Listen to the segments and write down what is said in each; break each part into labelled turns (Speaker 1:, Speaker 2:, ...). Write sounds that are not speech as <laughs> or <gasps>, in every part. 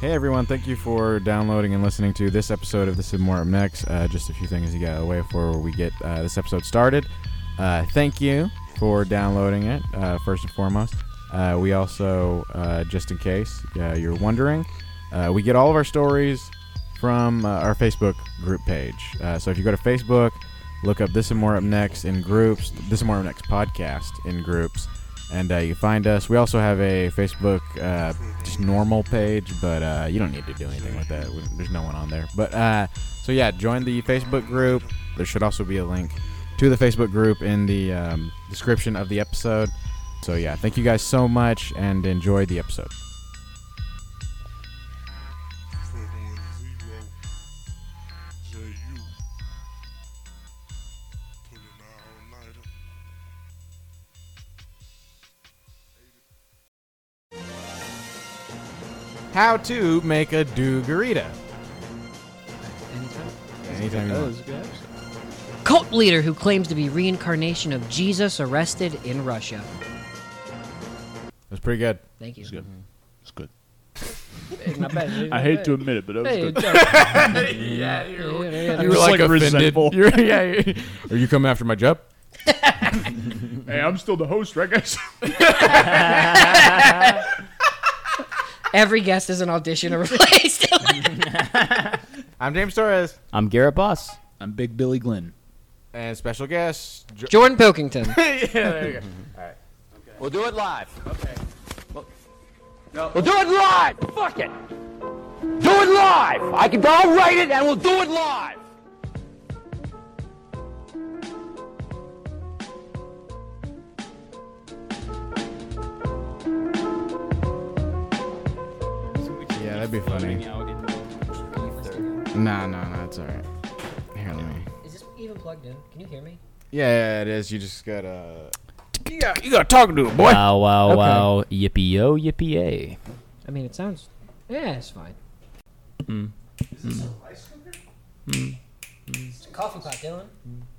Speaker 1: Hey everyone, thank you for downloading and listening to this episode of This Is More Up Next. Uh, just a few things to get away before we get uh, this episode started. Uh, thank you for downloading it, uh, first and foremost. Uh, we also, uh, just in case uh, you're wondering, uh, we get all of our stories from uh, our Facebook group page. Uh, so if you go to Facebook, look up This and More Up Next in groups, This and More Up Next podcast in groups, and uh, you find us. We also have a Facebook uh, just normal page, but uh, you don't need to do anything with that. We- There's no one on there. But uh, so yeah, join the Facebook group. There should also be a link to the Facebook group in the um, description of the episode. So yeah, thank you guys so much and enjoy the episode. How to make a do-garita.
Speaker 2: Anytime.
Speaker 1: Anytime you want.
Speaker 3: Cult leader who claims to be reincarnation of Jesus arrested in Russia.
Speaker 1: That's pretty good.
Speaker 3: Thank you.
Speaker 4: It's good. It's good.
Speaker 3: Not bad.
Speaker 4: <laughs> I hate to admit it, but that was
Speaker 3: Hey,
Speaker 4: good.
Speaker 3: yeah,
Speaker 1: You were
Speaker 4: It's
Speaker 1: like,
Speaker 4: like
Speaker 1: offended.
Speaker 4: resentful.
Speaker 1: You're, yeah, you Are you coming after my job?
Speaker 4: Hey, I'm still the host, right, guys? <laughs>
Speaker 3: Every guest is an audition to replace him.
Speaker 1: I'm James Torres
Speaker 5: I'm Garrett Boss.
Speaker 2: I'm Big Billy Glenn.
Speaker 1: and special guest. Jo-
Speaker 3: <laughs> Jordan Pilkington.
Speaker 5: We'll do it live. Okay. We'll, do it live. Fuck it. Do it live. I can. I'll write it, and we'll do it live.
Speaker 1: yeah, that'd be funny. Nah, nah, nah. It's all right. Here, let me.
Speaker 3: Is this even plugged in? Can you hear me?
Speaker 1: Yeah, yeah, it is. You just gotta.
Speaker 5: Wow! Wow! Wow! Yippee yo! Yippee yay!
Speaker 3: I mean, it sounds. Yeah, it's fine.
Speaker 4: Hmm.
Speaker 3: Is this a rice cooker? It's a coffee pot, Dylan.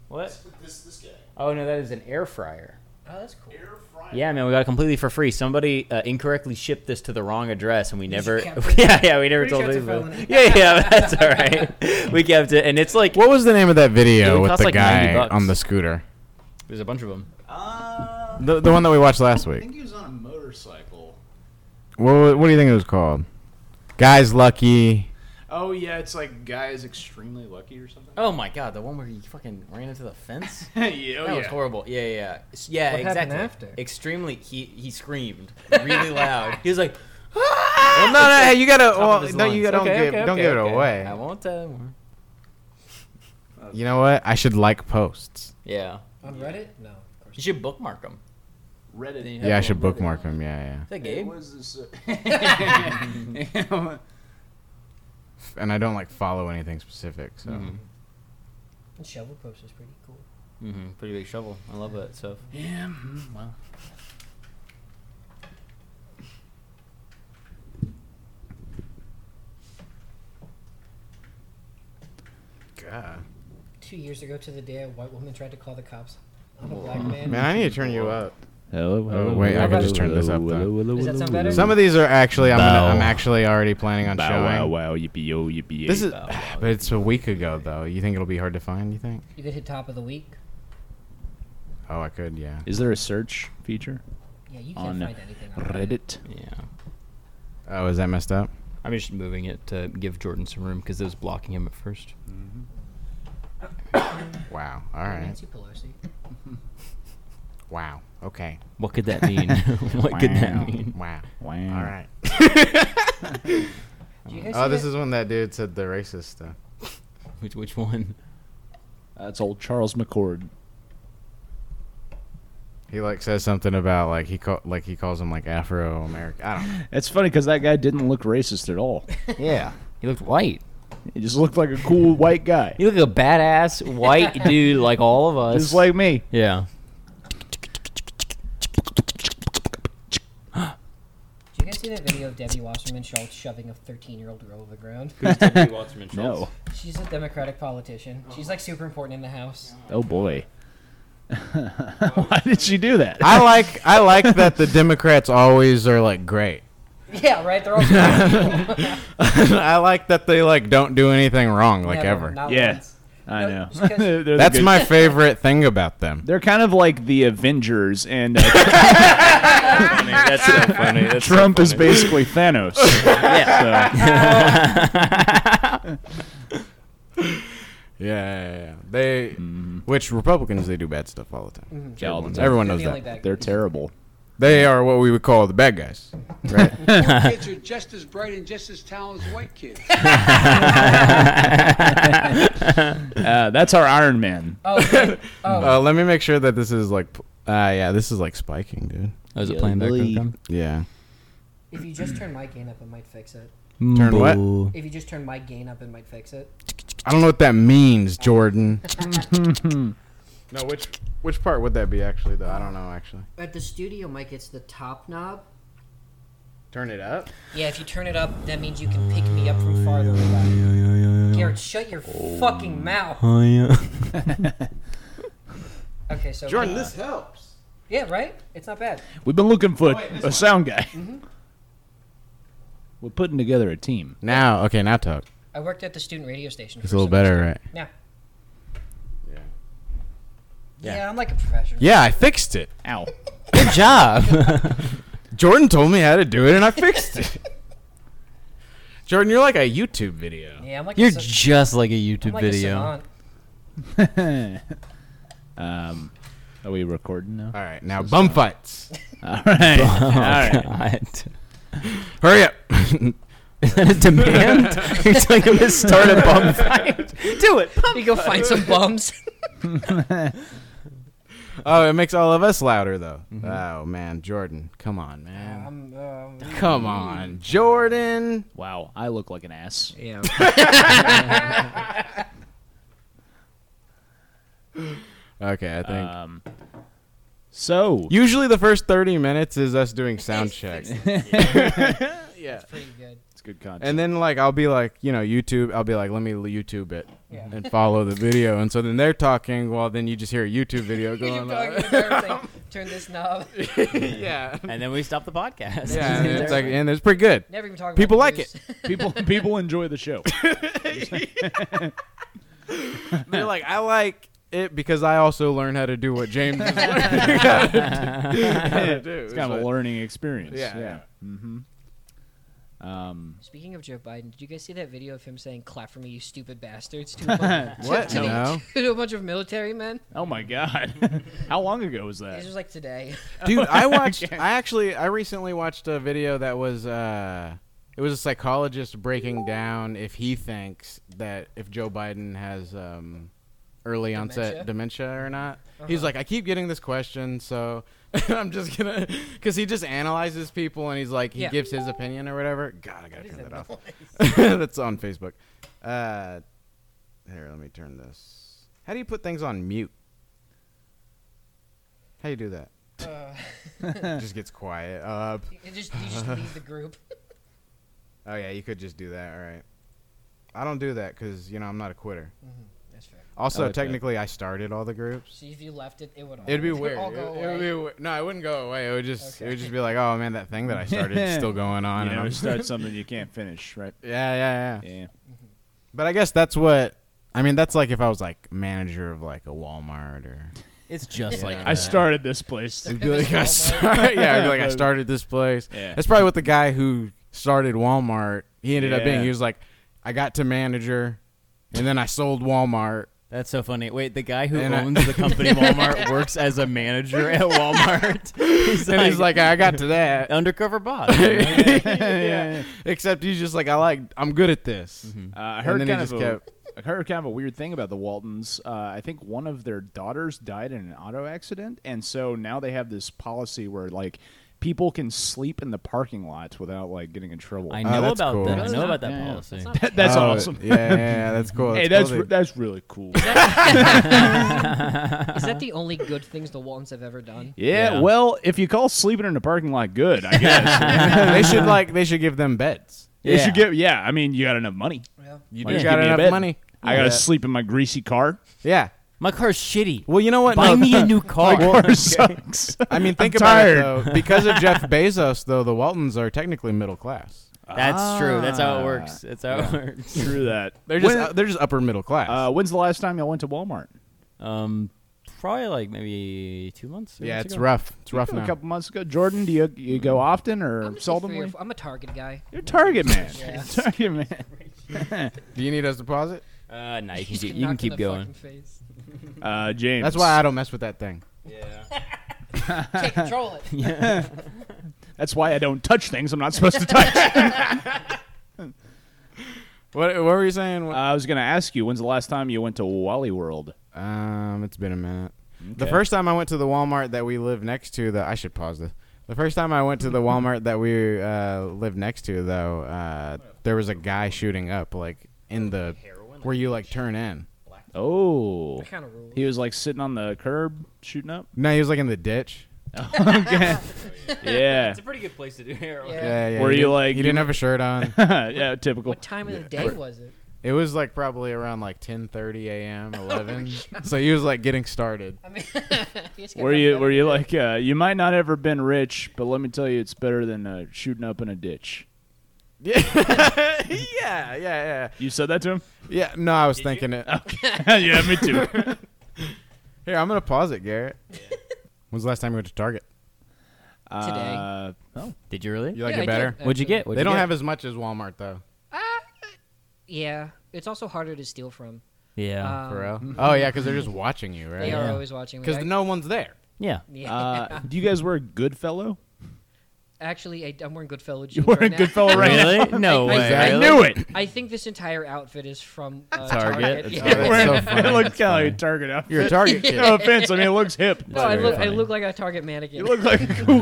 Speaker 5: What? This, this guy. Oh no, that is an air fryer.
Speaker 3: Oh, that's cool.
Speaker 5: Yeah, man, we got it completely for free. Somebody uh, incorrectly shipped this to the wrong address, and we never. <laughs>
Speaker 3: kept it.
Speaker 5: Yeah, yeah, we never
Speaker 3: Pretty sure
Speaker 5: told
Speaker 3: it's a
Speaker 5: people.
Speaker 3: felony.
Speaker 5: Yeah, yeah, <laughs> that's all right. we kept it, and it's like
Speaker 1: What was the name of that
Speaker 5: It
Speaker 1: video
Speaker 5: would
Speaker 1: with
Speaker 5: cost
Speaker 1: the
Speaker 5: like 90
Speaker 1: guy
Speaker 5: bucks.
Speaker 1: on the scooter?
Speaker 5: there's a bunch of them.
Speaker 1: The, the one that we watched last
Speaker 2: I
Speaker 1: week.
Speaker 2: Uh, think he was on a motorcycle.
Speaker 1: What, wa- what do you think it was called? Guys Lucky.
Speaker 2: Oh yeah, it's like guy is extremely lucky or something.
Speaker 5: Oh my god, the one where he fucking ran into the fence.
Speaker 2: <laughs> yeah, oh yeah.
Speaker 5: That was horrible. Yeah, yeah, yeah. S- yeah
Speaker 3: What happened
Speaker 5: exactly.
Speaker 3: after?
Speaker 5: Extremely. He he screamed really loud. He was like,
Speaker 1: Well, no, no, hey, you gotta.
Speaker 5: top of
Speaker 1: Well,
Speaker 5: his
Speaker 1: no, you
Speaker 5: lungs.
Speaker 1: gotta don't
Speaker 5: Okay,
Speaker 1: give,
Speaker 5: okay,
Speaker 1: don't
Speaker 5: okay,
Speaker 1: give it
Speaker 5: okay.
Speaker 1: away.
Speaker 5: I won't tell him.
Speaker 1: You know what? I should like posts.
Speaker 5: Yeah,
Speaker 3: On Reddit? No. of course
Speaker 5: you should bookmark him.
Speaker 2: Reddit.
Speaker 1: Yeah, I should bookmark them. Yeah, yeah.
Speaker 5: Is
Speaker 2: Hey,
Speaker 5: that Gabe?
Speaker 2: what is this?
Speaker 3: <laughs>
Speaker 5: <laughs>
Speaker 2: uh,
Speaker 1: And I don't like follow anything specific. So
Speaker 3: not. And Shovel Post is pretty cool.
Speaker 5: Mm-hmm. Pretty big shovel. I love that stuff.
Speaker 2: yeah.
Speaker 3: mm-hmm,
Speaker 2: mm, Well.
Speaker 1: God.
Speaker 3: Two years ago to the day, a white woman tried to call the cops on a black man.
Speaker 1: man, I need to turn you up.
Speaker 4: Hello,
Speaker 1: hello, Oh, wait, I
Speaker 3: can
Speaker 1: just turn this up, though.
Speaker 3: Does that sound better?
Speaker 1: Some of these are actually. I'm, gonna,
Speaker 4: Bow.
Speaker 1: I'm actually already planning on
Speaker 4: Bow
Speaker 1: showing.
Speaker 4: wow wow yippee yo yippee.
Speaker 1: This is,
Speaker 5: Bow, wow.
Speaker 1: but it's a week ago though. You think it'll be hard to find? You think?
Speaker 3: You could hit top of the week.
Speaker 1: Oh, I could. Yeah.
Speaker 4: Is there a search feature
Speaker 3: Yeah, you can't
Speaker 4: on
Speaker 3: find anything on
Speaker 4: Reddit?
Speaker 5: Yeah.
Speaker 1: Oh, is that messed up?
Speaker 5: I'm just moving it to give Jordan some room because it was blocking him at first.
Speaker 1: Wow. All right.
Speaker 3: Nancy Pelosi.
Speaker 1: Wow. Okay.
Speaker 5: What could that mean? <laughs> what could
Speaker 1: Wow.
Speaker 5: that mean?
Speaker 1: <laughs> Wow.
Speaker 4: Wow.
Speaker 1: All right.
Speaker 3: Do you guys
Speaker 1: Oh,
Speaker 3: see
Speaker 1: this
Speaker 3: that?
Speaker 1: is when that dude said the racist stuff.
Speaker 5: Which which one?
Speaker 4: That's Uh, old Charles McCord.
Speaker 1: He like says something about like he call, like he calls him like Afro American. I don't. know.
Speaker 4: It's funny because that guy didn't look racist at all.
Speaker 5: Yeah. He looked white.
Speaker 4: He just looked like a cool white guy,
Speaker 5: He looked like a badass
Speaker 3: <laughs>
Speaker 5: white dude like all of us.
Speaker 4: just like me.
Speaker 5: Yeah.
Speaker 3: Do you guys see that video of Debbie Wasserman Schultz shoving a 13 year old girl over the ground?
Speaker 4: No.
Speaker 3: She's a Democratic politician. She's like super important in the
Speaker 1: <laughs>
Speaker 3: House.
Speaker 4: Oh boy. <laughs> Why did she do that?
Speaker 1: I like I like that the Democrats always are like great. <laughs>
Speaker 3: Yeah, right. They're all
Speaker 4: <laughs>
Speaker 3: black.
Speaker 1: I like that they like don't do anything wrong, like
Speaker 3: Never,
Speaker 1: ever.
Speaker 3: not
Speaker 4: Yeah.
Speaker 3: once.
Speaker 4: I
Speaker 3: No,
Speaker 4: know.
Speaker 3: just 'cause-
Speaker 4: <laughs> They're the
Speaker 1: That's <laughs>
Speaker 4: good-
Speaker 1: my favorite thing about them.
Speaker 4: They're kind of like the Avengers, and <laughs> uh,
Speaker 5: That's so funny. That's so
Speaker 4: Trump is
Speaker 5: funny.
Speaker 4: basically <laughs> Thanos. So,
Speaker 1: Yeah, yeah, yeah. They, which Republicans, they do bad stuff all the time.
Speaker 4: Yeah, all the time.
Speaker 1: Mm-hmm. Everyone
Speaker 3: They're
Speaker 1: knows
Speaker 3: the only
Speaker 1: that.
Speaker 3: bad
Speaker 4: <laughs> They're
Speaker 3: guys.
Speaker 4: terrible.
Speaker 1: They are what we would call the bad guys.
Speaker 6: kids are just as bright and just as talented as white kids.
Speaker 4: Uh, that's our Iron Man.
Speaker 3: Oh,
Speaker 4: <laughs>
Speaker 3: okay.
Speaker 1: Uh, let me make sure that this is like, p- uh, yeah, this is like spiking, dude.
Speaker 5: Oh, is it
Speaker 4: Yeah,
Speaker 5: playing back
Speaker 4: really-
Speaker 5: then?
Speaker 1: Yeah.
Speaker 3: if you just turn my gain up, it might fix it.
Speaker 1: Turn what?
Speaker 5: Boo.
Speaker 3: If you just turn my gain up, it might fix it.
Speaker 1: I don't know what that means, Jordan. <laughs> no, which which part would that be actually though? I don't know actually.
Speaker 3: At the studio mic, it's the top knob.
Speaker 1: Turn it up.
Speaker 3: Yeah, if you turn it up, that means you can pick me up from farther away. Garrett, shut your fucking mouth.
Speaker 5: Oh yeah. <laughs>
Speaker 3: Okay, so uh,
Speaker 1: this helps.
Speaker 3: yeah, right? It's not bad.
Speaker 4: We've been looking for
Speaker 1: wait, this
Speaker 4: a sound guy. We're putting together a team.
Speaker 1: Now, okay, now talk.
Speaker 3: I worked at the student radio station.
Speaker 1: It's
Speaker 3: for
Speaker 1: a little
Speaker 3: semester.
Speaker 1: better, right?
Speaker 3: Yeah.
Speaker 1: Yeah.
Speaker 3: Yeah. I'm like a professional.
Speaker 1: Yeah, I fixed it.
Speaker 4: Ow.
Speaker 5: Good job.
Speaker 1: Jordan told me how to do it, and I fixed <laughs> it. Jordan, you're like a YouTube video.
Speaker 3: Yeah, I'm like
Speaker 5: You're
Speaker 3: a, sa-
Speaker 5: just like a
Speaker 3: I'm
Speaker 5: YouTube
Speaker 3: like a
Speaker 5: <laughs> video.
Speaker 3: savant.
Speaker 4: Um, are we recording now?
Speaker 1: All right, now bum fights.
Speaker 4: <laughs> All right. <laughs>
Speaker 5: Oh,
Speaker 4: All right.
Speaker 1: Hurry <laughs> up.
Speaker 5: Is that a demand?
Speaker 1: <laughs>
Speaker 5: You're telling him to start a bum fight? Do it.
Speaker 3: <laughs> You go find
Speaker 1: <laughs>
Speaker 3: some bums.
Speaker 1: oh, it makes all of us louder though. Oh man, Jordan, come on, man.
Speaker 3: I'm, um,
Speaker 1: Come on, Jordan.
Speaker 4: Wow. I look like an ass.
Speaker 3: yeah.
Speaker 1: Okay, I think.
Speaker 4: Um, so,
Speaker 1: Usually the first 30 minutes is us doing sound checks. <laughs> yeah.
Speaker 3: Pretty good.
Speaker 4: it's good content.
Speaker 1: And then like I'll be like, you know, YouTube, I'll be like, let me YouTube it
Speaker 3: Yeah.
Speaker 1: and follow the video. And so then they're talking while then you just hear a YouTube <laughs> video <laughs> going on. <laughs> Um,
Speaker 3: Turn this knob.
Speaker 1: yeah. <laughs>
Speaker 5: And then we stop the podcast. <laughs>
Speaker 1: Yeah, and it's like and it's pretty good.
Speaker 3: Never even talk.
Speaker 1: People
Speaker 3: about
Speaker 1: like
Speaker 3: news.
Speaker 4: people people enjoy the show.
Speaker 1: <laughs> They're like, I like it because I also learn how to do what James is learning <laughs> how to do.
Speaker 4: <laughs> It's kind of a learning experience.
Speaker 1: Yeah,
Speaker 4: Yeah. Mm-hmm. Um,
Speaker 3: <laughs> Speaking of Joe Biden, did you guys see that video of him saying "Clap for me, you stupid bastards"
Speaker 1: <laughs>
Speaker 3: to a bunch,
Speaker 1: What?
Speaker 3: To, to the-
Speaker 1: No.
Speaker 3: to a bunch of military men?
Speaker 4: oh my god. <laughs> How long ago was
Speaker 3: This
Speaker 4: that?
Speaker 3: was like today.
Speaker 1: Dude, I watched. I actually, I recently watched a video that was. uh It was a psychologist breaking down if he thinks that if Joe Biden has um early onset dementia or not. He's like, I keep getting this question, so <laughs> I'm just gonna, <laughs> because he just analyzes people and he's like, he
Speaker 3: Yeah.
Speaker 1: gives his opinion or whatever. God, I gotta turn that off. <laughs> That's on Facebook. Uh, here, let me turn this. How do you put things on mute? How do you do that? It just gets quiet. Uh, p-
Speaker 3: Uh, You just you
Speaker 1: <laughs>
Speaker 3: just leave the group.
Speaker 1: oh yeah, you could just do that. All right. I don't do that because you know I'm not a quitter.
Speaker 3: That's fair.
Speaker 1: Also,
Speaker 4: like that.
Speaker 1: technically, I started all the groups.
Speaker 3: So if you left it, it would all,
Speaker 1: It'd be
Speaker 3: it would
Speaker 1: weird.
Speaker 3: all
Speaker 1: It-
Speaker 3: go
Speaker 1: it would
Speaker 3: away. <laughs>
Speaker 1: be we- no, I wouldn't go away. It would just it would just be like, oh man, that thing that I started is
Speaker 4: <laughs>
Speaker 1: still going on.
Speaker 4: you
Speaker 1: and
Speaker 4: know,
Speaker 1: I'm-
Speaker 4: start something
Speaker 1: <laughs>
Speaker 4: you can't finish, right?
Speaker 1: yeah, yeah, yeah.
Speaker 4: Yeah.
Speaker 1: But I guess that's what I mean. That's like if I was like manager of like a Walmart or.
Speaker 5: It's just like
Speaker 4: I started this place.
Speaker 1: I'd be like, I start- yeah, I'd be like, I started this place.
Speaker 4: Yeah.
Speaker 1: That's probably what the guy who started Walmart, he ended up being.
Speaker 4: Yeah.
Speaker 1: He was like, I got to manager, and then I sold Walmart.
Speaker 5: That's so funny. Wait, the guy who
Speaker 1: And I-
Speaker 5: owns
Speaker 1: <laughs>
Speaker 5: the company Walmart works as a manager at Walmart. He's
Speaker 1: And he's like, I got to
Speaker 5: <laughs>
Speaker 1: that. <laughs>
Speaker 5: undercover boss.
Speaker 1: Yeah. <laughs> Except he's just like, I like, I'm good at this.
Speaker 4: Uh, I
Speaker 1: And
Speaker 4: heard
Speaker 1: then he
Speaker 4: kind of
Speaker 1: just
Speaker 4: a,
Speaker 1: kept-
Speaker 4: I heard kind of a weird thing about the Waltons. Uh, I think one of their daughters died in an auto accident, and so now they have this policy where like people can sleep in the parking lot without like getting in trouble.
Speaker 5: I
Speaker 1: Oh,
Speaker 5: know
Speaker 1: that's
Speaker 5: about
Speaker 1: cool.
Speaker 5: that. I know about that
Speaker 4: Yeah.
Speaker 5: policy.
Speaker 4: <laughs> That- <laughs> that's
Speaker 1: Oh,
Speaker 4: awesome.
Speaker 1: Yeah, yeah, yeah, Oh, that's cool.
Speaker 4: hey,
Speaker 1: cool
Speaker 4: that's
Speaker 1: that-
Speaker 4: re- that's really
Speaker 1: <laughs>
Speaker 4: cool.
Speaker 3: Is that the only good things the Waltons have ever done?
Speaker 4: Yeah,
Speaker 5: Yeah.
Speaker 4: well, if you call sleeping in a parking lot
Speaker 1: <laughs>
Speaker 4: good, I guess
Speaker 1: they should like, they should give them beds.
Speaker 4: you should get. Yeah, I mean, you got enough money.
Speaker 3: Yeah.
Speaker 1: You
Speaker 4: Why
Speaker 1: do
Speaker 4: don't
Speaker 1: got
Speaker 4: give me a
Speaker 1: enough
Speaker 4: bed?
Speaker 1: money.
Speaker 4: I gotta
Speaker 1: Yeah. <laughs>
Speaker 4: sleep in my greasy car.
Speaker 1: Yeah.
Speaker 5: My car's shitty.
Speaker 1: Well, you know what?
Speaker 5: Buy
Speaker 1: No,
Speaker 5: me a new car.
Speaker 4: Car sucks.
Speaker 1: <laughs>
Speaker 4: <laughs>
Speaker 1: I mean, think
Speaker 4: I'm
Speaker 1: about
Speaker 4: tired.
Speaker 1: it though. Because of Jeff Bezos, though, the Waltons are technically middle class.
Speaker 5: That's true. That's
Speaker 1: Ah.
Speaker 5: how it works. That's how it works.
Speaker 4: True that.
Speaker 1: They're just
Speaker 4: When-
Speaker 1: uh, they're just upper middle class.
Speaker 4: uh, when's the last time y'all went to Walmart?
Speaker 5: Um, probably like maybe two months. or
Speaker 1: yeah,
Speaker 5: months
Speaker 1: it's
Speaker 5: ago.
Speaker 1: rough. It's rough
Speaker 4: A
Speaker 1: now.
Speaker 4: couple months ago. Jordan, do you you go often or
Speaker 3: Mm. I'm, just a three or
Speaker 4: seldomly?
Speaker 3: f- I'm a Target guy.
Speaker 4: You're
Speaker 3: <laughs>
Speaker 4: Target man.
Speaker 3: Yeah.
Speaker 4: Target man.
Speaker 1: Do you need us deposit?
Speaker 5: Uh, nah, you can,
Speaker 3: Just
Speaker 5: keep,
Speaker 3: get
Speaker 5: you can
Speaker 3: knocked in
Speaker 5: keep
Speaker 3: the
Speaker 5: going.
Speaker 3: fucking face.
Speaker 4: Uh, James.
Speaker 1: That's why I don't mess with that thing.
Speaker 3: Can't control <laughs> it.
Speaker 4: That's why I don't touch things I'm not supposed
Speaker 1: <laughs>
Speaker 4: to touch. uh,
Speaker 1: What, what were you saying? What-
Speaker 4: I was gonna ask you, when's the last time you went to Wally World?
Speaker 1: Um, it's been a minute. The
Speaker 4: Okay.
Speaker 1: first time I went to the Walmart that we live next to, though, I should pause this. The first time I went to the Walmart that we uh, live next to, though, uh, there was a guy shooting up, like in the where you like turn in.
Speaker 3: <laughs>
Speaker 4: Oh,
Speaker 3: Kind of rule.
Speaker 4: he was like sitting on the curb
Speaker 3: <laughs>
Speaker 4: shooting up.
Speaker 1: No, he was like in the ditch.
Speaker 4: Yeah,
Speaker 5: pretty good place to do heroin.
Speaker 3: Yeah.
Speaker 1: Yeah, yeah.
Speaker 4: Were
Speaker 1: he
Speaker 4: you,
Speaker 1: didn't-
Speaker 4: like,
Speaker 1: He didn't have a shirt on. <laughs>
Speaker 4: <laughs> yeah, typical.
Speaker 3: What time of the day was it?
Speaker 1: it was like probably around like 10:30
Speaker 4: <laughs>
Speaker 1: a.m., 11.
Speaker 4: Oh
Speaker 1: so he was like getting started.
Speaker 3: I mean, <laughs> just got
Speaker 4: Were
Speaker 3: knocked
Speaker 4: you
Speaker 3: out.
Speaker 4: were you like uh, you might not ever been rich, but let me tell you, it's better than uh, shooting up in a ditch.
Speaker 1: <laughs> Yeah, <laughs> yeah, yeah, yeah.
Speaker 4: You said that to
Speaker 3: <laughs>
Speaker 4: him? <laughs>
Speaker 1: Yeah. No, I was thinking it.
Speaker 5: Oh.
Speaker 4: yeah, me too.
Speaker 1: Here, I'm gonna pause it, Garrett. When's the last time you went to Target?
Speaker 3: Today.
Speaker 4: Uh, oh,
Speaker 5: Did you really?
Speaker 1: You like
Speaker 3: Yeah, I
Speaker 1: it better?
Speaker 3: did,
Speaker 5: What'd you
Speaker 3: actually.
Speaker 5: get? What'd
Speaker 1: They
Speaker 5: you
Speaker 1: don't
Speaker 5: get?
Speaker 1: have as much as Walmart though.
Speaker 3: Yeah, it's also harder to steal from.
Speaker 5: Yeah.
Speaker 3: Um,
Speaker 1: For real? Oh yeah, because they're just watching you,
Speaker 3: They
Speaker 1: right?
Speaker 3: are always watching.
Speaker 1: Because
Speaker 3: Like, I-
Speaker 1: no one's
Speaker 5: <laughs>
Speaker 1: there.
Speaker 5: yeah.
Speaker 3: yeah.
Speaker 4: uh, do you guys
Speaker 3: <laughs>
Speaker 4: wear Goodfellow?
Speaker 3: Actually, I, I'm wearing Goodfellow jeans.
Speaker 4: You wear
Speaker 3: right now.
Speaker 4: Goodfellow right now?
Speaker 5: Really?
Speaker 3: I-
Speaker 5: No way.
Speaker 1: Exactly.
Speaker 4: I knew <laughs> it.
Speaker 3: I think this entire outfit is from uh,
Speaker 5: Target. It's
Speaker 3: Yeah.
Speaker 1: Oh, that's
Speaker 4: Wearing- <laughs>
Speaker 1: so funny.
Speaker 4: it looks kind of like a Target outfit.
Speaker 1: You're a Target kid.
Speaker 4: <laughs> no offense. I mean, it looks hip.
Speaker 3: No, I
Speaker 5: very
Speaker 3: look, I
Speaker 5: funny.
Speaker 3: look like a Target mannequin.
Speaker 4: You <laughs> look like a
Speaker 1: <laughs>
Speaker 4: cool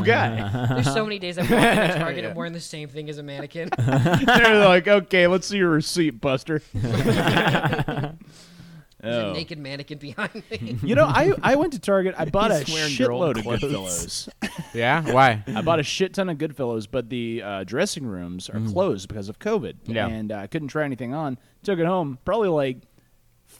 Speaker 3: <laughs>
Speaker 4: guy. <laughs>
Speaker 3: There's so many days I walk into Target and I'm wearing the same thing as a
Speaker 5: <laughs>
Speaker 3: mannequin.
Speaker 4: They're like, okay, let's see your
Speaker 1: <laughs>
Speaker 4: receipt, Buster.
Speaker 3: There's a
Speaker 4: Oh.
Speaker 3: naked mannequin behind
Speaker 5: <laughs>
Speaker 3: me.
Speaker 4: You know, I, I went to Target.
Speaker 1: <laughs>
Speaker 4: I bought a
Speaker 5: He's wearing girl
Speaker 4: shitload of
Speaker 5: clothes.
Speaker 4: Goodfellows.
Speaker 1: Yeah.
Speaker 5: <laughs>
Speaker 1: Why?
Speaker 4: I bought a shit ton of Goodfellas, but the uh, dressing rooms are closed because of COVID.
Speaker 5: Yeah.
Speaker 4: And uh, I couldn't try anything on. Took it home. Probably like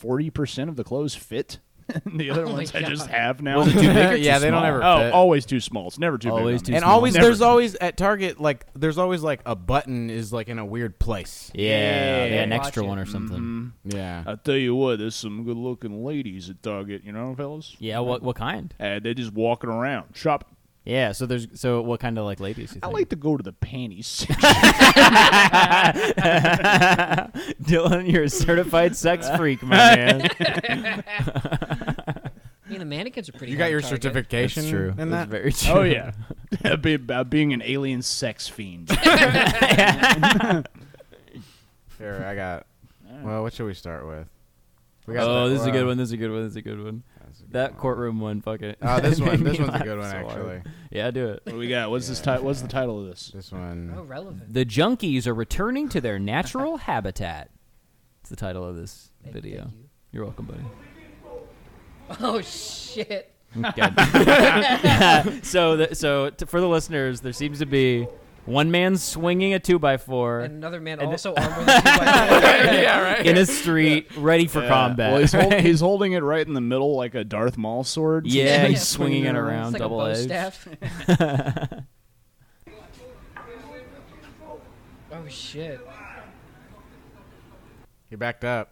Speaker 4: 40% of the clothes fit. <laughs> the other
Speaker 3: Oh my
Speaker 4: ones I
Speaker 3: God.
Speaker 4: just have now. <laughs>
Speaker 1: yeah, they don't ever.
Speaker 4: oh,
Speaker 1: fit.
Speaker 4: always too small. It's never too big
Speaker 5: Always
Speaker 4: on
Speaker 5: too
Speaker 4: me.
Speaker 1: and
Speaker 5: small.
Speaker 1: always
Speaker 4: Never.
Speaker 1: there's always at Target like there's always like a button is like in a weird place.
Speaker 5: <laughs> Yeah. They had an
Speaker 3: Watch
Speaker 5: extra
Speaker 3: it.
Speaker 5: one or something.
Speaker 1: Yeah.
Speaker 4: I tell you what, there's some good looking ladies at Target, you know, fellas?
Speaker 5: Yeah. What what kind?
Speaker 4: Uh, they're just walking around, shopping.
Speaker 5: Yeah. So there's so what kind of like ladies? You
Speaker 4: I
Speaker 5: think?
Speaker 4: like to go to the panties <laughs> section.
Speaker 5: Dylan, <laughs> you're a certified sex freak, my man.
Speaker 3: I mean, the mannequins are pretty.
Speaker 1: you
Speaker 3: hot
Speaker 1: got
Speaker 3: at
Speaker 1: your
Speaker 3: Target.
Speaker 1: certification
Speaker 5: That's true.
Speaker 1: in
Speaker 5: That's
Speaker 1: that.
Speaker 5: very true.
Speaker 4: Oh <laughs> yeah, That'd be about being an alien sex fiend.
Speaker 1: Here, I got. Well, what should we start with? We
Speaker 5: Oh,
Speaker 1: the-
Speaker 5: this is a good
Speaker 1: well,
Speaker 5: one. This is a good one. This is a good one.
Speaker 1: that's a good
Speaker 5: That
Speaker 1: one.
Speaker 5: courtroom one. Fuck it.
Speaker 1: Oh,
Speaker 5: <laughs>
Speaker 1: this one.
Speaker 5: Made
Speaker 1: This
Speaker 5: me
Speaker 1: one's a
Speaker 5: laugh
Speaker 1: good one
Speaker 5: so hard.
Speaker 1: actually.
Speaker 5: Yeah, do it.
Speaker 4: what do we got? What's this? Ti- what's the title of this?
Speaker 1: This one.
Speaker 3: Oh, relevant.
Speaker 5: The junkies are returning to their natural habitat. It's the title of this
Speaker 3: Thank-
Speaker 5: video.
Speaker 3: thank you.
Speaker 5: You're welcome, buddy.
Speaker 3: Oh shit.
Speaker 5: <laughs> so, the, so t- for the listeners, there seems to be one man swinging a two by four
Speaker 3: And another man also armed
Speaker 5: <laughs>
Speaker 3: with a two-by-four.
Speaker 5: in a street, ready for combat.
Speaker 4: Well, he's,
Speaker 5: <laughs>
Speaker 4: hol-
Speaker 5: right?
Speaker 4: he's holding it right in the middle like a Darth Maul sword. <laughs>
Speaker 5: yeah,
Speaker 3: Yeah.
Speaker 5: he's swinging it
Speaker 3: It's
Speaker 5: around,
Speaker 3: like a
Speaker 5: double
Speaker 3: bow
Speaker 5: edged. <laughs>
Speaker 3: staff. oh shit.
Speaker 1: He backed up.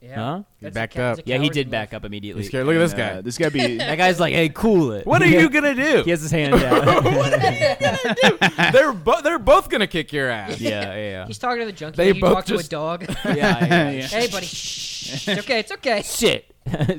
Speaker 3: Yeah.
Speaker 5: Huh?
Speaker 1: He
Speaker 3: That's a
Speaker 1: backed
Speaker 3: ca-
Speaker 1: up.
Speaker 3: that's a
Speaker 5: Yeah, he
Speaker 3: coward's
Speaker 5: did
Speaker 3: move.
Speaker 5: back up immediately.
Speaker 1: He's scared. Look at this guy.
Speaker 4: Uh, this guy be.
Speaker 1: <laughs>
Speaker 5: That guy's like, "Hey, cool it."
Speaker 1: what are you gonna do?
Speaker 5: <laughs> He has his hand down. <laughs>
Speaker 1: they're bo- they're both gonna kick your ass.
Speaker 5: yeah, yeah,
Speaker 3: He's talking to the junkie.
Speaker 1: They
Speaker 3: and he
Speaker 1: both
Speaker 3: talked to a
Speaker 1: just-
Speaker 3: dog.
Speaker 1: <laughs>
Speaker 5: yeah. yeah, yeah.
Speaker 3: hey, buddy. Shh. It's okay. It's
Speaker 5: <laughs>
Speaker 3: okay.
Speaker 5: Sit.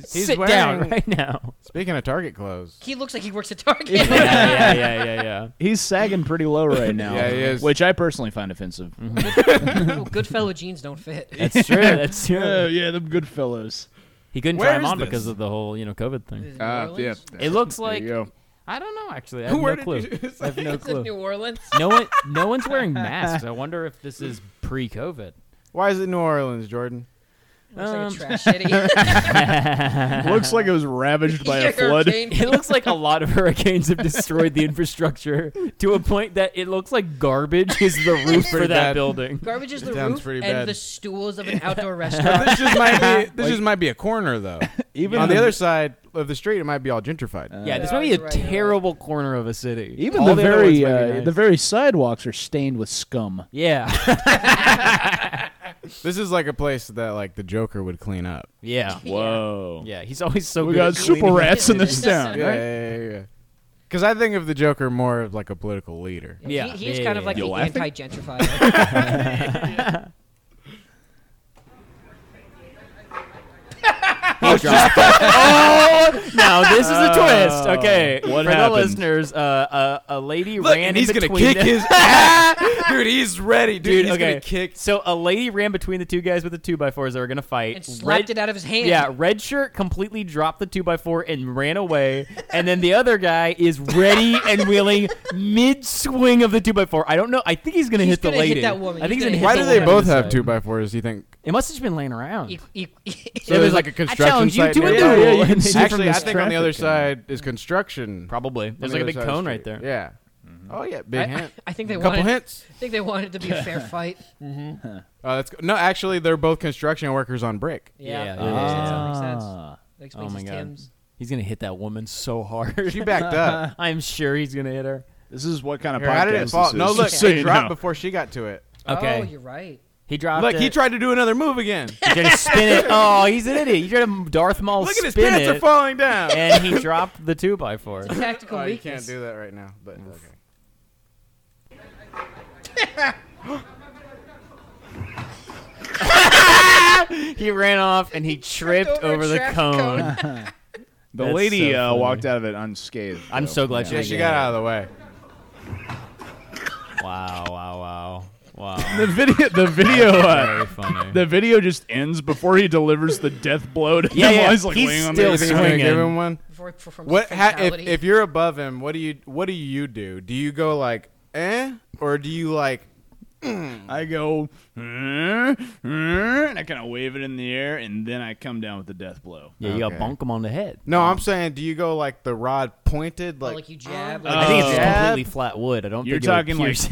Speaker 5: Sit
Speaker 1: wearing-
Speaker 5: down right now.
Speaker 1: Speaking of Target clothes,
Speaker 3: He looks like he works at Target. <laughs>
Speaker 5: yeah, <laughs> yeah, yeah, yeah.
Speaker 4: He's sagging pretty low right now.
Speaker 1: Yeah, he is. Mm-hmm.
Speaker 4: Which I personally find offensive.
Speaker 3: Oh, Goodfellow jeans don't fit.
Speaker 5: <laughs> That's true. That's
Speaker 4: Oh
Speaker 5: true.
Speaker 4: yeah, them good fellows.
Speaker 5: He couldn't
Speaker 1: Where
Speaker 5: try him
Speaker 1: is
Speaker 5: on
Speaker 1: this?
Speaker 5: because of the whole, you know, COVID thing.
Speaker 1: Ah,
Speaker 4: Ah,
Speaker 3: Uh, yeah.
Speaker 5: It looks like
Speaker 4: There you go.
Speaker 5: I don't know. Actually, I have
Speaker 1: Where
Speaker 5: no
Speaker 1: did
Speaker 5: clue.
Speaker 1: you- it's
Speaker 5: I have no
Speaker 3: It's in New
Speaker 5: clue.
Speaker 3: Orleans.
Speaker 5: No one,
Speaker 4: <laughs>
Speaker 5: no one's wearing masks. I wonder if this is pre-COVID.
Speaker 1: why is it New Orleans, Jordan?
Speaker 3: Looks like a trash city.
Speaker 4: Looks like <laughs> it was ravaged
Speaker 3: <laughs>
Speaker 4: by a flood.
Speaker 5: <laughs> It looks like a lot of hurricanes have destroyed the infrastructure to a point that it looks like garbage is the roof for that
Speaker 1: bad.
Speaker 5: building.
Speaker 3: Garbage is the
Speaker 1: Sounds
Speaker 3: roof and
Speaker 1: pretty bad.
Speaker 3: the stools of an
Speaker 1: <laughs>
Speaker 3: outdoor restaurant.
Speaker 1: this just might be this just might be a corner though. Even <laughs> on the other side of the street, it might be all gentrified.
Speaker 5: yeah, this
Speaker 3: Yeah,
Speaker 5: might be a
Speaker 3: that's right.
Speaker 5: terrible corner of a city.
Speaker 4: Even
Speaker 1: All
Speaker 4: the,
Speaker 1: the other
Speaker 4: very
Speaker 1: ones might be
Speaker 4: uh,
Speaker 1: nice.
Speaker 4: the very sidewalks are stained with scum.
Speaker 5: yeah,
Speaker 1: This is like a place that like the Joker would clean up.
Speaker 5: yeah,
Speaker 4: Whoa.
Speaker 5: yeah. He's always so
Speaker 4: We
Speaker 5: good. at
Speaker 4: got super
Speaker 5: cleaning up.
Speaker 4: rats in this
Speaker 1: <laughs>
Speaker 3: Yeah.
Speaker 4: town.
Speaker 1: Yeah, yeah, yeah. Because I think of the Joker more of like a political leader.
Speaker 5: Yeah.
Speaker 3: He, he's
Speaker 5: Yeah,
Speaker 3: kind
Speaker 5: yeah,
Speaker 3: of like
Speaker 4: yeah.
Speaker 3: the
Speaker 4: You laughing?
Speaker 3: anti-gentrifier.
Speaker 4: Oh, <laughs>
Speaker 5: Oh! Now this is a twist. Okay,
Speaker 4: Oh, what
Speaker 5: for
Speaker 4: happened?
Speaker 5: the listeners, uh, uh, a lady ran.
Speaker 1: and
Speaker 5: in
Speaker 1: he's gonna
Speaker 5: between
Speaker 1: kick
Speaker 5: them.
Speaker 1: his ass, <laughs> dude. He's ready, dude.
Speaker 5: Dude,
Speaker 1: he's
Speaker 5: okay.
Speaker 1: gonna kick.
Speaker 5: So a lady ran between the two guys with the two by fours that were gonna fight.
Speaker 3: and slapped it out of his hand.
Speaker 5: Yeah, red shirt completely dropped the two by four and ran away, and then the other guy is ready and willing mid swing of the two by four. I don't know. I think he's gonna
Speaker 3: He's
Speaker 5: hit
Speaker 3: gonna
Speaker 5: the
Speaker 3: hit
Speaker 5: lady.
Speaker 3: that woman.
Speaker 5: I think
Speaker 3: He's
Speaker 5: he's gonna
Speaker 3: gonna
Speaker 5: hit
Speaker 1: Why do
Speaker 5: the
Speaker 1: they
Speaker 5: woman
Speaker 1: both
Speaker 5: on the
Speaker 1: have
Speaker 5: side.
Speaker 1: two by fours? Do you think?
Speaker 5: It must have just been laying around.
Speaker 3: E- <laughs> e-
Speaker 1: So
Speaker 5: it
Speaker 1: there's
Speaker 5: was
Speaker 1: like a
Speaker 5: I
Speaker 1: construction
Speaker 5: challenge
Speaker 1: site.
Speaker 5: you to a
Speaker 1: there.
Speaker 4: Yeah,
Speaker 5: duel.
Speaker 4: yeah, you
Speaker 5: And
Speaker 4: can
Speaker 5: they
Speaker 4: see
Speaker 5: did.
Speaker 4: from
Speaker 1: Actually, I
Speaker 4: this
Speaker 1: think on the
Speaker 4: traffic
Speaker 1: other
Speaker 4: coming
Speaker 1: side is construction.
Speaker 5: Probably. There's
Speaker 1: on
Speaker 5: like
Speaker 1: the
Speaker 5: a big
Speaker 1: other side of
Speaker 5: cone
Speaker 1: the
Speaker 5: right
Speaker 1: street.
Speaker 5: there.
Speaker 1: Yeah. Oh yeah, big
Speaker 3: I,
Speaker 1: hint. <laughs>
Speaker 3: I think they
Speaker 1: Couple
Speaker 3: wanted.
Speaker 1: hints.
Speaker 3: I think they wanted it to be a fair fight.
Speaker 1: Oh, that's no. Actually, they're both construction workers on brick. <laughs>
Speaker 3: Yeah,
Speaker 5: Yeah,
Speaker 3: yeah,
Speaker 5: yeah,
Speaker 3: that makes sense.
Speaker 4: Ah.
Speaker 3: That explains
Speaker 5: my
Speaker 3: his
Speaker 5: God.
Speaker 3: Tim's.
Speaker 5: He's gonna hit that woman so <laughs> hard.
Speaker 1: She backed up.
Speaker 5: I'm sure he's gonna hit her.
Speaker 4: This is what kind of
Speaker 1: Here,
Speaker 4: podcast
Speaker 1: how did it fall?
Speaker 4: this is.
Speaker 1: No, look,
Speaker 4: Just so
Speaker 1: it
Speaker 4: you
Speaker 1: dropped
Speaker 4: know.
Speaker 1: before she got to it.
Speaker 5: Okay.
Speaker 3: Oh, you're right.
Speaker 5: He dropped.
Speaker 1: Look,
Speaker 5: it.
Speaker 1: he tried to do another move <laughs> again.
Speaker 5: He tried to spin it. Oh, he's an idiot. He tried to Darth Maul
Speaker 1: Look at
Speaker 5: spin
Speaker 1: his pants
Speaker 5: it,
Speaker 1: are falling down.
Speaker 5: and he dropped the two
Speaker 3: <laughs>
Speaker 5: by four.
Speaker 3: Tactical
Speaker 1: Oh, you can't
Speaker 3: weakness.
Speaker 1: do that right now. But okay.
Speaker 5: He ran off and he tripped
Speaker 3: over a
Speaker 5: over the
Speaker 3: traffic
Speaker 5: cone.
Speaker 4: The
Speaker 5: That's
Speaker 4: lady
Speaker 5: so
Speaker 4: uh,
Speaker 5: funny.
Speaker 4: walked out of it unscathed.
Speaker 5: I'm so glad
Speaker 1: Yeah,
Speaker 5: you.
Speaker 1: she got out of the way.
Speaker 5: Wow! Wow! Wow! Wow!
Speaker 4: The video, the video, uh,
Speaker 5: <laughs> Very funny.
Speaker 4: the video just ends before he delivers the death blow to
Speaker 5: <laughs> Yeah,
Speaker 4: him.
Speaker 5: yeah,
Speaker 4: while He's like
Speaker 5: he's
Speaker 4: laying on
Speaker 5: still
Speaker 4: the
Speaker 1: You wanna
Speaker 5: swinging.
Speaker 1: give him one.
Speaker 3: Before he performs
Speaker 1: What
Speaker 3: a
Speaker 1: ha- if,
Speaker 3: fatality.
Speaker 1: if you're above him? What do you what do you do? Do you go like eh, or do you like
Speaker 4: I go, "Eh, eh," and I kind of wave it in the air, and then I come down with the death blow.
Speaker 5: yeah, you got to
Speaker 1: Okay.
Speaker 5: bonk him on the head.
Speaker 1: no? I'm saying, do you go like the rod pointed
Speaker 3: Oh,
Speaker 1: like?
Speaker 3: like you jab. like-
Speaker 5: I think it's just
Speaker 1: Yeah.
Speaker 5: completely flat wood. I don't
Speaker 4: You're
Speaker 5: think it would
Speaker 4: talking like
Speaker 5: pierce <laughs>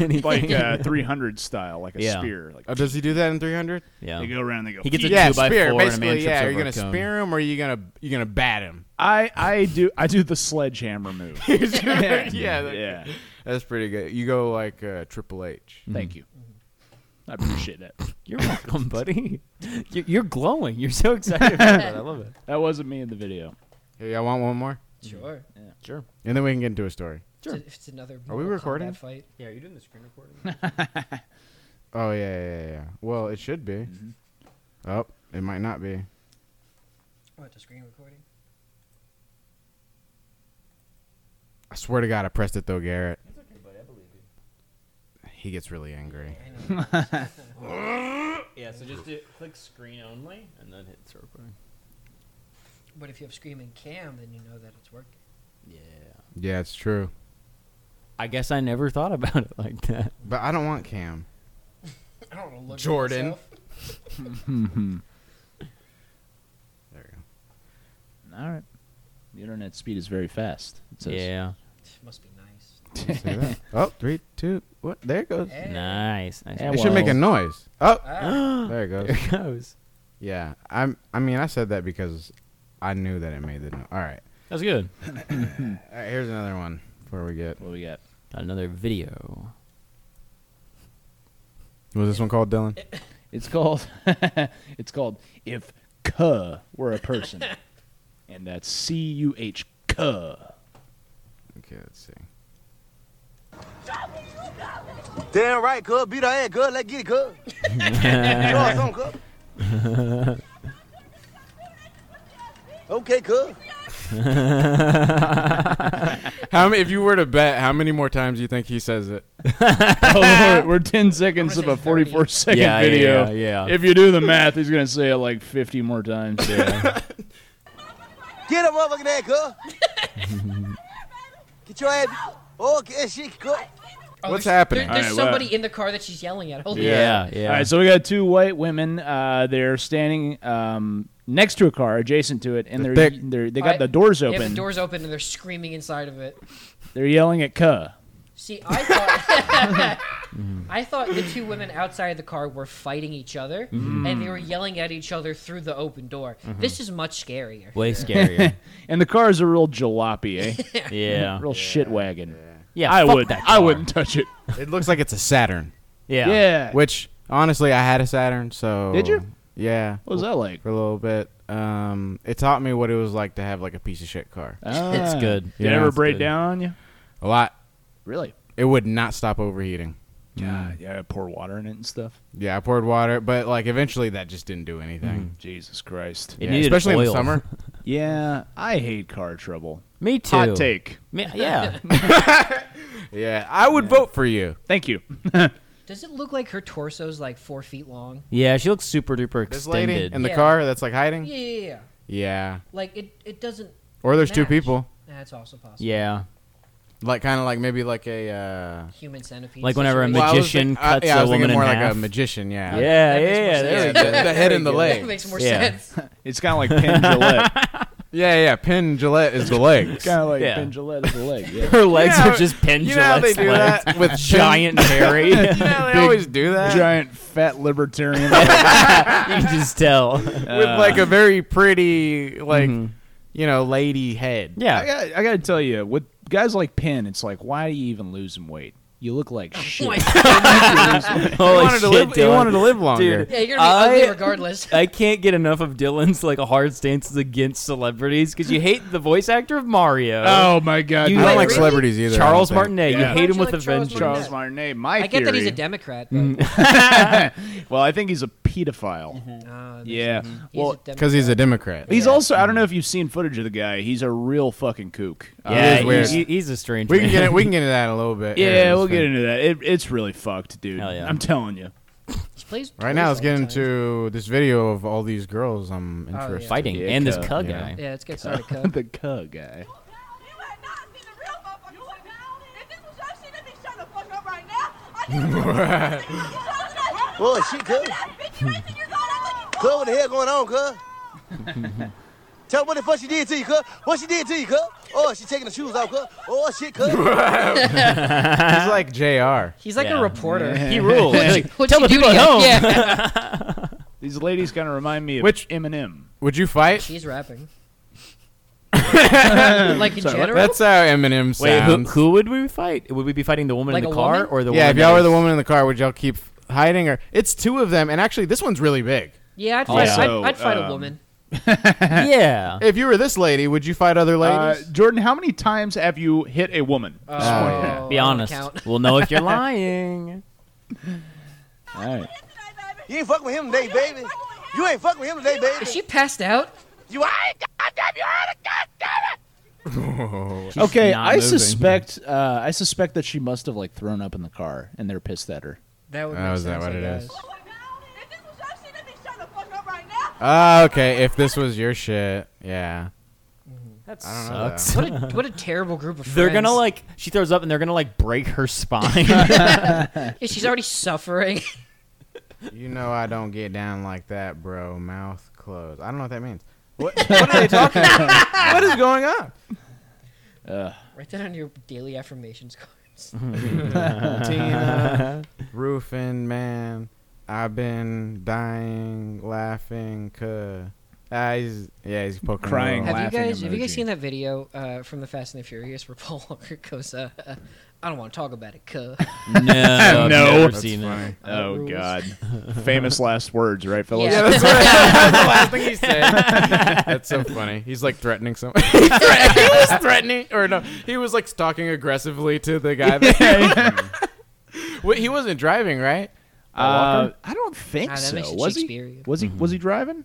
Speaker 4: like
Speaker 5: anything.
Speaker 4: uh, 300 style, like a
Speaker 5: Yeah.
Speaker 4: spear. Like
Speaker 1: Oh, does he do that in 300?
Speaker 5: yeah.
Speaker 4: they go around, they go.
Speaker 5: He gets a
Speaker 4: "Yeah."
Speaker 1: Yeah,
Speaker 5: two by
Speaker 1: spear.
Speaker 5: four and a
Speaker 1: basically,
Speaker 5: man trips
Speaker 1: yeah. Are you
Speaker 5: over a
Speaker 1: gonna
Speaker 5: cone.
Speaker 1: spear him or are you gonna you gonna bat him?
Speaker 4: I I do I do the sledgehammer move.
Speaker 5: <laughs>
Speaker 4: <laughs> yeah,
Speaker 1: that-
Speaker 4: yeah.
Speaker 1: That's pretty good. You go like uh, Triple H.
Speaker 5: Mm-hmm.
Speaker 4: Thank you. I appreciate that. <laughs>
Speaker 5: You're welcome, buddy. You- You're glowing. You're so excited about that. I love it.
Speaker 4: That wasn't me in the video.
Speaker 1: Hey, y'all want one more?
Speaker 3: Sure.
Speaker 5: Sure.
Speaker 1: And then we can get into a story.
Speaker 3: Sure. It's, it's another.
Speaker 1: Are we
Speaker 3: Mortal Kombat
Speaker 1: recording?
Speaker 3: Fight. Yeah, are you doing the screen recording?
Speaker 1: Oh yeah, yeah, yeah, yeah. Well, it should be.
Speaker 5: Mm-hmm.
Speaker 1: Oh, it might not be.
Speaker 3: What the screen recording?
Speaker 1: I swear to God, I pressed it though, Garrett. He gets really angry.
Speaker 5: Yeah. So just click screen only, and then hit start recording.
Speaker 3: But if you have screaming cam, then you know that it's working.
Speaker 5: Yeah.
Speaker 1: Yeah, it's true.
Speaker 5: I guess I never thought about it like that.
Speaker 1: But I don't want Cam.
Speaker 3: I don't want to look
Speaker 1: Jordan.
Speaker 3: At myself.
Speaker 1: There we go.
Speaker 4: All right. The internet speed is very fast. It says.
Speaker 5: Yeah.
Speaker 3: It must be nice.
Speaker 1: See
Speaker 5: <laughs>
Speaker 1: that? oh, three, two, what? There it goes.
Speaker 3: Hey.
Speaker 5: Nice. nice.
Speaker 1: It should make a noise. Oh,
Speaker 5: Uh,
Speaker 3: Ah,
Speaker 1: there it goes.
Speaker 5: <gasps> There it goes.
Speaker 1: Yeah, I'm. I mean, I said that because I knew that it made the noise. All right.
Speaker 5: That's good.
Speaker 1: All right. Here's another one before we get.
Speaker 4: What do we got?
Speaker 5: Got another video.
Speaker 1: Was this one called Dylan?
Speaker 4: It's called. <laughs> it's called if K were a <laughs> person, and that's C U H K.
Speaker 1: Okay, let's see.
Speaker 7: Damn right, cuz. Beat her ass, cuz. Let's get it, cuz. you know something, cuz. okay, cuz.
Speaker 1: How many? If you were to bet, how many more times do you think he says it?
Speaker 4: <laughs> Oh, we're, we're ten seconds
Speaker 3: I'm
Speaker 4: of
Speaker 3: gonna
Speaker 4: a
Speaker 3: say
Speaker 4: forty-four
Speaker 3: 30.
Speaker 5: <laughs>
Speaker 4: second
Speaker 5: Yeah, yeah,
Speaker 4: video.
Speaker 5: yeah, yeah.
Speaker 4: If you do the math, he's gonna say it like fifty more times. <laughs> Yeah.
Speaker 7: Get her motherfucking <laughs> ass, cuz. get your ass. Oh, get shit, cuz.
Speaker 1: What's
Speaker 3: there's-
Speaker 1: happening?
Speaker 3: there- there's
Speaker 4: Alright, well-
Speaker 3: somebody in the car that she's yelling at. Hold on.
Speaker 5: Yeah, yeah.
Speaker 4: All right, so we got two white women. Uh, they're standing um, next to a car, adjacent to it, and they're,
Speaker 1: They're
Speaker 4: they're,
Speaker 1: thick.
Speaker 4: they got the doors
Speaker 3: Yeah,
Speaker 4: open.
Speaker 3: the door's open and they're screaming inside of it.
Speaker 4: they're yelling at Kuh.
Speaker 3: See, I thought <laughs> I thought the two women outside the car were fighting each other and they were yelling at each other through the open door. This is much scarier.
Speaker 1: <laughs>
Speaker 5: Way scarier.
Speaker 4: And the car is a real jalopy, <laughs> eh?
Speaker 5: yeah.
Speaker 4: real shit wagon.
Speaker 5: Yeah.
Speaker 4: I
Speaker 5: fuck
Speaker 4: would.
Speaker 5: That
Speaker 4: I
Speaker 5: car.
Speaker 4: wouldn't touch it.
Speaker 1: It looks like it's a Saturn.
Speaker 5: Yeah.
Speaker 4: Yeah.
Speaker 1: Which honestly, I had a Saturn, so
Speaker 4: Uh, Did you?
Speaker 1: Yeah,
Speaker 4: What was that like?
Speaker 1: for a little bit. Um, it taught me what it was like to have like a piece of shit car.
Speaker 5: It's good.
Speaker 4: Ah. Did it
Speaker 1: Yeah,
Speaker 4: ever
Speaker 1: it's
Speaker 4: break
Speaker 5: good.
Speaker 4: down on you?
Speaker 1: A lot.
Speaker 4: Really?
Speaker 1: It would not stop overheating.
Speaker 4: Yeah. Yeah. I Pour water in it and stuff.
Speaker 1: Yeah, I poured water, but like eventually that just didn't do anything.
Speaker 4: Jesus Christ.
Speaker 5: It
Speaker 1: Yeah,
Speaker 5: needed
Speaker 1: especially in
Speaker 5: oil.
Speaker 1: the summer.
Speaker 4: Yeah, I hate car trouble.
Speaker 5: Me too.
Speaker 4: Hot take.
Speaker 5: Me-
Speaker 1: <laughs>
Speaker 5: yeah.
Speaker 1: yeah, I would vote for you.
Speaker 4: Thank you.
Speaker 3: Does it look like her torso's like four feet long?
Speaker 5: yeah. She looks super duper
Speaker 1: This lady
Speaker 5: extended.
Speaker 1: in the
Speaker 3: Yeah.
Speaker 1: car that's like hiding.
Speaker 3: Yeah, yeah, yeah.
Speaker 1: Yeah.
Speaker 3: Like it, it doesn't.
Speaker 1: Or there's two
Speaker 3: match.
Speaker 1: people.
Speaker 3: That's also possible.
Speaker 5: yeah.
Speaker 1: Like kind of like maybe like a. Uh,
Speaker 3: Human centipede.
Speaker 5: Like whenever a
Speaker 3: situation.
Speaker 1: well, I was
Speaker 5: Magician
Speaker 1: think-
Speaker 5: cuts
Speaker 1: I, yeah, I
Speaker 5: a
Speaker 1: was thinking
Speaker 5: woman in
Speaker 1: more like
Speaker 5: half.
Speaker 1: a magician. Yeah.
Speaker 5: Yeah. Yeah.
Speaker 3: makes more sense.
Speaker 5: there
Speaker 1: Yeah,
Speaker 5: we
Speaker 1: the,
Speaker 5: go.
Speaker 1: the head and the
Speaker 3: That
Speaker 1: leg.
Speaker 3: makes more
Speaker 5: Yeah.
Speaker 3: sense. <laughs>
Speaker 4: it's kind of like Penn Gillette.
Speaker 1: Yeah, yeah. Pin Gillette
Speaker 5: <laughs>
Speaker 1: is the legs.
Speaker 4: kind of like
Speaker 5: Yeah.
Speaker 4: Penn Gillette is the leg. Yeah.
Speaker 5: <laughs> Her legs
Speaker 1: You know-
Speaker 5: are just pinned
Speaker 1: You know how they do
Speaker 5: legs. <laughs>
Speaker 1: that with <laughs>
Speaker 5: Giant hairy. <laughs>
Speaker 1: Pin? <laughs> You know how they always do that
Speaker 4: Giant fat libertarian.
Speaker 5: you can just
Speaker 1: <laughs>
Speaker 5: tell.
Speaker 1: with
Speaker 5: uh,
Speaker 1: like a very pretty like you know lady head.
Speaker 4: I
Speaker 5: Mm-hmm. Yeah.
Speaker 4: got, I got to tell you, with guys like Penn, it's like, why do you even lose some weight? You look like shit.
Speaker 3: Like, yeah,
Speaker 5: Holy
Speaker 1: wanted to
Speaker 5: shit,
Speaker 1: live- he
Speaker 5: Dylan.
Speaker 1: wanted to live longer.
Speaker 5: Dude,
Speaker 3: you're gonna be
Speaker 5: I-
Speaker 3: ugly regardless.
Speaker 5: I can't get enough of Dylan's like hard stances against celebrities because you hate the voice actor of Mario.
Speaker 4: <laughs> oh my god!
Speaker 5: You
Speaker 1: I
Speaker 4: no.
Speaker 1: don't
Speaker 5: Wait,
Speaker 1: like
Speaker 3: really?
Speaker 1: celebrities either. I don't
Speaker 5: Charles
Speaker 1: think.
Speaker 5: Martinet,
Speaker 4: Yeah.
Speaker 5: you hate him
Speaker 3: Why'd
Speaker 5: with
Speaker 3: you
Speaker 5: a
Speaker 3: like Charles
Speaker 5: vengeance.
Speaker 4: Charles
Speaker 3: Martinet?
Speaker 4: Martinet. My
Speaker 3: I get that he's a
Speaker 4: theory-
Speaker 3: Democrat.
Speaker 5: Mm-hmm.
Speaker 4: well, I think Mm-hmm. he's mm-hmm. a pedophile.
Speaker 3: but, uh,
Speaker 4: Yeah.
Speaker 3: he's a
Speaker 4: Well,
Speaker 3: Democrat.
Speaker 1: because he's a Democrat.
Speaker 4: he's also. I don't know if you've seen footage of the guy. He's a real fucking kook. Uh,
Speaker 5: Yeah,
Speaker 1: It is weird.
Speaker 5: he's, he- he's a strange.
Speaker 1: we can get
Speaker 5: man.
Speaker 1: it. We can get into that in a little bit. Here,
Speaker 4: yeah,
Speaker 1: this
Speaker 4: we'll get
Speaker 1: thing.
Speaker 4: into that. It, it's really fucked, dude.
Speaker 5: Hell yeah.
Speaker 4: I'm telling you.
Speaker 3: He plays
Speaker 1: Right now, let's
Speaker 3: toys all
Speaker 1: get
Speaker 3: the time.
Speaker 1: into this video of all these girls. I'm
Speaker 3: yeah.
Speaker 1: interested.
Speaker 5: fighting
Speaker 4: Yeah,
Speaker 5: and this
Speaker 4: cuh,
Speaker 5: cug
Speaker 1: yeah.
Speaker 5: guy.
Speaker 3: Yeah, let's get started. Cub.
Speaker 4: <laughs> the cug guy.
Speaker 8: You have not seen the real motherfucker. If this was your shit, I'd be shut the fuck up right now. I didn't
Speaker 1: <laughs>
Speaker 7: Well, she could. Cuz, what the hell going on, cuz? Tell me what the fuck she did to you, cuz. What she did to you, cuz? Oh, she taking the shoes off, cuz. Oh, shit, cuz.
Speaker 1: He's like Jr.
Speaker 3: He's like
Speaker 5: Yeah.
Speaker 3: a reporter.
Speaker 5: He rules. Like,
Speaker 3: What'd
Speaker 5: Tell
Speaker 3: you
Speaker 5: the
Speaker 3: do
Speaker 5: people
Speaker 3: to
Speaker 5: at
Speaker 3: him?
Speaker 5: home.
Speaker 3: Yeah. <laughs>
Speaker 4: These ladies kind of remind me of
Speaker 1: Which-
Speaker 4: Eminem.
Speaker 1: Would you fight?
Speaker 3: He's rapping. <laughs> like in general?
Speaker 1: That's how Eminem sounds.
Speaker 5: Wait, who, who would we fight? Would we be fighting the woman
Speaker 3: Like
Speaker 5: in
Speaker 3: a
Speaker 5: the car
Speaker 3: woman?
Speaker 5: or the
Speaker 1: yeah,
Speaker 5: woman
Speaker 1: if y'all
Speaker 5: that
Speaker 1: were the
Speaker 5: is-
Speaker 1: woman in the car, would y'all keep hiding or it's two of them and actually this one's really big.
Speaker 3: yeah, I'd fight,
Speaker 4: Also,
Speaker 3: I'd, I'd fight
Speaker 4: um,
Speaker 3: a woman.
Speaker 5: <laughs> Yeah.
Speaker 1: If you were this lady, would you fight other
Speaker 4: Uh,
Speaker 1: ladies?
Speaker 4: Jordan, how many times have you hit a woman?
Speaker 3: Oh,
Speaker 5: Be
Speaker 3: I don't
Speaker 5: honest.
Speaker 3: count.
Speaker 5: We'll know if you're lying.
Speaker 4: All right.
Speaker 7: You ain't fucking with him today, baby. You ain't fucking with him today, baby.
Speaker 3: Is she passed out?
Speaker 7: You ain't goddamn, you heard it, goddamn it.
Speaker 4: Okay,
Speaker 5: not
Speaker 4: I
Speaker 5: moving.
Speaker 4: suspect. Uh, I suspect that she must have like thrown up in the car, and they're pissed at her.
Speaker 3: That would
Speaker 1: Oh,
Speaker 3: make
Speaker 1: is that
Speaker 3: sense,
Speaker 1: what
Speaker 3: I
Speaker 1: it
Speaker 3: guess.
Speaker 1: is?
Speaker 8: What
Speaker 1: Ah, okay. If this was your shit, yeah.
Speaker 5: That
Speaker 1: don't know,
Speaker 5: sucks.
Speaker 3: What a, what a terrible group of friends.
Speaker 5: They're gonna like. She throws up and they're gonna like break her spine. <laughs>
Speaker 3: Yeah, she's already suffering.
Speaker 1: You know I don't get down like that, bro. Mouth closed. I don't know what that means. What, what are they talking about? What is going on?
Speaker 3: Write that on your daily affirmations cards.
Speaker 1: Tina, roofing man, I've been dying, laughing, cuz. Ah, he's, yeah, he's poking the
Speaker 4: Crying,
Speaker 3: Have
Speaker 1: wall.
Speaker 3: you
Speaker 4: Laughing
Speaker 3: guys have you
Speaker 4: emoji.
Speaker 3: guys seen that video uh, from the Fast and the Furious where Paul Walker goes, uh, I don't want to talk about it, <laughs> cuh.
Speaker 5: no, no.
Speaker 4: never
Speaker 1: That's funny.
Speaker 4: Oh
Speaker 3: rules.
Speaker 4: God! Famous last words, right, fellas?
Speaker 3: Yeah.
Speaker 1: That's, the last thing he said. <laughs> That's so funny. He's like threatening someone. <laughs> he, threat- he was threatening, or no, he was like stalking aggressively to the guy.
Speaker 3: <laughs>
Speaker 4: <laughs>
Speaker 1: That Wait, he wasn't driving, right?
Speaker 4: Uh, I don't think
Speaker 3: Ah, that
Speaker 4: so.
Speaker 3: makes it
Speaker 4: was he?
Speaker 3: Shakespearean.
Speaker 4: Was he? Was he driving?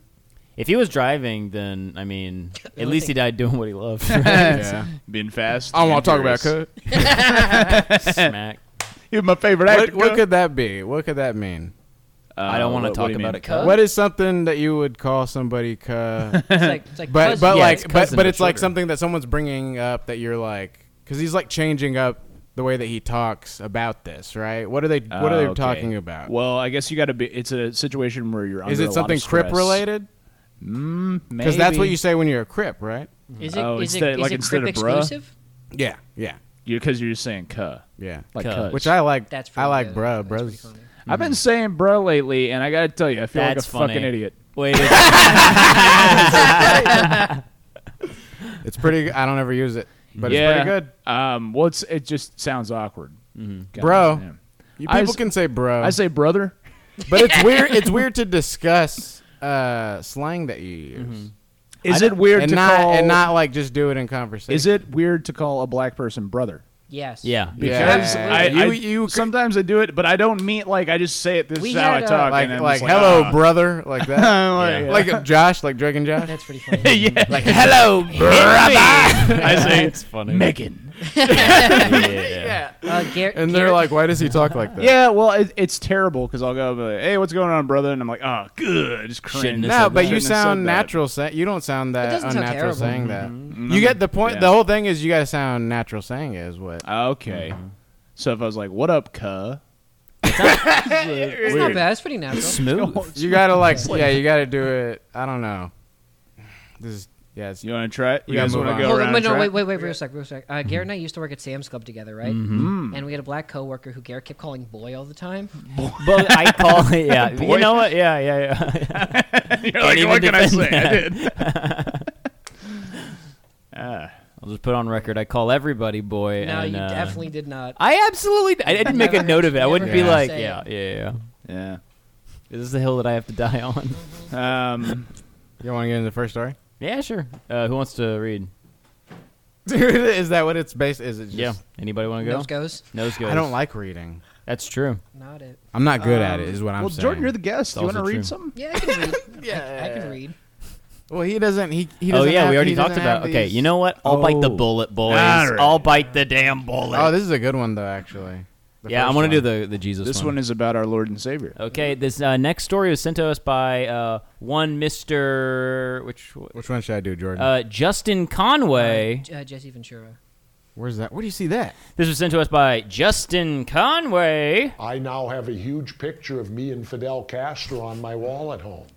Speaker 5: If he was driving, then I mean,
Speaker 3: I
Speaker 5: at least he
Speaker 3: think-
Speaker 5: died doing what he loved. <laughs>
Speaker 1: Yeah.
Speaker 4: Been fast.
Speaker 1: I don't want to talk about
Speaker 4: dangerous.
Speaker 1: cuz.
Speaker 5: Smack.
Speaker 4: You're my favorite
Speaker 1: What,
Speaker 4: actor.
Speaker 1: what
Speaker 4: cuz.
Speaker 1: could that be? What could that mean?
Speaker 4: Uh,
Speaker 5: I don't want to
Speaker 4: what- what
Speaker 5: talk
Speaker 4: do you
Speaker 5: about
Speaker 4: mean?
Speaker 5: it. Cuz.
Speaker 1: What is something that you would call somebody cuz?
Speaker 3: It's like, it's like
Speaker 1: But
Speaker 3: cousin.
Speaker 1: but
Speaker 5: Yeah,
Speaker 1: like
Speaker 5: it's
Speaker 1: but,
Speaker 5: cousin
Speaker 1: but
Speaker 5: or
Speaker 1: it's like
Speaker 5: sugar.
Speaker 1: something that someone's bringing up that you're like cuz he's like changing up the way that he talks about this, right? What are they What are they
Speaker 4: Oh, Okay.
Speaker 1: talking about?
Speaker 4: Well, I guess you got to be. It's a situation where you're. Under
Speaker 1: is it something Crip related?
Speaker 4: Because
Speaker 1: Because that's what you say when you're a Crip, right?
Speaker 3: Is it?
Speaker 4: Oh,
Speaker 3: is it,
Speaker 4: instead-
Speaker 3: is
Speaker 4: like
Speaker 3: it
Speaker 4: instead
Speaker 3: Crip
Speaker 4: of bruh?
Speaker 3: exclusive?
Speaker 1: Yeah, yeah,
Speaker 4: Because you're just saying "cuh,"
Speaker 1: yeah.
Speaker 4: like
Speaker 5: Cuh.
Speaker 4: "cuh."
Speaker 1: Which I like.
Speaker 3: That's
Speaker 1: I
Speaker 3: pretty
Speaker 1: like,
Speaker 3: good.
Speaker 1: bruh,
Speaker 3: That's pretty
Speaker 1: bruh.
Speaker 3: funny.
Speaker 4: I've been saying "bro" lately, and I got to tell you, I feel
Speaker 5: That's
Speaker 4: like a
Speaker 5: funny.
Speaker 4: fucking idiot.
Speaker 5: Wait. a-
Speaker 1: It's pretty. I don't ever use it, but
Speaker 4: yeah.
Speaker 1: it's pretty good.
Speaker 4: Um, well, it's, it just sounds awkward. God
Speaker 1: Bro.
Speaker 4: damn.
Speaker 1: You
Speaker 4: I
Speaker 1: people
Speaker 4: s-
Speaker 1: can say bro,
Speaker 4: I say brother.
Speaker 1: but it's
Speaker 4: <laughs>
Speaker 1: weird. It's weird to discuss uh, slang that you use,
Speaker 4: Is it Mm-hmm. weird
Speaker 1: and
Speaker 4: to
Speaker 1: not
Speaker 4: call?
Speaker 1: and not like just do it in conversation.
Speaker 4: is it weird to call a black person brother?
Speaker 3: Yes.
Speaker 5: yeah.
Speaker 1: Yeah.
Speaker 4: Because I,
Speaker 1: You-
Speaker 4: I,
Speaker 1: you-
Speaker 4: sometimes I do it, but I don't mean like I just say it. This
Speaker 3: We
Speaker 4: is how I
Speaker 3: had a-
Speaker 4: talk.
Speaker 1: like
Speaker 4: and I'm
Speaker 1: like
Speaker 4: just
Speaker 1: hello
Speaker 4: ah.
Speaker 1: brother like <laughs>
Speaker 4: <laughs>
Speaker 1: that
Speaker 4: Yeah.
Speaker 1: like uh, Josh like Drake and Josh
Speaker 3: That's pretty funny.
Speaker 4: yeah,
Speaker 5: <laughs> Like
Speaker 3: <laughs>
Speaker 5: hello, brother.
Speaker 4: <laughs> I say
Speaker 5: it's funny. <laughs>
Speaker 4: Megan.
Speaker 5: yeah.
Speaker 3: Uh, Gar-
Speaker 1: and they're
Speaker 3: Garrett-
Speaker 1: like why does he talk like that
Speaker 4: Yeah, well, it, it's terrible because I'll go up and be like, "Hey, what's going on, brother?" And I'm like, "Oh, good." Just cringe.
Speaker 5: Shouldn't have
Speaker 1: no but
Speaker 5: said that.
Speaker 1: you
Speaker 4: Shouldn't have
Speaker 1: sound
Speaker 4: said that.
Speaker 1: natural sa- you don't sound that
Speaker 3: doesn't sound
Speaker 1: unnatural
Speaker 3: terrible.
Speaker 1: saying that you get the point
Speaker 4: Yeah.
Speaker 1: the whole thing is you gotta sound natural saying it is what
Speaker 4: Okay. So if I was like, "What up, cuh?"
Speaker 3: It's not bad. It's pretty natural.
Speaker 4: <laughs>
Speaker 5: Smooth.
Speaker 1: you gotta like yeah you gotta do it I don't know this is yeah it's,
Speaker 4: You want to try it? You
Speaker 1: Yeah,
Speaker 4: guys
Speaker 1: move
Speaker 4: want
Speaker 1: on.
Speaker 4: to go
Speaker 3: Hold
Speaker 4: around?
Speaker 3: on, wait,
Speaker 4: and
Speaker 3: no,
Speaker 4: try
Speaker 3: wait,
Speaker 4: it?
Speaker 3: wait, wait, real sec, real sec. Uh, Garrett and I used to work at Sam's Club together, right? Mm. And we had a black coworker who Garrett kept calling boy all the time.
Speaker 5: <laughs> but I call
Speaker 4: <laughs>
Speaker 5: it. Yeah. You know what? Yeah, yeah, yeah.
Speaker 4: <laughs> You're <laughs> like,
Speaker 5: even
Speaker 4: what can I
Speaker 5: defend
Speaker 4: say? <laughs> I
Speaker 5: that. <laughs>
Speaker 4: did. <laughs>
Speaker 5: I'll just put on record. I call everybody boy.
Speaker 3: no,
Speaker 5: and,
Speaker 3: you
Speaker 5: uh,
Speaker 3: definitely did not.
Speaker 5: I absolutely. I didn't make a
Speaker 3: Never-
Speaker 5: note of it. I
Speaker 3: never
Speaker 5: wouldn't be
Speaker 1: did
Speaker 5: like,
Speaker 3: say
Speaker 5: yeah,
Speaker 3: it.
Speaker 5: yeah, yeah.
Speaker 4: Yeah.
Speaker 5: This is the hill that I have to die <laughs> on.
Speaker 4: Um,
Speaker 1: you want to get into the first story <laughs>
Speaker 5: yeah, sure. Uh, who wants to read?
Speaker 1: is that what it's based is it just
Speaker 5: Yeah. Anybody want to go?
Speaker 3: Nose goes.
Speaker 5: Nose goes.
Speaker 1: I don't like reading
Speaker 5: That's true.
Speaker 3: Not it.
Speaker 1: I'm not good at it is what I'm
Speaker 4: Um, well,
Speaker 1: saying
Speaker 4: Jordan, you're the guest.
Speaker 5: It's
Speaker 4: you want to
Speaker 5: also
Speaker 4: read
Speaker 5: true.
Speaker 4: some?
Speaker 3: Yeah, I can read. yeah, I, can read.
Speaker 1: well he doesn't he, he
Speaker 5: Oh
Speaker 1: doesn't
Speaker 5: yeah,
Speaker 1: have-
Speaker 5: we
Speaker 1: he
Speaker 5: already talked
Speaker 1: doesn't have
Speaker 5: about. Okay,
Speaker 1: these-
Speaker 5: you know what? I'll bite the
Speaker 1: Oh.
Speaker 5: bullet, boys.
Speaker 4: All right.
Speaker 5: I'll bite the damn bullet.
Speaker 1: oh this is a good one though actually The
Speaker 5: yeah, I
Speaker 1: first
Speaker 5: want
Speaker 1: one.
Speaker 5: to do the the Jesus.
Speaker 4: This one is about our Lord and Savior.
Speaker 5: Okay, this uh, next story was sent to us by uh, one Mister, which
Speaker 1: which one should I do Jordan
Speaker 5: uh, Justin Conway.
Speaker 3: Uh, Jesse Ventura.
Speaker 1: where's that where do you see that
Speaker 5: This was sent to us by Justin Conway.
Speaker 9: I now have a huge picture of me and Fidel Castro on my wall at home.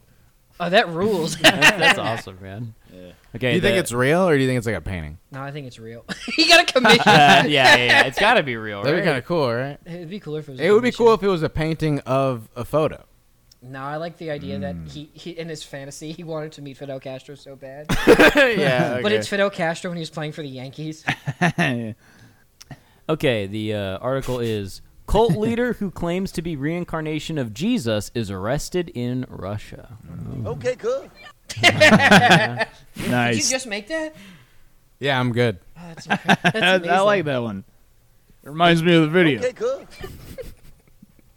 Speaker 3: Oh, that rules. <laughs>
Speaker 5: That's
Speaker 1: <laughs>
Speaker 5: awesome, man. Okay,
Speaker 1: Do you think
Speaker 5: the-
Speaker 1: it's real or do you think it's like a painting?
Speaker 3: no, I think it's real. <laughs> he got a commission.
Speaker 5: <laughs>
Speaker 1: <laughs>
Speaker 5: Uh, yeah, yeah, yeah, it's got to be real,
Speaker 1: That'd
Speaker 5: right?
Speaker 1: be kind of cool, right?
Speaker 3: It'd be cooler if it was. a
Speaker 1: It would be
Speaker 3: commission.
Speaker 1: cool if it was a painting of a photo.
Speaker 3: No, I like the idea that he, he in his fantasy he wanted to meet Fidel Castro so bad,
Speaker 1: <laughs> <laughs> yeah,
Speaker 3: but it's Fidel Castro when he was playing for the Yankees.
Speaker 5: Okay, the uh, article is cult leader who claims to be reincarnation of Jesus is arrested in Russia.
Speaker 7: Okay, cool.
Speaker 3: Did you
Speaker 4: Nice.
Speaker 3: just make that?
Speaker 1: yeah. I'm good.
Speaker 3: Oh, that's incredible. That's
Speaker 4: I like that one. It reminds me of the video.
Speaker 7: Okay, cool.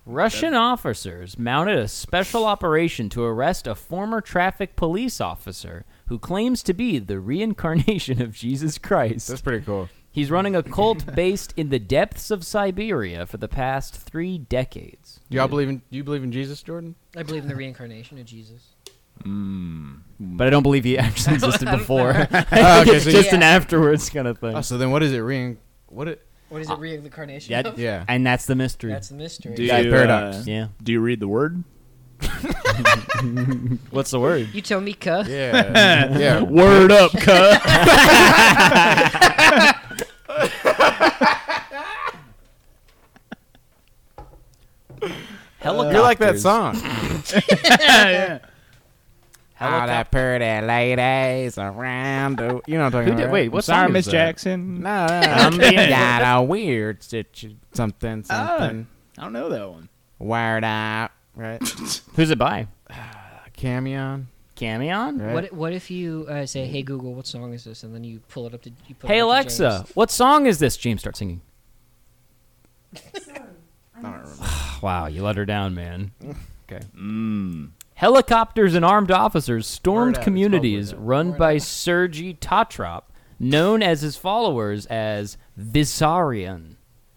Speaker 5: Russian officers mounted a special operation to arrest a former traffic police officer who claims to be the reincarnation of Jesus
Speaker 1: That's
Speaker 5: Christ.
Speaker 1: pretty cool.
Speaker 5: He's running a cult based in the depths of Siberia for the past three decades.
Speaker 1: Do y'all believe in do you believe in Jesus, Jordan?
Speaker 3: I believe in the reincarnation of Jesus.
Speaker 5: But I don't believe he actually existed <laughs> before.
Speaker 1: okay, so
Speaker 5: just
Speaker 3: you-
Speaker 5: an afterwards kind of
Speaker 1: Oh,
Speaker 5: thing.
Speaker 1: so then what is it? Rein? What it?
Speaker 3: What is it? Reincarnation?
Speaker 5: yeah,
Speaker 3: <laughs> of?
Speaker 1: Yeah.
Speaker 5: And that's the mystery.
Speaker 3: That's the mystery.
Speaker 4: Do
Speaker 1: Yeah,
Speaker 4: you,
Speaker 1: paradox.
Speaker 4: uh,
Speaker 5: yeah.
Speaker 4: do you read the word?
Speaker 5: What's the word?
Speaker 3: You tell me, cuh.
Speaker 1: <laughs> Yeah. yeah.
Speaker 4: Word up,
Speaker 5: <laughs>
Speaker 4: cuh.
Speaker 5: Helicopter.
Speaker 1: You're like that <laughs> song. All
Speaker 5: Helicopter.
Speaker 1: the pretty ladies around the. You know what I'm talking
Speaker 5: Who
Speaker 1: about?
Speaker 5: did,
Speaker 1: right?
Speaker 5: wait, what
Speaker 4: Sorry,
Speaker 5: song
Speaker 4: Miss
Speaker 5: is that?
Speaker 4: Jackson.
Speaker 1: No, no, no. I'm <laughs> being got a weird situ- something, something.
Speaker 4: I don't know that one.
Speaker 1: Wired up, right?
Speaker 5: Who's it by?
Speaker 1: Camion,
Speaker 5: Camion?
Speaker 1: right?
Speaker 3: What What if you uh, say, "Hey Google, what song is this?" and then you pull it up to you put
Speaker 5: Hey
Speaker 3: it up to
Speaker 5: Alexa,
Speaker 3: James.
Speaker 5: what song is this? James starts singing. <sighs> wow, you let her down, man.
Speaker 1: <laughs>
Speaker 5: Okay. Helicopters and armed officers stormed communities run by Sergei Tatrop, known as his followers as Visarion.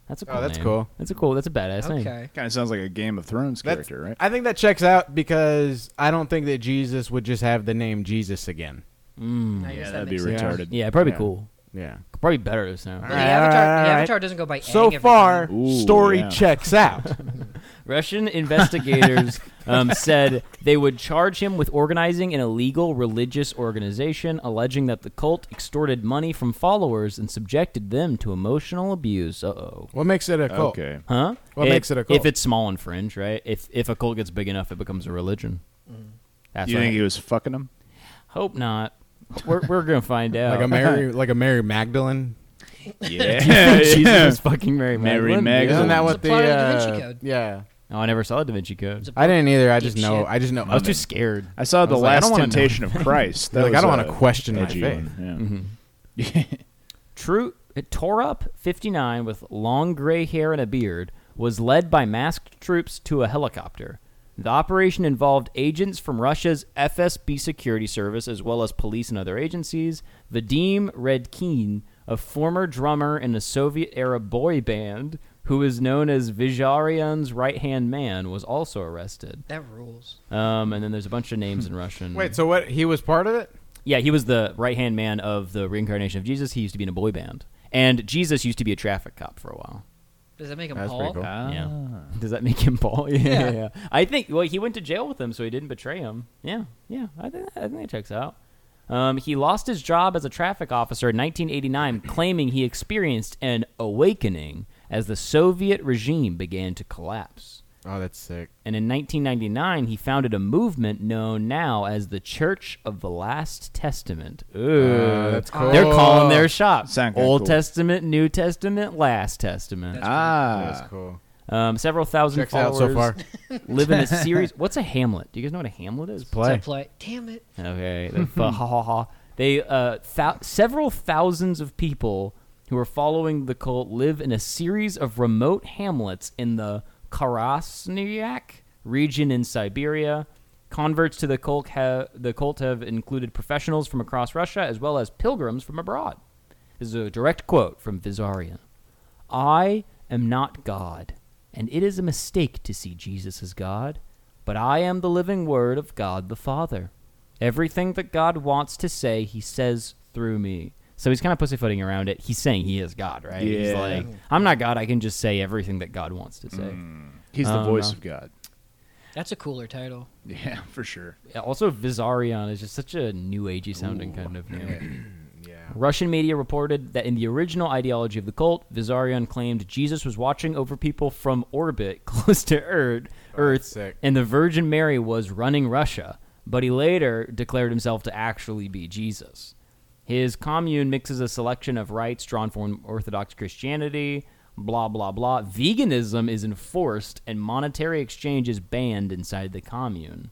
Speaker 5: That's a cool.
Speaker 1: Oh, that's
Speaker 5: name.
Speaker 1: cool.
Speaker 5: That's a cool. That's a badass name.
Speaker 3: Okay.
Speaker 4: Kind of sounds like a Game of Thrones
Speaker 1: That's-
Speaker 4: character, right?
Speaker 1: I think that checks out because I don't think that Jesus would just have the name Jesus again.
Speaker 3: I guess that
Speaker 4: that'd be
Speaker 3: makes
Speaker 1: sense.
Speaker 4: retarded.
Speaker 5: Yeah, probably
Speaker 4: Yeah.
Speaker 5: cool.
Speaker 1: Yeah.
Speaker 5: Probably better this now.
Speaker 3: Well, the Avatar- the
Speaker 1: Alright.
Speaker 3: Avatar doesn't go by
Speaker 1: So
Speaker 3: Aang every
Speaker 1: far,
Speaker 3: time.
Speaker 5: Ooh,
Speaker 1: story
Speaker 5: yeah.
Speaker 1: checks <laughs> out. <laughs>
Speaker 5: Russian investigators um, said they would charge him with organizing an illegal religious organization, alleging that the cult extorted money from followers and subjected them to emotional abuse. Uh oh.
Speaker 1: What makes it a cult?
Speaker 4: Okay.
Speaker 5: Huh?
Speaker 1: What
Speaker 5: If-
Speaker 1: makes it a cult?
Speaker 5: If it's small and fringe, right? If if a cult gets big enough, it becomes a religion.
Speaker 1: Mm.
Speaker 5: That's
Speaker 4: you
Speaker 5: what
Speaker 4: think
Speaker 5: I-
Speaker 4: he was fucking him?
Speaker 5: Hope not. We're, we're gonna find out. <laughs>
Speaker 1: like a <laughs> Mary, like a Mary Magdalene.
Speaker 4: <laughs> Yeah.
Speaker 5: Do you think Jesus
Speaker 4: yeah.
Speaker 5: was fucking Mary
Speaker 4: Mary
Speaker 5: Magdalene?
Speaker 4: Mag-
Speaker 1: Isn't that
Speaker 4: It's
Speaker 1: what
Speaker 3: a
Speaker 1: the?
Speaker 3: part of Da
Speaker 1: Uh,
Speaker 3: Vinci Code.
Speaker 1: Yeah.
Speaker 5: Oh, I never saw the Da Vinci Code.
Speaker 1: I didn't either. I just
Speaker 3: Deep
Speaker 1: know.
Speaker 3: shit.
Speaker 1: I just know.
Speaker 5: I was too scared.
Speaker 4: I saw the
Speaker 5: was like, I
Speaker 4: last
Speaker 5: don't wanna know.
Speaker 4: temptation <laughs> of Christ. That
Speaker 1: Like, I
Speaker 4: was
Speaker 1: don't wanna
Speaker 4: a
Speaker 1: question my
Speaker 4: edgy
Speaker 1: faith.
Speaker 4: one,
Speaker 5: True, uh, Torup, 59, with long gray hair and a beard, was led by masked troops to a helicopter. The operation involved agents from Russia's FSB security service as well as police and other agencies. Vadim Redkin, a former drummer in a Soviet era boy band who is known as Vizharyan's right hand man, was also arrested.
Speaker 3: That rules.
Speaker 5: Um, and then there's a bunch of names in Russian.
Speaker 1: Wait. So what? He was part of it.
Speaker 5: Yeah, he was the right hand man of the reincarnation of Jesus. He used to be in a boy band, and Jesus used to be a traffic cop for a while.
Speaker 3: Does that make him
Speaker 1: That's
Speaker 3: Paul?
Speaker 1: pretty cool.
Speaker 4: Ah.
Speaker 5: Yeah, does that make him Paul? <laughs> Yeah, yeah. I think. Well, he went to jail with him, so he didn't betray him. Yeah, yeah. I think I think it checks out. Um, he lost his job as a traffic officer in 1989, claiming he experienced an awakening as the Soviet regime began to collapse.
Speaker 1: Oh, that's sick.
Speaker 5: And in 1999, he founded a movement known now as the Church of the Last Testament. Ooh,
Speaker 1: Uh, that's cool.
Speaker 5: They're calling their shop
Speaker 4: Sound kinda
Speaker 5: Old
Speaker 4: cool.
Speaker 5: Testament, New Testament, Last Testament.
Speaker 4: Ah.
Speaker 1: That's cool.
Speaker 5: Um, several thousand
Speaker 1: Checks out
Speaker 5: followers
Speaker 1: so far.
Speaker 5: live
Speaker 1: <laughs>
Speaker 5: in a series. What's a Hamlet? Do you guys know what a Hamlet is?
Speaker 3: Does
Speaker 1: Play.
Speaker 3: that play? Damn it.
Speaker 5: Okay. the fa- ha ha ha. They uh, thou- several thousands of people who are following the cult live in a series of remote hamlets in the Karasnyak region in Siberia. Converts to the cult have the cult have included professionals from across Russia as well as pilgrims from abroad. This is a direct quote from Vizarian. I am not God, and it is a mistake to see Jesus as God, but I am the living word of God the Father. Everything that God wants to say, he says through me. So he's kind of pussyfooting around it. He's saying he is God, right? He's
Speaker 4: Yeah.
Speaker 5: like, I'm not God. I can just say everything that God wants to say.
Speaker 4: He's
Speaker 5: I
Speaker 4: the
Speaker 5: don't
Speaker 4: voice
Speaker 5: know.
Speaker 4: of God.
Speaker 3: That's a cooler title.
Speaker 4: <laughs> Yeah, for sure.
Speaker 5: Yeah, Also, Vizarion is just such a new agey sounding kind of name. Russian media reported that in the original ideology of the cult, Vizarion claimed Jesus was watching over people from orbit <laughs> close to Earth, Earth,
Speaker 1: sick.
Speaker 5: and the Virgin Mary was running Russia. But he later declared himself to actually be Jesus. His commune mixes a selection of rites drawn from Orthodox Christianity, blah, blah, blah. Veganism is enforced, and monetary exchange is banned inside the commune.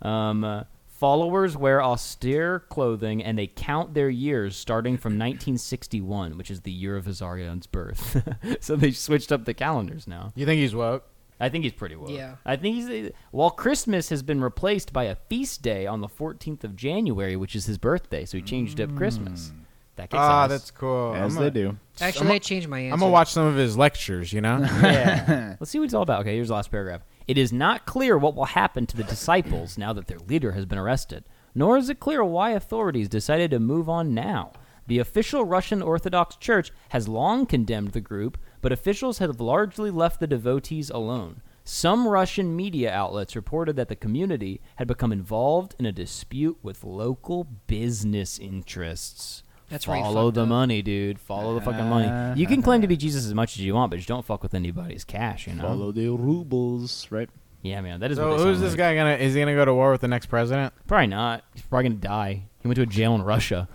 Speaker 5: Um, uh, followers wear austere clothing and they count their years starting from 1961, which is the year of Vizarion's birth. <laughs> so they switched up the calendars now.
Speaker 1: You think he's <laughs> woke?
Speaker 5: I think he's pretty woke.
Speaker 3: Yeah.
Speaker 5: I think he's. uh, While Christmas has been replaced by a feast day on the 14th of January, which is his birthday, so he changed up Christmas. That kicks
Speaker 1: Ah,
Speaker 5: ass.
Speaker 1: that's cool.
Speaker 4: As
Speaker 1: I'm
Speaker 4: they
Speaker 1: gonna-
Speaker 4: do.
Speaker 3: Actually, i changed my answer.
Speaker 1: I'm gonna watch some of his lectures. You <laughs> know.
Speaker 5: Yeah. Let's see what it's all about. Okay, here's the last paragraph. It is not clear what will happen to the disciples now that their leader has been arrested, nor is it clear why authorities decided to move on now. The official Russian Orthodox Church has long condemned the group, but officials have largely left the devotees alone. Some Russian media outlets reported that the community had become involved in a dispute with local business interests.
Speaker 3: That's where you
Speaker 5: follow
Speaker 3: fucked
Speaker 5: the
Speaker 3: up.
Speaker 5: money, dude. Follow the fucking money. You can claim to be Jesus as much as you want, but just don't fuck with anybody's cash, you know.
Speaker 4: Follow the rubles, right?
Speaker 5: Yeah, man, that is.
Speaker 1: so
Speaker 5: what they
Speaker 1: who's
Speaker 5: sound
Speaker 1: this
Speaker 5: like.
Speaker 1: guy gonna? Is he gonna go to war with the next president?
Speaker 5: Probably not. He's probably gonna die. He went to a jail
Speaker 4: <laughs>
Speaker 5: in Russia.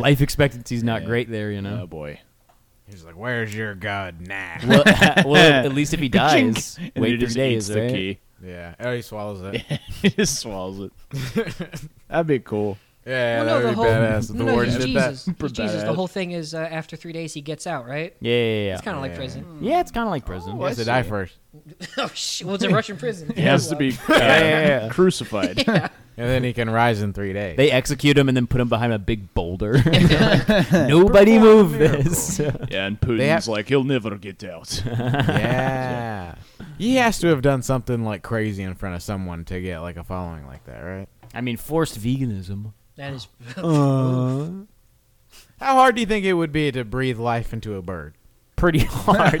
Speaker 5: Life expectancy's not great there, you
Speaker 4: Oh
Speaker 5: know.
Speaker 4: boy.
Speaker 1: He's like, "Where's your god now?"
Speaker 5: <laughs> well,
Speaker 4: <laughs>
Speaker 5: well, at least if he dies,
Speaker 4: And then he
Speaker 5: wait three
Speaker 4: just eats
Speaker 5: days.
Speaker 4: the
Speaker 5: right?
Speaker 4: key.
Speaker 1: yeah. Oh, he swallows <laughs> it. yeah,
Speaker 4: he just swallows it. <laughs> That'd be cool.
Speaker 1: yeah
Speaker 3: Well, Oh, no,
Speaker 1: that
Speaker 3: the
Speaker 1: would be
Speaker 3: whole
Speaker 1: badass. if
Speaker 3: no,
Speaker 1: the
Speaker 3: no,
Speaker 1: war
Speaker 3: he's
Speaker 1: did
Speaker 3: Jesus.
Speaker 1: that.
Speaker 3: He's Jesus. The
Speaker 4: badass.
Speaker 3: whole thing is uh, after three days he gets out, right?
Speaker 5: Yeah, yeah, yeah.
Speaker 3: It's kind of like
Speaker 1: Yeah. <laughs>
Speaker 3: prison. <laughs>
Speaker 5: yeah, it's kind of like prison.
Speaker 1: He has to die first,
Speaker 3: oh shit! Well, it's a
Speaker 1: <laughs>
Speaker 3: Russian prison.
Speaker 4: He has to be uh,
Speaker 5: <laughs>
Speaker 4: crucified.
Speaker 1: and then he can rise in three days.
Speaker 5: They execute him and then put him behind a big
Speaker 4: <laughs>
Speaker 5: boulder. <laughs> Nobody move this. <laughs>
Speaker 4: Yeah, and Putin's
Speaker 1: have-
Speaker 4: like, he'll never get out. <laughs>
Speaker 1: yeah. <laughs> He has to have done something like crazy in front of someone to get like a following like that, right?
Speaker 5: I mean, forced veganism.
Speaker 3: That is.
Speaker 1: How hard hard do you think it would be to breathe life into a bird?
Speaker 5: Pretty <laughs> hard.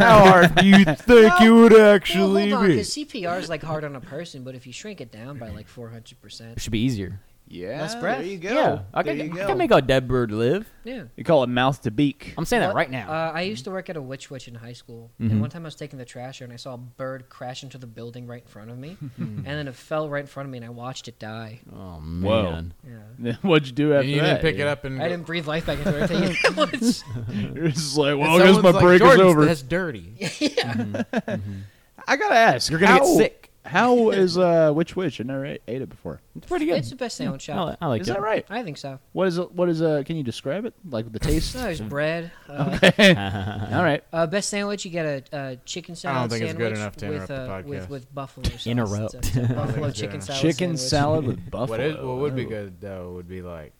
Speaker 1: <laughs> How hard do <laughs> you think it would actually
Speaker 3: well, hold on,
Speaker 1: be?
Speaker 3: because CPR is like hard on a person, but if you shrink it down by like 400
Speaker 5: It
Speaker 1: <laughs>
Speaker 3: percent,
Speaker 5: should be easier.
Speaker 4: Yeah,
Speaker 3: Less breath.
Speaker 4: There you go.
Speaker 5: Yeah, I
Speaker 4: There
Speaker 5: can,
Speaker 4: you
Speaker 5: I
Speaker 4: go.
Speaker 5: can make a dead bird live.
Speaker 3: yeah.
Speaker 4: You call it mouth to beak. <laughs>
Speaker 5: I'm saying that
Speaker 3: What-
Speaker 5: right now. Mm-hmm.
Speaker 3: Uh, I used to work at a witch witch in high school, and one time I was taking the trash out and I saw a bird crash into the building right in front of
Speaker 5: <laughs>
Speaker 3: me, and then it fell right in front of me and I watched it die.
Speaker 5: Hmm. oh
Speaker 4: Whoa.
Speaker 5: man.
Speaker 3: Yeah.
Speaker 4: What'd you do after
Speaker 1: And you
Speaker 4: that?
Speaker 1: didn't pick it
Speaker 4: <laughs>
Speaker 1: up and
Speaker 3: I didn't breathe life back into
Speaker 5: <laughs>
Speaker 3: it. <laughs> I tell you, it was-
Speaker 4: You're just like,
Speaker 1: And
Speaker 4: well, I guess
Speaker 1: someone's
Speaker 4: my
Speaker 1: like,
Speaker 4: break is
Speaker 1: "Jordan's-
Speaker 4: over.
Speaker 1: That's dirty.
Speaker 4: I gotta ask. You're
Speaker 5: gonna get
Speaker 4: how,
Speaker 5: sick.
Speaker 4: <laughs> How is uh, which witch? I never ate, ate it before.
Speaker 5: It's pretty good. uh,
Speaker 3: it's the best sandwich
Speaker 5: I, li-
Speaker 3: shop.
Speaker 5: I like
Speaker 4: is
Speaker 5: it.
Speaker 4: that right?
Speaker 3: I think so.
Speaker 4: What is it? What is uh? Can you describe it? <laughs> Like the taste?
Speaker 3: No, there's bread. Uh,
Speaker 4: All right.
Speaker 3: uh, best sandwich, you get a, uh chicken salad
Speaker 1: I don't think it's
Speaker 3: sandwich
Speaker 1: good enough to
Speaker 3: with, uh,
Speaker 1: interrupt the podcast.
Speaker 3: with with buffalo sauce. It's a-
Speaker 5: Interrupt.
Speaker 3: it's
Speaker 5: <laughs>
Speaker 3: a buffalo chicken
Speaker 1: enough.
Speaker 3: salad.
Speaker 4: Chicken
Speaker 3: sandwich.
Speaker 4: salad <laughs> with buffalo.
Speaker 1: <laughs> What, is, what would be good though would be like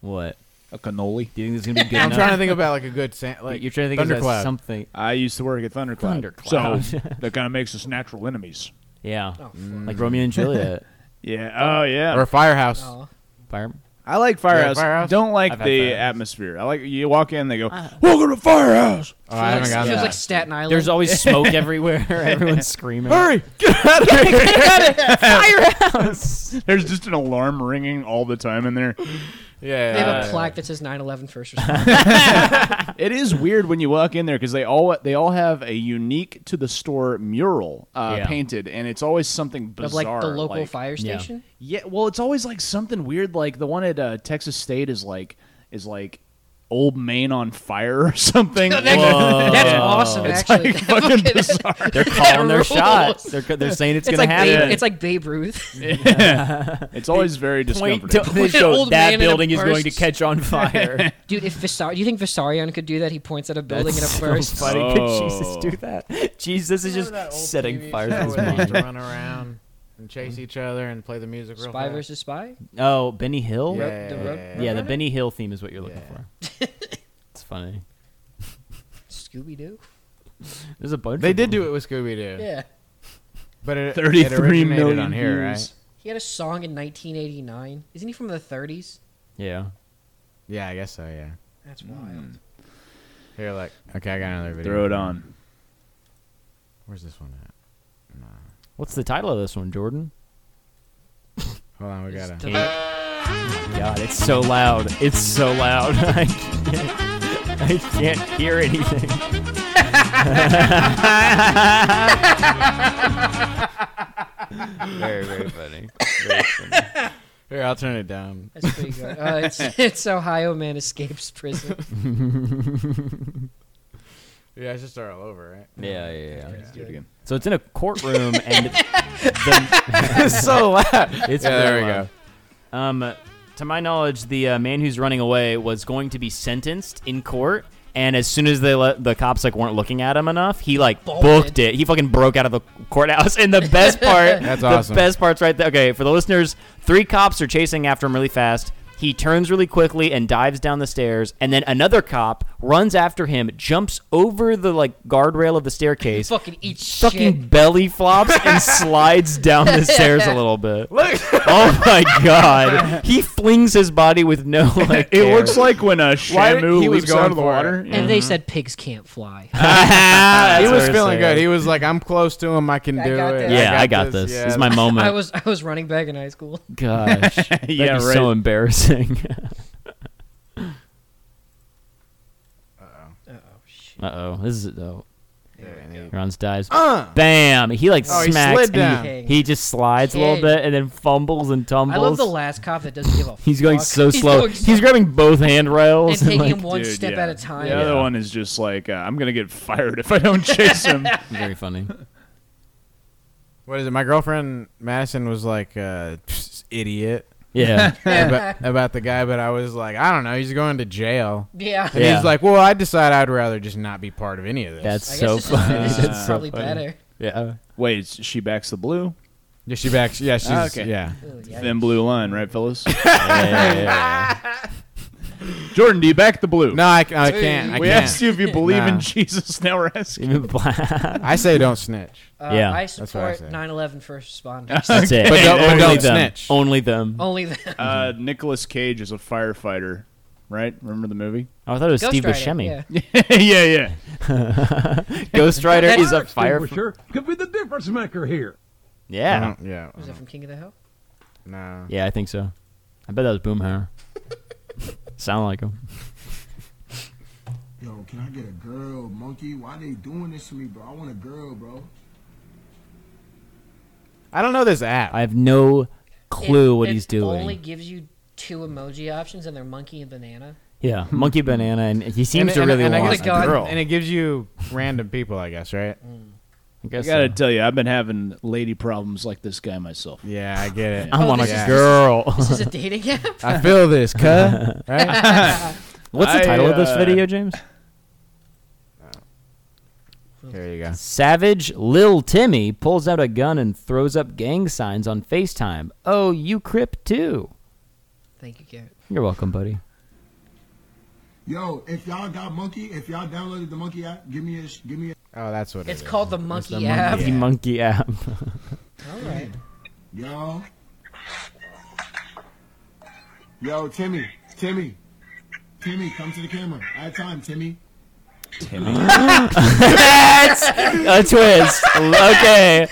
Speaker 5: What?
Speaker 4: A cannoli.
Speaker 5: Do you think it's <laughs> gonna be good?
Speaker 1: I'm
Speaker 5: enough?
Speaker 1: trying to think about like a good sa- like
Speaker 5: You're trying to think
Speaker 1: thundercloud.
Speaker 5: of something.
Speaker 4: I used to work at Thundercloud.
Speaker 5: Thundercloud.
Speaker 4: So <laughs> that kind of makes us natural enemies.
Speaker 5: Yeah.
Speaker 3: Oh, fuck.
Speaker 5: Like Romeo and <laughs> Juliet.
Speaker 4: Yeah. Oh yeah.
Speaker 1: or a firehouse.
Speaker 3: Oh.
Speaker 5: Fire.
Speaker 4: I like Firehouse.
Speaker 1: Firehouse?
Speaker 4: Don't like
Speaker 5: I've had
Speaker 4: the
Speaker 5: Firehouse.
Speaker 4: atmosphere. I like you walk in, they go,
Speaker 3: Uh.
Speaker 4: "Welcome to Firehouse."
Speaker 1: Oh, I haven't gotten
Speaker 3: Feels
Speaker 1: that.
Speaker 3: like Staten Island.
Speaker 5: There's <laughs> always smoke everywhere. Everyone's screaming.
Speaker 4: Hurry, get out of
Speaker 5: <laughs>
Speaker 4: here!
Speaker 5: Firehouse.
Speaker 4: There's just an alarm ringing all the time in there.
Speaker 1: yeah,
Speaker 3: they have
Speaker 1: yeah.
Speaker 3: a plaque that says 9/11
Speaker 5: <laughs>
Speaker 3: first responder.
Speaker 4: It is weird when you walk in there because they all they all have a unique to the store mural uh,
Speaker 5: Yeah.
Speaker 4: painted, and it's always something
Speaker 3: of
Speaker 4: bizarre.
Speaker 3: like the local
Speaker 4: like-
Speaker 3: fire
Speaker 5: Yeah.
Speaker 3: station.
Speaker 4: Yeah, well, it's always like something weird. Like the one at uh, Texas State is like is like old Maine on fire or
Speaker 3: <laughs>
Speaker 4: <laughs> something.
Speaker 3: No, that's, that's awesome. <laughs> actually,
Speaker 4: like fucking bizarre. <laughs>
Speaker 5: They're <laughs> calling their
Speaker 3: rules.
Speaker 5: shots. They're, co- they're saying it's,
Speaker 3: it's
Speaker 5: gonna
Speaker 3: like
Speaker 5: happen.
Speaker 3: Babe, it's like Babe Ruth. <laughs>
Speaker 4: It's always very
Speaker 5: Point
Speaker 4: discomforting.
Speaker 5: to, they
Speaker 3: With an
Speaker 5: show
Speaker 3: old man
Speaker 5: that
Speaker 3: in a
Speaker 5: building is going to
Speaker 3: burst.
Speaker 5: catch on <laughs> fire.
Speaker 3: Dude, if Visar- you think Visarion could do that, he points at a building in a
Speaker 5: so
Speaker 3: burst.
Speaker 5: funny. Could Jesus
Speaker 4: Oh.
Speaker 5: do that? <laughs> Jesus is
Speaker 1: Remember that
Speaker 5: just
Speaker 1: old
Speaker 5: setting
Speaker 1: TV
Speaker 5: fire
Speaker 1: show
Speaker 5: to his
Speaker 1: where they used
Speaker 5: mind.
Speaker 1: run around and chase each other and play the music real
Speaker 3: Spy
Speaker 1: fast?
Speaker 3: versus spy.
Speaker 5: <laughs> Oh, Benny Hill.
Speaker 1: Yeah,
Speaker 3: Road- the road-
Speaker 1: yeah,
Speaker 5: Yeah, the Benny Hill theme is what you're looking for. it's funny.
Speaker 3: Scooby Doo.
Speaker 5: There's a bunch.
Speaker 1: They
Speaker 5: of
Speaker 1: did
Speaker 5: them.
Speaker 1: do it with Scooby Doo.
Speaker 3: Yeah,
Speaker 1: But it, it
Speaker 4: 33
Speaker 1: originated
Speaker 4: million
Speaker 1: on here,
Speaker 4: views.
Speaker 1: right?
Speaker 3: he had a song in 1989. Isn't he from the 30s?
Speaker 5: Yeah.
Speaker 1: Yeah, I guess so, yeah.
Speaker 3: That's
Speaker 5: Hmm.
Speaker 3: wild.
Speaker 1: Here, like, okay, I got another video.
Speaker 4: Throw it on.
Speaker 1: Where's this one at?
Speaker 5: What's the title of this one, Jordan?
Speaker 1: Hold on, we
Speaker 3: It's
Speaker 1: gotta.
Speaker 3: the-
Speaker 5: God, it's so loud. It's so loud. <laughs> I can't, I can't hear anything.
Speaker 1: Very, very funny. Very funny. Here, I'll turn it down.
Speaker 3: That's pretty
Speaker 5: <laughs>
Speaker 3: good. Uh, it's, <laughs> it's Ohio man escapes prison.
Speaker 1: Yeah, I should start all over, right?
Speaker 5: Yeah, yeah, yeah.
Speaker 4: Do it again.
Speaker 5: So it's in a courtroom
Speaker 1: <laughs>
Speaker 5: and the, it's so loud. It's
Speaker 1: Yeah, there we
Speaker 5: really
Speaker 1: <laughs>
Speaker 5: loud. Um, to my knowledge, the uh, man who's running away was going to be sentenced in court, and as soon as they let the cops like weren't looking at him enough, he like
Speaker 3: Bolted.
Speaker 5: booked it. He fucking broke out of the courthouse. <laughs> And the best
Speaker 1: <laughs>
Speaker 5: part,
Speaker 1: That's
Speaker 5: the
Speaker 1: awesome.
Speaker 5: best part's right there. Okay, for the listeners, three cops are chasing after him really fast. He turns really quickly and dives down the stairs, and then another cop runs after him, jumps over the like guardrail of the staircase,
Speaker 3: Fucking eat shit.
Speaker 5: fucking belly flops
Speaker 1: <laughs>
Speaker 5: and slides down the stairs a little bit. Oh my god. He flings his body with
Speaker 1: <laughs>
Speaker 5: no like
Speaker 4: It
Speaker 5: care.
Speaker 4: looks like when a
Speaker 1: Why did-
Speaker 4: Shamu
Speaker 1: he was
Speaker 4: leaps out
Speaker 1: going
Speaker 4: of the
Speaker 1: for it.
Speaker 4: water.
Speaker 3: And
Speaker 5: Mm-hmm.
Speaker 3: they said pigs can't
Speaker 5: <laughs>
Speaker 3: fly.
Speaker 5: That's
Speaker 1: He
Speaker 5: what
Speaker 1: was
Speaker 5: I'm
Speaker 1: feeling
Speaker 5: saying.
Speaker 1: good. He was like, I'm close to him. I can do
Speaker 3: I got
Speaker 1: it.
Speaker 3: this.
Speaker 5: yeah, I got this.
Speaker 1: Yeah.
Speaker 5: This is my
Speaker 3: <laughs>
Speaker 5: moment.
Speaker 3: I was I was running back in high school.
Speaker 5: <laughs>
Speaker 1: <laughs>
Speaker 5: gosh. That'd
Speaker 4: Yeah,
Speaker 5: be
Speaker 4: right.
Speaker 5: so embarrassing.
Speaker 3: Oh shit.
Speaker 5: Uh-oh. This is oh.
Speaker 1: Yeah,
Speaker 5: Ron's dives.
Speaker 1: Uh,
Speaker 5: Bam! He like
Speaker 1: Oh, he
Speaker 5: smacks
Speaker 1: slid down.
Speaker 5: and he, he just slides a little
Speaker 3: King.
Speaker 5: bit and then fumbles and tumbles.
Speaker 3: I love the last cop that doesn't give a.
Speaker 5: He's going
Speaker 3: fuck. <laughs>
Speaker 5: so slow.
Speaker 3: going
Speaker 5: He's,
Speaker 3: so-
Speaker 5: grabbing both
Speaker 3: and
Speaker 5: handrails.
Speaker 3: taking
Speaker 5: like,
Speaker 3: him one
Speaker 4: Dude,
Speaker 3: step
Speaker 4: yeah.
Speaker 3: at a time.
Speaker 4: The other
Speaker 5: Yeah.
Speaker 4: one is just like, uh, I'm going to get fired if I <laughs> don't chase him.
Speaker 5: very
Speaker 3: <laughs>
Speaker 5: funny.
Speaker 1: what is it? My girlfriend Madison was like, uh, <laughs> idiot
Speaker 5: Yeah.
Speaker 1: about, about the guy, but I was like, I don't know. He's going to jail.
Speaker 3: Yeah.
Speaker 1: And
Speaker 5: Yeah.
Speaker 1: he's like, well, I decide I'd rather just not be part of any of this.
Speaker 5: That's
Speaker 3: I guess
Speaker 5: so
Speaker 3: this
Speaker 5: funny.
Speaker 3: is, this
Speaker 5: That's
Speaker 3: is
Speaker 5: so
Speaker 3: probably
Speaker 5: funny.
Speaker 3: better.
Speaker 5: Yeah.
Speaker 4: Wait, it's- she backs the blue,
Speaker 1: yeah, she backs. Yeah, she's
Speaker 5: Oh,
Speaker 4: Ah, okay.
Speaker 1: yeah.
Speaker 3: Ooh, yeah.
Speaker 4: then blue line, right, <laughs> fellas? Jordan, do you back the blue?
Speaker 1: No, I, I can't. I
Speaker 4: we asked
Speaker 1: can't.
Speaker 4: you if you believe
Speaker 1: Nah.
Speaker 4: in Jesus. Now we're
Speaker 5: <laughs>
Speaker 4: asking.
Speaker 5: Even black.
Speaker 1: I say don't snitch.
Speaker 3: Uh,
Speaker 5: Yeah,
Speaker 3: I
Speaker 1: that's what I
Speaker 3: support
Speaker 1: said.
Speaker 3: 9/11 first responders.
Speaker 5: That's it.
Speaker 1: But don't- but
Speaker 5: only
Speaker 1: don't
Speaker 5: them.
Speaker 1: snitch.
Speaker 5: Only them.
Speaker 3: Only the
Speaker 4: Uh, Nicholas Cage is a firefighter. right? Remember the movie?
Speaker 5: Oh, I thought it was
Speaker 3: Ghost
Speaker 5: <laughs> Steve
Speaker 3: Rider,
Speaker 5: Buscemi.
Speaker 3: yeah.
Speaker 4: <laughs> yeah, yeah.
Speaker 5: <laughs> Ghost Rider is a fire.
Speaker 10: Sure, could be the difference maker here.
Speaker 5: Yeah.
Speaker 1: Mm, yeah.
Speaker 3: Was that from King of the Hill?
Speaker 1: Nah.
Speaker 5: Yeah, I think so. I bet that was Boomhauer. Sound like him.
Speaker 11: Yo, can I get a girl, monkey? Why they doing this to me, bro? I want a girl, bro.
Speaker 1: I don't know this app.
Speaker 5: I have no clue what
Speaker 3: it
Speaker 5: he's doing.
Speaker 3: Only gives you two emoji options, and they're monkey and
Speaker 5: <laughs>
Speaker 3: banana.
Speaker 5: yeah, monkey banana, and he
Speaker 1: And-
Speaker 5: seems to
Speaker 1: and-
Speaker 5: really
Speaker 1: and I
Speaker 5: want
Speaker 1: guess-
Speaker 5: a girl.
Speaker 1: And it gives you random people, I guess, right?
Speaker 5: I
Speaker 4: I
Speaker 5: guess
Speaker 4: gotta
Speaker 5: so.
Speaker 4: tell you, I've been having lady problems like this guy myself.
Speaker 1: Yeah, I get
Speaker 5: <laughs>
Speaker 1: it.
Speaker 5: I want a
Speaker 4: this is-
Speaker 5: girl.
Speaker 4: this is
Speaker 3: a dating app?
Speaker 1: I feel this, cuh. Right?
Speaker 5: <laughs> What's the
Speaker 1: I,
Speaker 5: title of this
Speaker 1: uh,
Speaker 5: video, James?
Speaker 1: There you go.
Speaker 5: Savage Lil Timmy pulls out a gun and throws up gang signs on FaceTime. Oh, you crip too.
Speaker 3: Thank you, Garrett.
Speaker 5: You're welcome, buddy.
Speaker 11: Yo, if y'all got monkey, if y'all downloaded the monkey app, give me a, sh- give me a.
Speaker 1: Oh, that's what
Speaker 3: It's called the monkey app.
Speaker 5: The monkey app.
Speaker 3: All right.
Speaker 11: Yo. Yo, Timmy, Timmy, Timmy, come to the camera. I have time, Timmy.
Speaker 5: That's <laughs> a twist. Okay.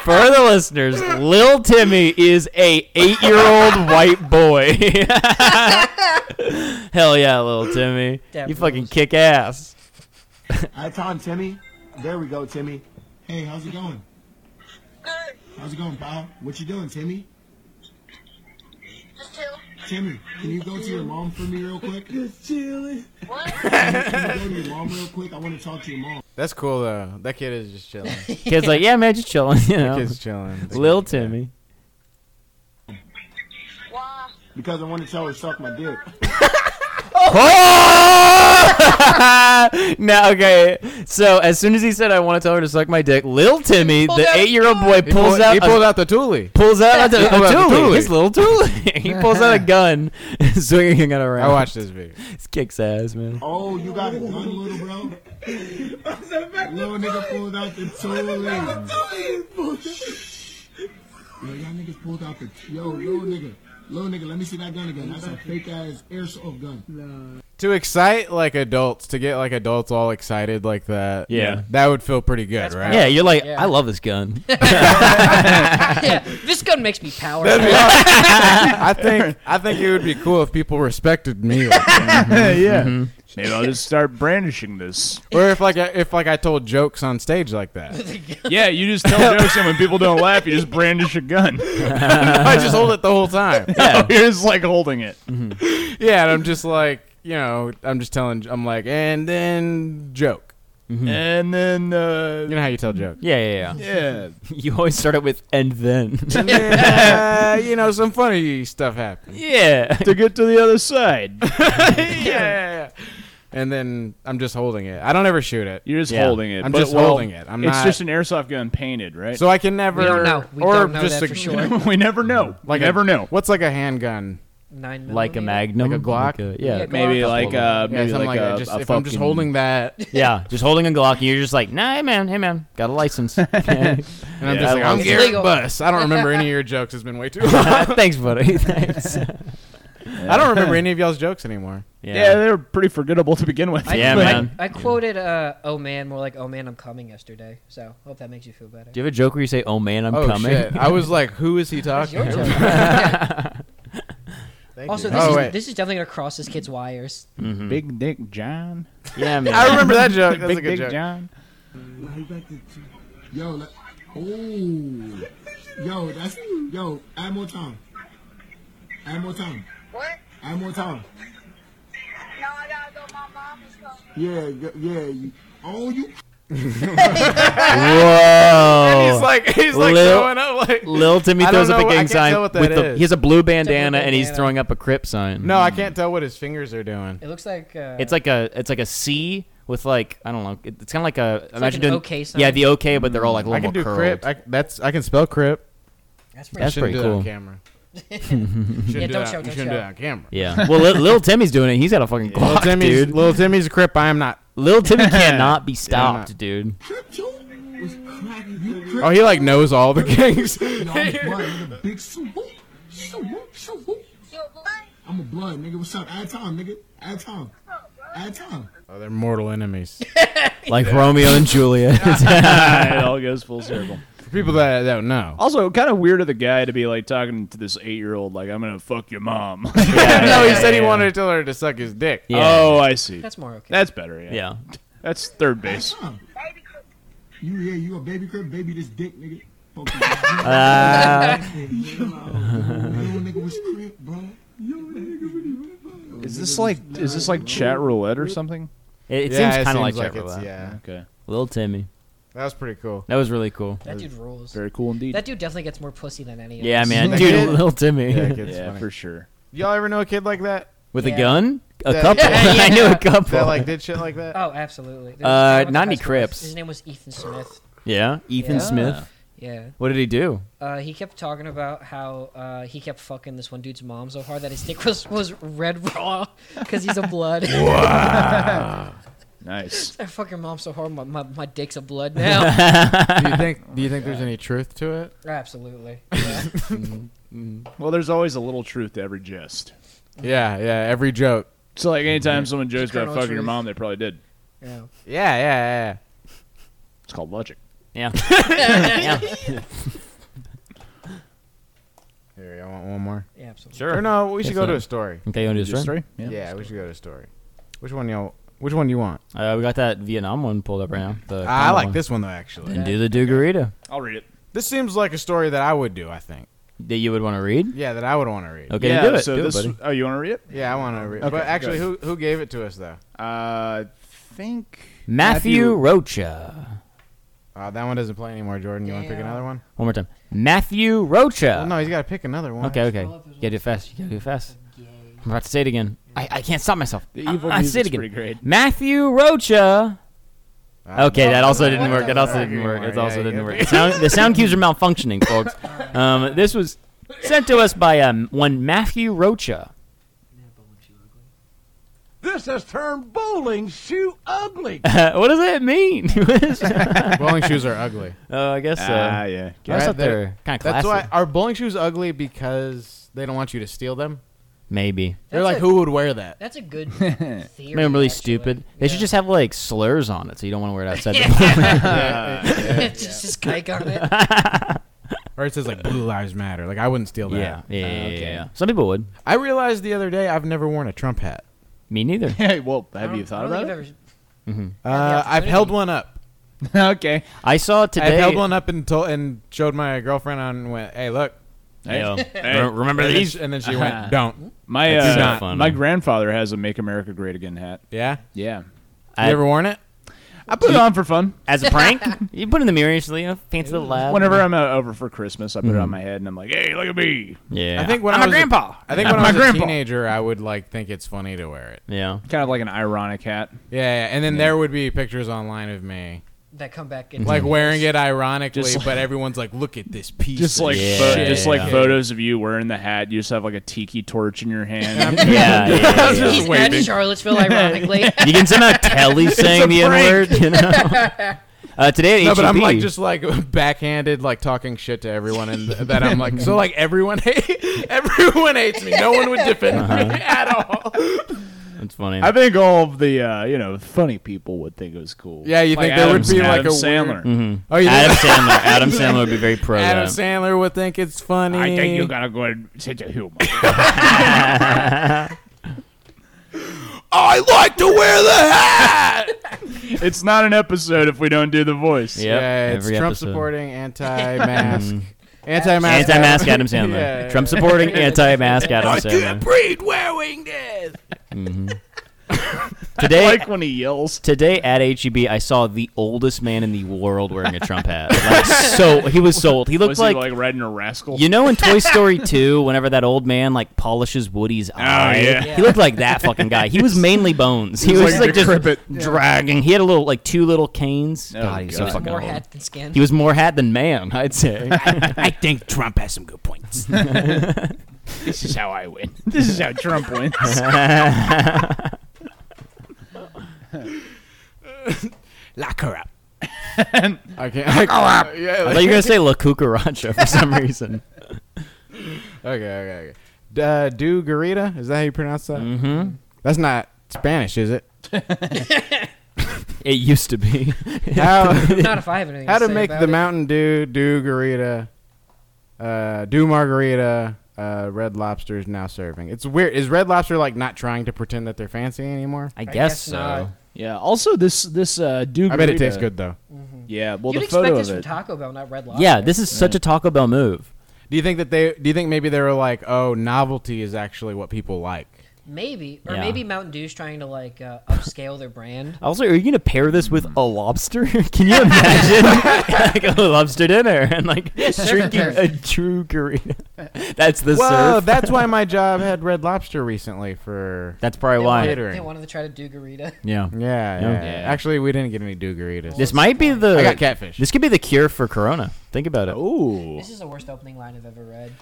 Speaker 5: For the listeners, Lil Timmy is a eight-year-old white boy. <laughs> Hell yeah, Lil Timmy.
Speaker 11: That
Speaker 5: you fucking kick ass.
Speaker 11: I have time, Timmy. There we go, Timmy. Hey, how's it going? How's it going, pal? What you doing, Timmy?
Speaker 8: Just chill.
Speaker 11: Timmy, can you go to your mom for me real quick? <laughs> Just chilling.
Speaker 8: <laughs> What?
Speaker 11: Can you go to your mom real quick? I want to talk to your mom.
Speaker 1: That's cool though. That kid is just chilling.
Speaker 5: <laughs> Kid's like, yeah, man, just chilling.
Speaker 1: The
Speaker 5: You know,
Speaker 1: kid's chilling.
Speaker 5: Lil Timmy. <laughs>
Speaker 11: Because I want to tell her to suck my dick.
Speaker 5: Oh! now, okay. So as soon as he said, "I want to tell her to suck my dick," Lil Timmy,
Speaker 1: pulled
Speaker 5: the
Speaker 1: out a
Speaker 5: eight-year-old boy,
Speaker 1: He
Speaker 5: pulls
Speaker 1: pulled-
Speaker 5: out.
Speaker 1: he pulled out the tule.
Speaker 5: Pulls out a,
Speaker 1: He
Speaker 5: a
Speaker 1: pulled out the
Speaker 5: tule.
Speaker 1: tule.
Speaker 5: His little tule. <laughs> he pulls out a gun, <laughs> swinging it around.
Speaker 1: I watched this video.
Speaker 5: This kicks ass, man.
Speaker 11: Oh, you got a gun, little bro? little nigga pulled out the tool. Yo, y'all niggas pulled out the. Yo, little nigga. Little nigga, let me see that gun again. That's a fake ass airsoft gun.
Speaker 1: To excite like adults, to get like adults all excited like that.
Speaker 5: Yeah.
Speaker 1: That would feel pretty good, right?
Speaker 5: Yeah, you're like,
Speaker 3: Yeah.
Speaker 5: I love this <laughs> gun.
Speaker 3: yeah, this gun makes me powerful.
Speaker 1: That'd be awesome. <laughs> I think I think it would be cool if people respected me.
Speaker 3: <laughs>
Speaker 1: like that.
Speaker 4: yeah.
Speaker 1: Mhm.
Speaker 4: Maybe I'll just start brandishing this.
Speaker 1: Or if like I, if like I told jokes on stage like
Speaker 3: <laughs>
Speaker 1: that.
Speaker 4: Yeah, you just tell jokes, and when people don't laugh, you just brandish a <laughs> gun.
Speaker 1: I just hold it the whole time.
Speaker 4: Yeah. Oh, You're just like holding it.
Speaker 1: Yeah, and I'm just like, you know, I'm just telling I'm like, and then joke.
Speaker 4: And then uh,
Speaker 1: You know how you tell
Speaker 3: <laughs>
Speaker 1: jokes.
Speaker 5: Yeah, yeah,
Speaker 1: <laughs>
Speaker 4: yeah.
Speaker 5: you always start it with and then.
Speaker 1: And then, uh, you know, some funny stuff happened.
Speaker 5: yeah.
Speaker 4: To get to the other side.
Speaker 1: yeah. And then I'm just holding it. I don't ever shoot it.
Speaker 4: You're just holding it.
Speaker 1: I'm
Speaker 4: but,
Speaker 1: just
Speaker 4: well,
Speaker 1: holding it. I'm
Speaker 4: it's
Speaker 1: not.
Speaker 4: just an airsoft gun painted, right?
Speaker 1: so I can never.
Speaker 3: We don't know. We
Speaker 1: or
Speaker 3: don't know
Speaker 1: just
Speaker 3: that
Speaker 1: a,
Speaker 3: for sure.
Speaker 4: <laughs> we never know.
Speaker 1: Like
Speaker 4: Like never
Speaker 1: a,
Speaker 4: know.
Speaker 1: What's like a handgun?
Speaker 3: Nine
Speaker 5: Like a
Speaker 3: millimeter?
Speaker 5: magnum,
Speaker 1: Like a Glock?
Speaker 5: yeah,
Speaker 3: Yeah,
Speaker 4: Maybe
Speaker 3: Glock.
Speaker 4: like uh,
Speaker 1: Yeah,
Speaker 4: maybe
Speaker 1: something
Speaker 4: like,
Speaker 1: like
Speaker 4: a,
Speaker 1: that. Just-
Speaker 4: a
Speaker 1: if I'm just
Speaker 4: fucking-
Speaker 1: holding that,
Speaker 5: yeah. Just holding a Glock, and you're just like, nah, hey man, hey man, got
Speaker 1: <laughs>
Speaker 5: a license. <laughs>
Speaker 1: and I'm
Speaker 4: <laughs> Yeah,
Speaker 1: just like,
Speaker 4: I
Speaker 1: I'm
Speaker 3: was-
Speaker 1: Garrett
Speaker 3: Legal.
Speaker 1: Bus. I don't remember any of your jokes. It's been way too long.
Speaker 5: Thanks, <laughs> buddy. Thanks.
Speaker 1: I don't
Speaker 4: <laughs>
Speaker 1: remember any of y'all's jokes anymore.
Speaker 4: Yeah. they were pretty forgettable to begin with.
Speaker 3: I,
Speaker 4: <laughs>
Speaker 5: Yeah,
Speaker 3: I-
Speaker 5: man.
Speaker 3: I quoted uh, "Oh man," more like "Oh man, I'm coming" yesterday. So hope that makes you feel better.
Speaker 5: Do you have a joke where you say, "Oh man, I'm
Speaker 1: oh
Speaker 5: coming"? <laughs>
Speaker 1: shit! I was like, who is he talking?
Speaker 3: Your
Speaker 1: to?
Speaker 3: joke. Yeah.
Speaker 1: Thank
Speaker 3: Also,
Speaker 1: you.
Speaker 3: this,
Speaker 1: oh,
Speaker 3: is,
Speaker 1: wait.
Speaker 3: this is definitely gonna cross this kid's wires.
Speaker 4: Big Dick John.
Speaker 1: <laughs>
Speaker 5: Mm-hmm. yeah, man.
Speaker 1: I remember that
Speaker 4: <laughs>
Speaker 1: joke. That's
Speaker 4: Big
Speaker 1: a good
Speaker 4: Dick
Speaker 1: joke.
Speaker 4: John.
Speaker 11: Now you back to. Yo, let, oh. Yo, that's. Yo, add more time. Add more time.
Speaker 8: What?
Speaker 11: Add more time.
Speaker 8: No, I gotta go. My mom is coming.
Speaker 11: Yeah, y- yeah. You, oh, you.
Speaker 5: Whoa.
Speaker 4: Oh.
Speaker 1: He's like, he's like
Speaker 5: Lil-
Speaker 1: throwing up like.
Speaker 5: Lil Timmy
Speaker 1: I don't
Speaker 5: throws up
Speaker 1: know-
Speaker 5: a
Speaker 1: I
Speaker 5: gang
Speaker 1: can't
Speaker 5: sign.
Speaker 1: tell what that
Speaker 5: with the,
Speaker 1: is.
Speaker 5: he has a blue
Speaker 3: blue
Speaker 5: bandana and he's
Speaker 3: bandana.
Speaker 5: throwing up a crip sign.
Speaker 1: No, I can't tell what his fingers are doing.
Speaker 3: It looks like uh,
Speaker 5: it's like a it's like a C with like I don't know. it- It's kind of like a
Speaker 3: like
Speaker 5: imagine
Speaker 3: an
Speaker 5: doing
Speaker 3: okay sign.
Speaker 5: yeah the okay, but they're all like a
Speaker 1: I
Speaker 5: little
Speaker 1: can do
Speaker 5: more curled.
Speaker 1: crip. I, that's I can spell crip.
Speaker 3: that's
Speaker 5: That's
Speaker 1: Shouldn't
Speaker 3: pretty.
Speaker 5: pretty
Speaker 1: do that
Speaker 5: cool.
Speaker 1: on
Speaker 4: <laughs>
Speaker 1: camera. shouldn't do that-
Speaker 3: don't show,
Speaker 1: you shouldn't
Speaker 3: don't
Speaker 1: do
Speaker 3: show.
Speaker 1: that on camera.
Speaker 5: Yeah.
Speaker 1: <laughs>
Speaker 5: Well, Lil, Lil Timmy's doing it. He's got a fucking Glock,
Speaker 1: Little Timmy's <laughs>
Speaker 5: dude.
Speaker 1: Little Timmy's a crip. I am not.
Speaker 5: Lil Timmy cannot be stopped,
Speaker 1: <laughs>
Speaker 5: dude.
Speaker 11: Was cracking. You cracking.
Speaker 1: Oh, he like knows all the <laughs> gangs.
Speaker 5: <laughs>
Speaker 11: Yo, I'm the big swoop. Swoop, swoop.
Speaker 8: You blind?
Speaker 11: I'm a blood, nigga. What's up? Add time, nigga. Add time. Add time.
Speaker 1: Oh, they're mortal enemies. <laughs>
Speaker 5: Like Romeo and Juliet.
Speaker 1: Oh.
Speaker 4: it all goes full circle.
Speaker 1: For people that don't know.
Speaker 4: Also, kind of weird of the guy to be like talking to this eight-year-old like, "I'm gonna fuck your
Speaker 1: <laughs>
Speaker 4: mom." <laughs>
Speaker 1: no, he said he wanted to tell her to suck his dick.
Speaker 4: Oh, I see.
Speaker 3: That's more okay.
Speaker 4: That's better. Yeah.
Speaker 5: Yeah.
Speaker 4: That's third base.
Speaker 11: You yeah, you a baby crib, baby this dick, nigga. Fuck you.
Speaker 5: Ah.
Speaker 11: Yo, nigga was crib, bro. Yo, nigga was
Speaker 4: Is this like is this like chat roulette or something?
Speaker 5: It, it
Speaker 1: Yeah,
Speaker 5: seems
Speaker 1: it
Speaker 5: kind of
Speaker 1: seems like
Speaker 5: like, like
Speaker 1: it's- yeah.
Speaker 4: Okay.
Speaker 5: Little Timmy.
Speaker 1: That was pretty cool.
Speaker 5: That was really cool.
Speaker 3: That dude rules.
Speaker 4: Very cool indeed.
Speaker 3: That dude definitely gets more pussy than any of
Speaker 5: Yeah,
Speaker 3: us.
Speaker 5: man.
Speaker 1: That
Speaker 5: Dude,
Speaker 1: kid-
Speaker 5: little Timmy.
Speaker 1: Yeah, that kid's
Speaker 4: yeah,
Speaker 1: funny.
Speaker 4: for sure.
Speaker 1: Y'all ever know a kid like that?
Speaker 5: With
Speaker 3: Yeah.
Speaker 5: a gun? A
Speaker 1: That- <laughs>
Speaker 5: couple.
Speaker 3: Yeah.
Speaker 5: <laughs> I knew a couple.
Speaker 1: That like did shit like that?
Speaker 3: Oh, absolutely. There was-
Speaker 5: Uh,
Speaker 3: I don't know what the
Speaker 5: Nandi
Speaker 3: best one was.
Speaker 5: Cripps.
Speaker 3: His name was Ethan Smith.
Speaker 5: yeah. Ethan
Speaker 3: Yeah.
Speaker 5: Smith.
Speaker 3: Yeah.
Speaker 5: What did he do?
Speaker 3: Uh, he kept talking about how uh, he kept fucking this one dude's mom so hard that his dick was, was red raw <laughs> because he's a
Speaker 5: <laughs>
Speaker 3: blood. <laughs>
Speaker 4: Nice.
Speaker 3: I fuck your mom so hard, my, my, my dick's a blood
Speaker 5: <laughs>
Speaker 3: now.
Speaker 1: do you think? Do you think there's any truth to it?
Speaker 3: Absolutely.
Speaker 4: Well, there's always a little truth to every jest.
Speaker 1: Yeah, yeah. Every joke.
Speaker 4: So like anytime someone jokes about
Speaker 3: Colonel
Speaker 4: fucking your
Speaker 3: Truth.
Speaker 4: mom, they probably did.
Speaker 3: Yeah.
Speaker 1: Yeah, yeah,
Speaker 4: It's called logic.
Speaker 5: Yeah.
Speaker 1: yeah. Here, I want one more.
Speaker 3: yeah absolutely.
Speaker 1: Or no, we should
Speaker 5: Guess
Speaker 1: go to
Speaker 5: not.
Speaker 1: a story.
Speaker 5: <laughs> Okay, you want to do
Speaker 4: Just
Speaker 5: this right?
Speaker 4: three?
Speaker 1: Yeah, we should go to a story. Which one y'all? Which one do you want?
Speaker 5: Uh, we got that Vietnam one pulled up right now. The
Speaker 1: I
Speaker 5: Congo
Speaker 1: like
Speaker 5: one.
Speaker 1: this one though, actually.
Speaker 5: And do the Dugarita
Speaker 4: I'll read it.
Speaker 1: This seems like a story that I would do. I think.
Speaker 5: that you would want to read.
Speaker 1: Yeah, that I would want to read.
Speaker 5: Okay,
Speaker 4: yeah,
Speaker 5: do it.
Speaker 4: So
Speaker 5: do
Speaker 4: this
Speaker 5: it, buddy.
Speaker 4: oh you wanna read it?
Speaker 1: Yeah, I want to read.
Speaker 4: Okay,
Speaker 1: but actually,
Speaker 4: go
Speaker 1: who who gave it to us though?
Speaker 4: Uh think
Speaker 5: Matthew Rocha.
Speaker 1: Uh, that one doesn't play anymore. Jordan, you want to pick another one?
Speaker 5: One more time. Matthew Rocha.
Speaker 1: Well, no, he's got to pick another one.
Speaker 5: Uh, okay, okay. You gotta do it fast. You gotta do it fast. I'm about to say it again. I, I can't stop myself.
Speaker 4: The evil
Speaker 5: I, I say it
Speaker 4: music's
Speaker 5: again.
Speaker 4: pretty great.
Speaker 5: Matthew Rocha.
Speaker 1: Uh,
Speaker 5: okay, that also didn't work.
Speaker 1: that
Speaker 5: That also
Speaker 1: doesn't
Speaker 5: didn't
Speaker 1: work
Speaker 5: work. It
Speaker 1: anymore.
Speaker 5: also
Speaker 1: Yeah,
Speaker 5: didn't
Speaker 1: yeah.
Speaker 5: work. The sound, the sound cues are malfunctioning,
Speaker 1: <laughs>
Speaker 5: folks. Um, this was sent to us by um, one Matthew Rocha. <laughs>
Speaker 10: This has turned bowling shoe ugly.
Speaker 5: what does
Speaker 1: <laughs>
Speaker 5: that mean?
Speaker 1: <laughs>
Speaker 5: <laughs>
Speaker 1: Bowling shoes are ugly.
Speaker 5: Oh, I guess.
Speaker 4: Ah,
Speaker 5: Uh,
Speaker 4: yeah.
Speaker 5: I
Speaker 1: Right
Speaker 5: thought they
Speaker 1: there.
Speaker 5: were kind of
Speaker 1: That's why
Speaker 5: classy.
Speaker 1: are bowling shoes ugly because they don't want you to steal them.
Speaker 5: Maybe.
Speaker 1: They're
Speaker 3: That's
Speaker 1: like,
Speaker 3: a-
Speaker 1: who would wear that?
Speaker 3: That's a good theory.
Speaker 5: Maybe I'm really
Speaker 3: actually.
Speaker 5: stupid. They should
Speaker 3: Yeah. <laughs>
Speaker 5: just have like slurs on it, so you don't want to wear it outside. the
Speaker 3: It's just his kike on it.
Speaker 1: Or it says like blue lives matter. Like I wouldn't steal that.
Speaker 5: yeah, yeah, yeah, yeah,
Speaker 4: okay.
Speaker 5: yeah. Some people would.
Speaker 1: I realized the other day I've never worn a Trump hat.
Speaker 5: Me
Speaker 4: <laughs>
Speaker 5: neither.
Speaker 4: Hey, well, have
Speaker 3: I
Speaker 4: you
Speaker 3: don't-
Speaker 4: thought
Speaker 3: I don't
Speaker 4: about
Speaker 3: think
Speaker 4: it?
Speaker 1: Uh, I've held
Speaker 3: opportunity.
Speaker 1: one up.
Speaker 4: <laughs> okay.
Speaker 5: I saw it
Speaker 1: I've
Speaker 5: today.
Speaker 1: held one up and told and showed my girlfriend on and went, "Hey, look."
Speaker 5: Yo,
Speaker 4: Hey.
Speaker 5: re- remember
Speaker 1: and then
Speaker 5: these?
Speaker 1: she- And then she
Speaker 5: <laughs>
Speaker 1: went, "Don't."
Speaker 4: My
Speaker 5: That's so
Speaker 4: uh,
Speaker 5: funny.
Speaker 4: my grandfather has a "Make America Great Again" hat.
Speaker 1: Yeah.
Speaker 4: Yeah,
Speaker 1: you
Speaker 5: I-
Speaker 1: ever worn it?
Speaker 4: I put it on for fun.
Speaker 5: as a prank. you put it in the mirror, you know, fancy little lab.
Speaker 4: Whenever I'm uh, over for Christmas, I put it on my head and I'm like, "Hey, look at me!"
Speaker 5: Yeah.
Speaker 1: I think when Mm-hmm. i was
Speaker 5: grandpa.
Speaker 1: A, I think when
Speaker 4: My
Speaker 1: I was
Speaker 4: grandpa.
Speaker 1: a teenager, I would like think it's funny to wear it.
Speaker 5: yeah.
Speaker 4: Kind of like an ironic hat.
Speaker 1: Yeah, yeah. and then there would be pictures online of me
Speaker 3: That comeback. and-
Speaker 1: like wearing
Speaker 3: <laughs>
Speaker 1: it ironically,
Speaker 4: Just like-
Speaker 1: but everyone's like, "Look at this piece."
Speaker 4: Just
Speaker 1: of
Speaker 4: like
Speaker 1: shit."
Speaker 4: pho- just like
Speaker 5: Yeah.
Speaker 4: photos of you wearing the hat. You just have like a tiki torch in
Speaker 1: <laughs>
Speaker 4: your hand.
Speaker 5: Yeah, yeah, yeah, yeah.
Speaker 3: He's at
Speaker 5: <laughs>
Speaker 3: Charlottesville, ironically.
Speaker 5: You can somehow tell he's saying the N
Speaker 4: prank.
Speaker 5: word. You know. Uh, today at
Speaker 1: No, but I'm
Speaker 5: HEB,
Speaker 1: like just like <laughs> backhanded, like talking shit to everyone, and that I'm like so like everyone <laughs> hate, everyone hates me. No one would defend me <laughs> at all.
Speaker 5: That's funny.
Speaker 4: I think all of the uh, you know funny people would think it was cool.
Speaker 1: Yeah, you
Speaker 4: Like
Speaker 1: think there would
Speaker 4: Adam-
Speaker 1: be like
Speaker 4: Adam
Speaker 1: a
Speaker 4: Sandler.
Speaker 1: Weird, Oh, you
Speaker 5: Adam
Speaker 1: think
Speaker 5: Sandler. Adam Sandler would be very pro.
Speaker 1: Adam
Speaker 5: that.
Speaker 1: Sandler would think it's funny.
Speaker 4: I think you got a good sense of
Speaker 5: <laughs>
Speaker 4: humor.
Speaker 1: I like to wear the hat.
Speaker 4: <laughs> it's not an episode if we don't do the voice.
Speaker 5: Yep,
Speaker 1: yeah, it's
Speaker 5: every
Speaker 1: Trump
Speaker 5: episode.
Speaker 1: supporting anti-mask, anti-mask,
Speaker 5: Anti-mask Adam Sandler.
Speaker 1: Yeah.
Speaker 5: Trump supporting anti-mask Adam Sandler.
Speaker 1: breed wearing this.
Speaker 5: Today,
Speaker 4: Like when he yells.
Speaker 5: today at HEB, I saw the oldest man in the world wearing a Trump hat. Like, so he was so old. He looked
Speaker 4: Was
Speaker 5: like,
Speaker 4: he like riding a rascal?
Speaker 5: you know in Toy Story 2, whenever that old man like polishes Woody's eye.
Speaker 4: Oh, yeah.
Speaker 5: He looked like that fucking guy. He was mainly bones. He
Speaker 4: He's
Speaker 5: was
Speaker 4: like
Speaker 5: like,
Speaker 4: decrepit.
Speaker 5: just dragging. He had a little like two little canes.
Speaker 4: Oh,
Speaker 5: God, he's so
Speaker 4: God.
Speaker 5: fucking
Speaker 3: More
Speaker 5: old.
Speaker 3: hat than skin.
Speaker 5: He was more hat than man, I'd say.
Speaker 1: I think Trump has some good
Speaker 5: <laughs>
Speaker 1: points.
Speaker 4: this is how I win. <laughs> This is how Trump
Speaker 5: <laughs>
Speaker 4: wins.
Speaker 1: Lock her up. I can't. I, up. Yeah,
Speaker 5: I thought you were gonna say La Cucaracha for some reason.
Speaker 1: Okay, okay, okay. uh, do garita? Is that how you pronounce that?
Speaker 5: Mm-hmm.
Speaker 1: That's not Spanish, is
Speaker 5: <laughs>
Speaker 1: it?
Speaker 5: it used to be.
Speaker 1: How,
Speaker 3: <laughs> Not if I have anything to
Speaker 1: How to,
Speaker 3: say
Speaker 1: make
Speaker 3: about
Speaker 1: the
Speaker 3: it.
Speaker 1: Mountain Dew, do garita, uh, do margarita, uh, Red Lobster is now serving. It's weird. Is Red Lobster like not trying to pretend that they're fancy anymore?
Speaker 5: I guess guess so. not.
Speaker 4: Yeah. Also, this this uh, do.
Speaker 1: I bet it tastes good though.
Speaker 4: Yeah. Well,
Speaker 3: You'd
Speaker 4: the
Speaker 3: expect
Speaker 4: photo
Speaker 3: this
Speaker 4: of
Speaker 3: from
Speaker 4: it.
Speaker 3: Taco Bell, not Red Lobster.
Speaker 5: yeah, this is such a Taco Bell move.
Speaker 1: Do you think that they? Do you think maybe they were like, oh, novelty is actually what people like?
Speaker 3: Maybe, or
Speaker 5: Yeah.
Speaker 3: maybe Mountain Dew's trying to like uh, upscale their brand.
Speaker 5: Also, are you going to pair this with a lobster? <laughs> Can you imagine <laughs> like a lobster dinner and like
Speaker 3: Yeah, surf and
Speaker 5: drinking
Speaker 3: turf.
Speaker 5: a true garita? <laughs> That's the
Speaker 1: Whoa, <laughs>
Speaker 5: surf.
Speaker 1: that's why my job had Red Lobster recently for.
Speaker 5: That's probably
Speaker 3: They
Speaker 5: why.
Speaker 3: wanted, they wanted to try to do Garita.
Speaker 5: Yeah.
Speaker 1: Yeah,
Speaker 5: Yeah.
Speaker 1: yeah. Actually, we didn't get any Dugaritas.
Speaker 5: This might be the
Speaker 1: I got catfish.
Speaker 5: This could be the cure for Corona. Think about it.
Speaker 4: Ooh.
Speaker 3: This is the worst opening line I've ever read.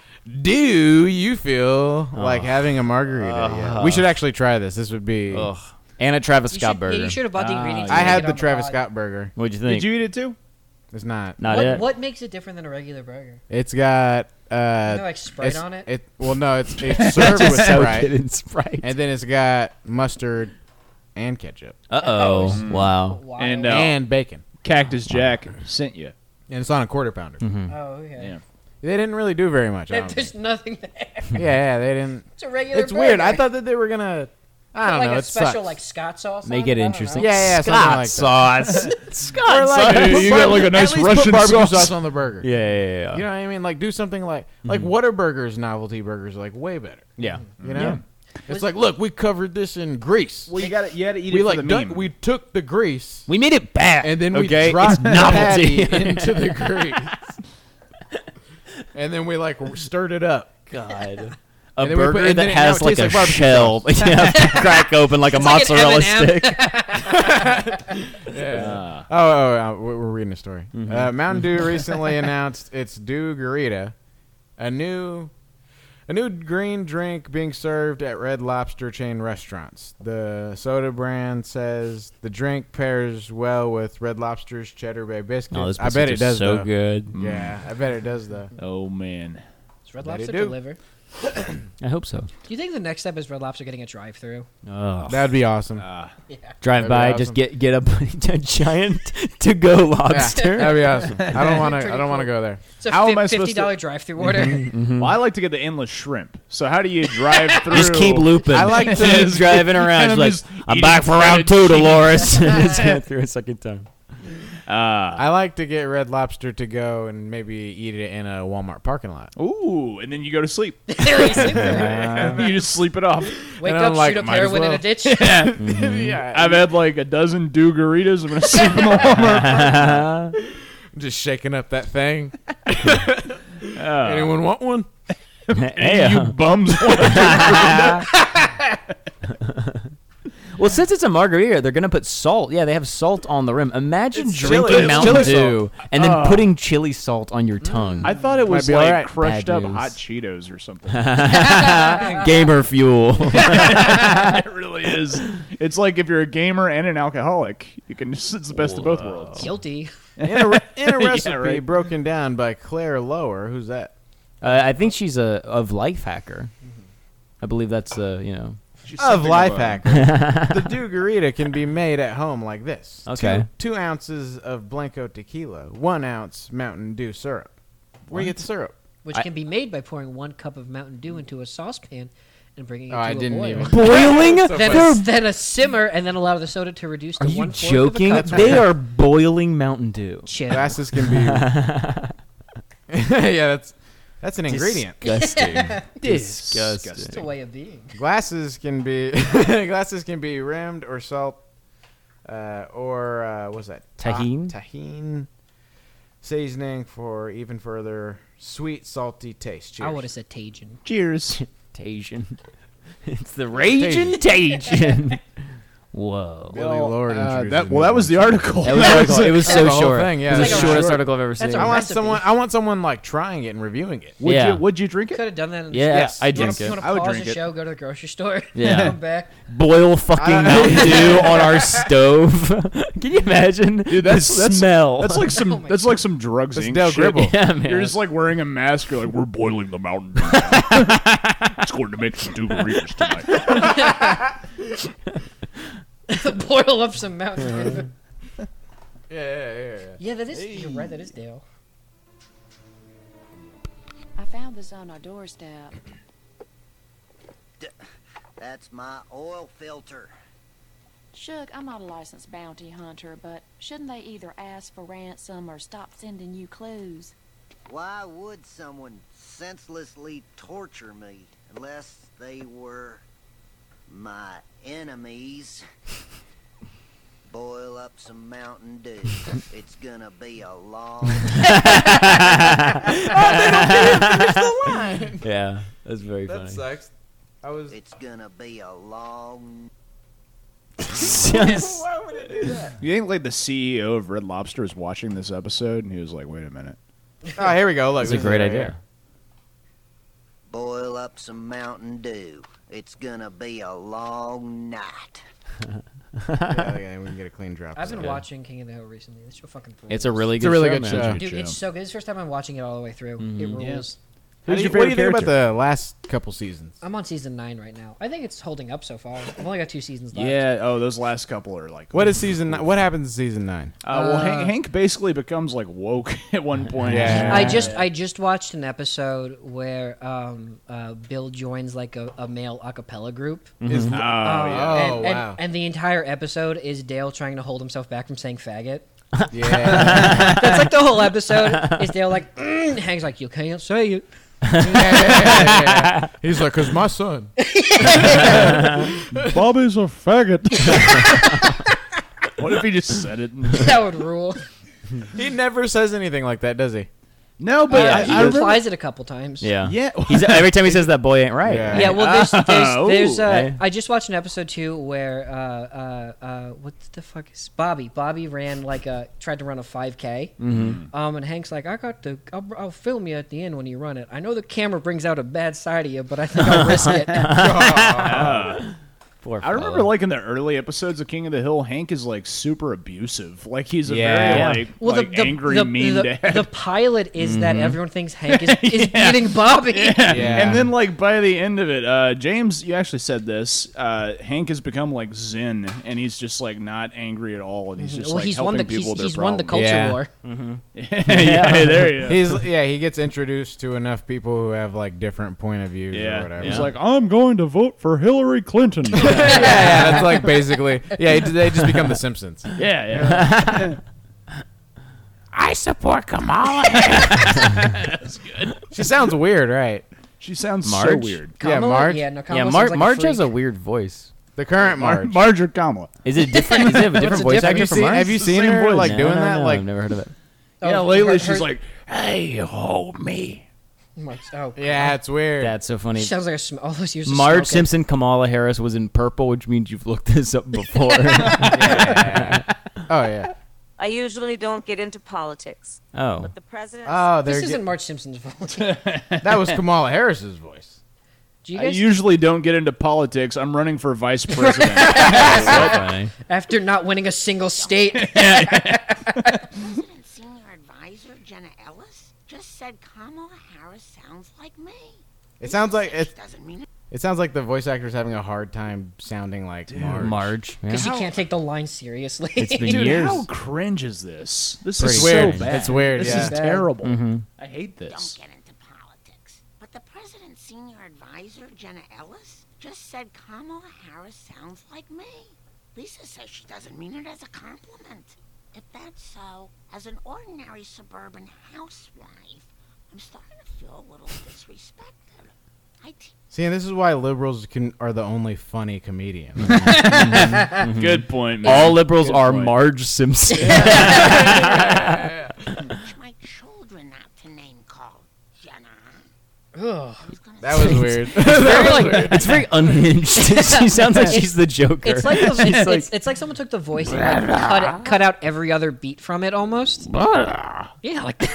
Speaker 1: Do you feel
Speaker 5: Ugh.
Speaker 1: like having a margarita? yet?
Speaker 5: Ugh.
Speaker 1: We should actually try this. This would be
Speaker 5: Ugh.
Speaker 1: and a Travis
Speaker 3: You
Speaker 1: Scott
Speaker 3: should- yeah,
Speaker 1: burger.
Speaker 3: you should have bought the
Speaker 4: Ah,
Speaker 3: ingredients.
Speaker 1: I
Speaker 3: and
Speaker 1: had
Speaker 3: make it
Speaker 1: the
Speaker 3: on
Speaker 1: Travis
Speaker 3: pod.
Speaker 1: Scott burger.
Speaker 5: What'd you think?
Speaker 4: Did you eat it too?
Speaker 1: It's not.
Speaker 5: Not
Speaker 3: What,
Speaker 5: it. <laughs>
Speaker 3: what makes it different than a regular burger?
Speaker 1: It's got uh,
Speaker 3: You know, like Sprite
Speaker 1: it's-
Speaker 3: on it?
Speaker 1: Well, no,
Speaker 3: <laughs>
Speaker 1: it's it's served
Speaker 5: Just
Speaker 1: with
Speaker 5: soak
Speaker 1: Sprite,
Speaker 5: it in Sprite.
Speaker 1: and then it's got mustard and ketchup
Speaker 5: Uh oh! Wow.
Speaker 3: Wow.
Speaker 4: And uh,
Speaker 1: and um, bacon,
Speaker 4: Cactus Jack sent you.
Speaker 1: and it's on a quarter pounder.
Speaker 4: Mm-hmm.
Speaker 3: oh, okay.
Speaker 4: Yeah.
Speaker 1: They didn't really do very much. I don't
Speaker 3: <laughs> There's nothing there.
Speaker 1: think. yeah, yeah, they
Speaker 3: <laughs>
Speaker 1: didn't.
Speaker 3: It's a regular.
Speaker 1: It's weird. I
Speaker 3: burger.
Speaker 1: thought that they were gonna. I don't
Speaker 3: like
Speaker 1: know.
Speaker 3: a
Speaker 1: it
Speaker 3: special
Speaker 1: sucks.
Speaker 3: like Scott sauce.
Speaker 5: Make
Speaker 3: on
Speaker 5: it
Speaker 3: I don't
Speaker 5: interesting.
Speaker 3: know.
Speaker 1: Yeah, yeah, something
Speaker 5: Scott
Speaker 1: like that.
Speaker 5: sauce. <laughs> Scott
Speaker 1: Or like,
Speaker 5: sauce. <laughs>
Speaker 1: put
Speaker 4: you got, like, a
Speaker 1: at
Speaker 4: nice
Speaker 1: least
Speaker 4: Russian
Speaker 1: put barbecue
Speaker 4: sauce.
Speaker 1: sauce on the burger.
Speaker 5: Yeah, yeah, yeah,
Speaker 1: You
Speaker 5: yeah.
Speaker 1: know what I mean? Like do something like like Whataburger's novelty burgers are, like way better.
Speaker 5: Mm-hmm. Yeah.
Speaker 1: You know? It's like look, we covered this in grease.
Speaker 4: Well, you got to you got to eat
Speaker 1: we
Speaker 4: it
Speaker 1: like
Speaker 4: for the
Speaker 1: done-
Speaker 4: meme.
Speaker 1: we took the grease
Speaker 5: We made it bad.
Speaker 1: and then
Speaker 5: okay?
Speaker 1: we dropped
Speaker 5: it's novelty.
Speaker 1: the
Speaker 5: <laughs>
Speaker 1: patty into the grease. and then we like stirred it up.
Speaker 5: God. A
Speaker 1: And then we put-
Speaker 5: burger
Speaker 1: and
Speaker 5: that
Speaker 1: then it- now
Speaker 5: has
Speaker 1: it
Speaker 5: like
Speaker 1: tastes
Speaker 5: a
Speaker 1: like barbecue
Speaker 5: shell <laughs> that
Speaker 1: <laughs>
Speaker 5: you have to crack open like a
Speaker 3: like an
Speaker 5: mozzarella
Speaker 3: M&M.
Speaker 5: stick.
Speaker 1: Oh, oh, oh, we're we're reading a story.
Speaker 5: Mm-hmm.
Speaker 1: Uh, Mountain Dew recently announced its Dew Garita, a new, a new green drink being served at Red Lobster chain restaurants. The soda brand says the drink pairs well with Red Lobster's Cheddar Bay biscuits.
Speaker 5: Oh, this
Speaker 1: I bet
Speaker 5: biscuit
Speaker 1: it
Speaker 5: is
Speaker 1: does.
Speaker 5: so
Speaker 1: though.
Speaker 5: good.
Speaker 1: Yeah, I bet it does
Speaker 5: <laughs>
Speaker 1: though.
Speaker 4: Oh man.
Speaker 3: Does Red
Speaker 1: Let it
Speaker 3: Lobster
Speaker 1: do.
Speaker 3: deliver? Do
Speaker 5: I hope so.
Speaker 3: you think the next step is Red Lobster getting a drive-through?
Speaker 5: Oh.
Speaker 1: That'd be awesome.
Speaker 5: Drive
Speaker 1: that'd be
Speaker 5: by,
Speaker 1: awesome.
Speaker 5: just get get a, <laughs> a giant to go
Speaker 1: Yeah,
Speaker 5: lobster.
Speaker 1: that'd be awesome. I don't want to. I
Speaker 3: Pretty
Speaker 5: <laughs>
Speaker 1: don't want to
Speaker 3: cool.
Speaker 1: go there.
Speaker 3: It's a
Speaker 4: How
Speaker 3: fi-
Speaker 4: am I supposed
Speaker 3: fifty
Speaker 4: to-
Speaker 1: <laughs>
Speaker 3: dollar drive-through <laughs> order.
Speaker 4: Well, I like to get the endless shrimp. So how do you drive through?
Speaker 5: Mm-hmm. <laughs> Just keep looping.
Speaker 1: I like
Speaker 5: <laughs>
Speaker 1: to-
Speaker 5: Keep driving around.
Speaker 4: Kind of
Speaker 5: She's like,
Speaker 4: just
Speaker 5: I'm
Speaker 4: eating
Speaker 5: back
Speaker 4: the
Speaker 5: for
Speaker 4: bread
Speaker 5: round two,
Speaker 4: and
Speaker 1: <laughs>
Speaker 4: cheese.
Speaker 5: Dolores. <laughs> and just go through a second time.
Speaker 4: Uh,
Speaker 1: I like to get Red Lobster to go and maybe eat it in a Walmart parking lot.
Speaker 4: ooh, and then you go to sleep.
Speaker 3: Really simple.
Speaker 4: <laughs> you just sleep it off.
Speaker 1: <laughs>
Speaker 3: Wake
Speaker 1: And I'm
Speaker 3: up,
Speaker 1: like,
Speaker 3: shoot up
Speaker 1: might as
Speaker 3: heroin in a
Speaker 1: well. <laughs>
Speaker 3: ditch.
Speaker 4: <laughs> yeah, I've had like a dozen do garitas. I'm gonna sleep in the Walmart.
Speaker 1: Just shaking up that
Speaker 4: <laughs>
Speaker 1: thing.
Speaker 4: Oh.
Speaker 1: Anyone want one?
Speaker 5: Hey,
Speaker 4: you
Speaker 5: uh,
Speaker 4: bums.
Speaker 5: well, since it's a margarita, they're gonna put salt. Yeah, they have salt on the rim. Imagine
Speaker 4: It's chili.
Speaker 5: drinking
Speaker 4: It's
Speaker 5: Mountain
Speaker 4: chili
Speaker 5: Dew and then putting chili salt on your
Speaker 4: <laughs>
Speaker 5: tongue.
Speaker 1: Mm,
Speaker 4: I thought it was
Speaker 1: be
Speaker 4: like
Speaker 1: alright.
Speaker 4: crushed
Speaker 5: Bad
Speaker 4: up
Speaker 5: news.
Speaker 4: hot Cheetos or
Speaker 5: <laughs>
Speaker 4: something.
Speaker 5: Uh, Gamer fuel.
Speaker 4: it really is. It's like if you're a gamer and an alcoholic, you can. Just, it's the best of both worlds.
Speaker 3: Guilty.
Speaker 1: In a, re- in a
Speaker 4: <laughs> Yeah,
Speaker 1: recipe
Speaker 4: right.
Speaker 1: broken down by Claire Lower. Who's that?
Speaker 5: Uh, I think she's a of life hacker. I believe that's uh, you know.
Speaker 4: She's
Speaker 1: Of
Speaker 4: something a-
Speaker 1: Lifehacker.
Speaker 4: <laughs>
Speaker 1: the Dugarita can be made at home like this.
Speaker 5: Okay.
Speaker 1: Two, two ounces of Blanco tequila, one ounce Mountain Dew syrup. Where you get the syrup?
Speaker 3: Which can be made by pouring one cup of Mountain Dew into a saucepan and bringing it
Speaker 1: Oh,
Speaker 3: to
Speaker 1: I
Speaker 3: a
Speaker 1: didn't
Speaker 3: boil.
Speaker 1: even.
Speaker 5: Boiling?
Speaker 3: <laughs> Then
Speaker 5: They're-
Speaker 3: a, then a simmer and then allow the soda to reduce to
Speaker 5: are
Speaker 3: one
Speaker 5: you joking?
Speaker 3: Of a cup.
Speaker 5: They are boiling Mountain Dew.
Speaker 3: Chill.
Speaker 1: Glasses can be.
Speaker 4: <laughs>
Speaker 1: <laughs> yeah, that's that's an ingredient.
Speaker 5: Disgusting.
Speaker 3: It's
Speaker 5: Disgusting.
Speaker 3: a way of being.
Speaker 1: Glasses can be <laughs> glasses can be rimmed or salt, uh, or uh, what's that? Ta-
Speaker 5: Tahine?
Speaker 1: Tahine seasoning for even further sweet, salty taste. Cheers.
Speaker 3: I would have said Tajin.
Speaker 4: Cheers.
Speaker 5: Tajin. it's the raging Tajin. Whoa.
Speaker 1: Billy Lord
Speaker 4: Uh,
Speaker 1: introduces me
Speaker 4: that, well, that
Speaker 1: to
Speaker 4: was the article.
Speaker 5: That was
Speaker 4: <laughs>
Speaker 5: article. It was
Speaker 1: That's
Speaker 5: so
Speaker 1: the whole
Speaker 5: short.
Speaker 1: thing, yeah.
Speaker 5: It was the
Speaker 3: That's a
Speaker 5: shortest
Speaker 3: recipe.
Speaker 5: article I've ever seen.
Speaker 3: That's a
Speaker 1: I want
Speaker 3: recipe.
Speaker 1: someone. I want someone like trying it and reviewing it.
Speaker 4: Would
Speaker 5: Yeah.
Speaker 4: you would you drink
Speaker 3: Could
Speaker 4: it?
Speaker 3: have done that. In
Speaker 5: Yeah,
Speaker 3: the
Speaker 5: I
Speaker 3: You wanna-
Speaker 5: drink it.
Speaker 3: You want to
Speaker 4: I would
Speaker 3: pause
Speaker 4: drink
Speaker 3: the
Speaker 4: it.
Speaker 3: show, go to the grocery store, <laughs>
Speaker 5: Yeah.
Speaker 3: come back.
Speaker 5: Boil fucking Mountain Dew on our stove. <laughs> Can you imagine
Speaker 4: Dude, that's
Speaker 5: the
Speaker 4: that's
Speaker 5: smell?
Speaker 4: That's
Speaker 3: <laughs>
Speaker 4: like some.
Speaker 3: Oh my
Speaker 4: that's like some drugs.
Speaker 1: That's
Speaker 4: Inc.
Speaker 1: Del
Speaker 4: shit.
Speaker 1: Gribble.
Speaker 5: Yeah, man.
Speaker 4: You're just like wearing a mask. You're like, we're boiling the mountain. Dew now." it's going to make some duvaritas tonight.
Speaker 3: Boil up some
Speaker 5: <laughs>
Speaker 3: Mountain Dew.
Speaker 2: Yeah, yeah, yeah.
Speaker 3: Yeah, that is. You're right. That is Dale.
Speaker 12: I found this on our doorstep.
Speaker 13: That's my oil filter.
Speaker 12: Shug, I'm not a licensed bounty hunter, but shouldn't they either ask for ransom or stop sending you clues?
Speaker 13: Why would someone senselessly torture me unless they were my enemies? <laughs> Boil up some Mountain Dew. It's gonna be a long.
Speaker 1: Oh,
Speaker 5: Yeah, that's very
Speaker 2: that
Speaker 5: funny. <laughs>
Speaker 2: sucks. I
Speaker 1: <laughs>
Speaker 2: was.
Speaker 13: It's gonna be a long.
Speaker 1: <laughs>
Speaker 2: Why would it do that?
Speaker 4: You think like the CEO of Red Lobster is watching this episode and he was like, "Wait a minute."
Speaker 2: Oh, here we go. Look,
Speaker 5: That's a
Speaker 2: this is
Speaker 5: great
Speaker 2: right
Speaker 5: idea.
Speaker 1: <laughs>
Speaker 2: here.
Speaker 13: Boil up some Mountain Dew. It's gonna be a long night.
Speaker 1: yeah, yeah, we can get a clean drop.
Speaker 3: I've
Speaker 1: of
Speaker 3: been
Speaker 1: that.
Speaker 3: watching King of the Hill recently. This show fucking.
Speaker 5: It's a really
Speaker 1: It's
Speaker 5: good
Speaker 1: a really
Speaker 5: show,
Speaker 1: good
Speaker 5: man.
Speaker 1: show.
Speaker 5: It's a
Speaker 3: Dude, it's so good. It's the first time I'm watching it all the way through. It
Speaker 5: Mhm.
Speaker 3: rules.
Speaker 5: Yeah.
Speaker 1: What
Speaker 5: Who's
Speaker 1: do you,
Speaker 5: your
Speaker 1: what do you think
Speaker 5: favorite
Speaker 1: about the last couple seasons?
Speaker 3: I'm on season nine right now. I think it's holding up so far. I've only got two seasons left.
Speaker 4: Yeah. Oh, those last couple are like.
Speaker 1: What is season? Ni- what happens in season nine?
Speaker 4: Uh, well,
Speaker 3: Uh,
Speaker 4: Hank, Hank basically becomes like woke <laughs> at one point.
Speaker 1: Yeah.
Speaker 3: I just I just watched an episode where um, uh, Bill joins like a, a male a cappella group.
Speaker 4: Is-
Speaker 3: Um,
Speaker 4: Mhm. Oh, yeah.
Speaker 3: and,
Speaker 4: Oh,
Speaker 3: and-
Speaker 4: wow.
Speaker 3: and the entire episode is Dale trying to hold himself back from saying faggot.
Speaker 1: <laughs> Yeah.
Speaker 3: That's like the whole episode. Is Dale like mm, Hank's like you can't say it.
Speaker 1: He's like, cause my son.
Speaker 4: <laughs> Bobby's a <laughs> faggot. what if he just said it?
Speaker 3: that would rule.
Speaker 1: he never says anything like that, does he?
Speaker 4: No,
Speaker 3: But
Speaker 4: <laughs> but I,
Speaker 3: he
Speaker 4: I remember-
Speaker 3: replies it a couple times.
Speaker 5: Yeah.
Speaker 4: Yeah.
Speaker 5: He's, every time he says that boy ain't right.
Speaker 1: Yeah.
Speaker 3: Yeah, well,
Speaker 4: <laughs>
Speaker 3: there's,
Speaker 5: Oh.
Speaker 3: there's, there's uh,
Speaker 5: Yeah.
Speaker 3: I just watched an episode too where uh, uh, uh, what the fuck is Bobby? Bobby ran like a tried to run a 5K,
Speaker 5: Mhm.
Speaker 3: um, and Hank's like, I got the, I'll, I'll film you at the end when you run it. I know the camera brings out a bad side of you, but I think I'll risk it. <laughs>
Speaker 5: Poor
Speaker 4: I remember,
Speaker 1: Uh-huh.
Speaker 5: fella.
Speaker 4: like in the early episodes of King of the Hill, Hank is like super abusive. Like he's a
Speaker 5: Yeah.
Speaker 4: very like, like, angry, mean
Speaker 3: the,
Speaker 4: dad.
Speaker 3: the pilot is that everyone thinks Hank is, is beating Bobby.
Speaker 4: Yeah.
Speaker 1: <laughs> Yeah.
Speaker 4: And then like by the end of it, uh, James, you actually said this. Uh, Hank has become like Zen, and he's just like not angry at all, and he's just
Speaker 3: Mm-hmm. Well,
Speaker 4: like
Speaker 3: he's won
Speaker 4: helping
Speaker 3: the-
Speaker 4: people.
Speaker 3: he's-
Speaker 4: with their
Speaker 3: he's won the
Speaker 4: problems.
Speaker 1: Yeah.
Speaker 3: war.
Speaker 4: yeah, <laughs> yeah, there you go.
Speaker 1: <laughs> He's yeah. He gets introduced to enough people who have like different point of views or
Speaker 4: yeah.
Speaker 1: whatever.
Speaker 4: He's like, I'm going to vote for Hillary Clinton.
Speaker 1: <laughs> yeah, yeah, that's like basically. Yeah, they just become the Simpsons.
Speaker 4: Yeah,
Speaker 1: <laughs>
Speaker 4: yeah.
Speaker 1: I support
Speaker 5: <laughs>
Speaker 1: Kamala. That's
Speaker 4: good.
Speaker 1: She sounds weird, right?
Speaker 4: She sounds so
Speaker 5: Marge?
Speaker 4: weird.
Speaker 1: yeah,
Speaker 3: Kamala-
Speaker 1: Marge.
Speaker 3: yeah, no,
Speaker 5: yeah,
Speaker 3: Kamala
Speaker 5: Mar-
Speaker 3: sounds like a
Speaker 5: Marge has a
Speaker 3: freak.
Speaker 5: weird voice.
Speaker 1: The current
Speaker 4: Mar-
Speaker 1: Marge.
Speaker 4: Marge or Kamala.
Speaker 5: Is it different?
Speaker 1: <laughs>
Speaker 5: Is it a different
Speaker 3: a
Speaker 5: voice
Speaker 3: different-
Speaker 1: have
Speaker 5: actor
Speaker 1: you
Speaker 5: for
Speaker 1: seen,
Speaker 5: Marge?
Speaker 1: have you seen
Speaker 4: Same
Speaker 1: her
Speaker 4: voice.
Speaker 1: like
Speaker 5: No,
Speaker 1: doing
Speaker 5: no,
Speaker 1: that?
Speaker 5: no,
Speaker 1: like
Speaker 5: I've never heard of it.
Speaker 3: Oh,
Speaker 4: yeah, lately
Speaker 3: her-
Speaker 4: she's
Speaker 3: her-
Speaker 4: like, hey, hold me.
Speaker 3: Marge- oh,
Speaker 1: yeah, it's weird.
Speaker 5: That's so funny.
Speaker 3: she sounds like a sm- all those years. of smoking.
Speaker 5: Marge Simpson Kamala Harris was in purple, which means you've looked
Speaker 1: <laughs>
Speaker 5: this up before.
Speaker 1: Yeah. <laughs> Oh yeah.
Speaker 14: I usually don't get into politics,
Speaker 5: oh.
Speaker 14: but the president.
Speaker 1: Oh,
Speaker 3: This
Speaker 1: there.
Speaker 3: isn't
Speaker 1: Get,
Speaker 3: Marge Simpson's <laughs> voice.
Speaker 1: that was Kamala Harris's voice.
Speaker 3: Do you
Speaker 4: I
Speaker 3: guys
Speaker 4: usually don't get into politics. I'm running for
Speaker 3: <laughs>
Speaker 4: vice president.
Speaker 5: funny.
Speaker 3: after not winning a single state.
Speaker 15: And senior advisor Jenna Ellis just said Kamala Harris sounds like me.
Speaker 1: It sounds like it.
Speaker 15: Doesn't mean it.
Speaker 1: It sounds like the voice actor's having a hard time sounding like Marge.
Speaker 5: Marge. yeah.
Speaker 3: Because she can't take the line seriously. <laughs>
Speaker 5: It's been
Speaker 4: Dude,
Speaker 5: years.
Speaker 4: how cringe is this? This
Speaker 1: Pretty
Speaker 4: is
Speaker 1: weird.
Speaker 4: so bad.
Speaker 1: It's weird,
Speaker 4: This
Speaker 1: yeah.
Speaker 4: is
Speaker 1: Bad.
Speaker 4: terrible.
Speaker 5: Mhm.
Speaker 4: I hate this.
Speaker 15: Don't get into politics. But the president's senior advisor Jenna Ellis just said Kamala Harris sounds like me. Lisa says she doesn't mean it as a compliment. If that's so, as an ordinary suburban housewife, I'm starting to feel a little disrespected. I teach
Speaker 1: See, this is why liberals can are the only funny
Speaker 4: <laughs>
Speaker 1: comedians.
Speaker 5: Mm-hmm.
Speaker 4: Good point. Man.
Speaker 5: All liberals
Speaker 4: Good
Speaker 5: are
Speaker 4: point.
Speaker 5: Marge Simpson. <laughs>
Speaker 15: my children not to name call Jenna.
Speaker 3: <laughs> Ugh.
Speaker 1: that was weird.
Speaker 5: It's very, like, it's very unhinged. <laughs> she sounds like she's the Joker.
Speaker 3: It's
Speaker 5: <laughs>
Speaker 3: like,
Speaker 5: She's
Speaker 3: the, it's,
Speaker 5: like-
Speaker 3: it's, it's like someone took the voice and like, cut, cut out every other beat from it almost. Yeah, <laughs> like it's <laughs>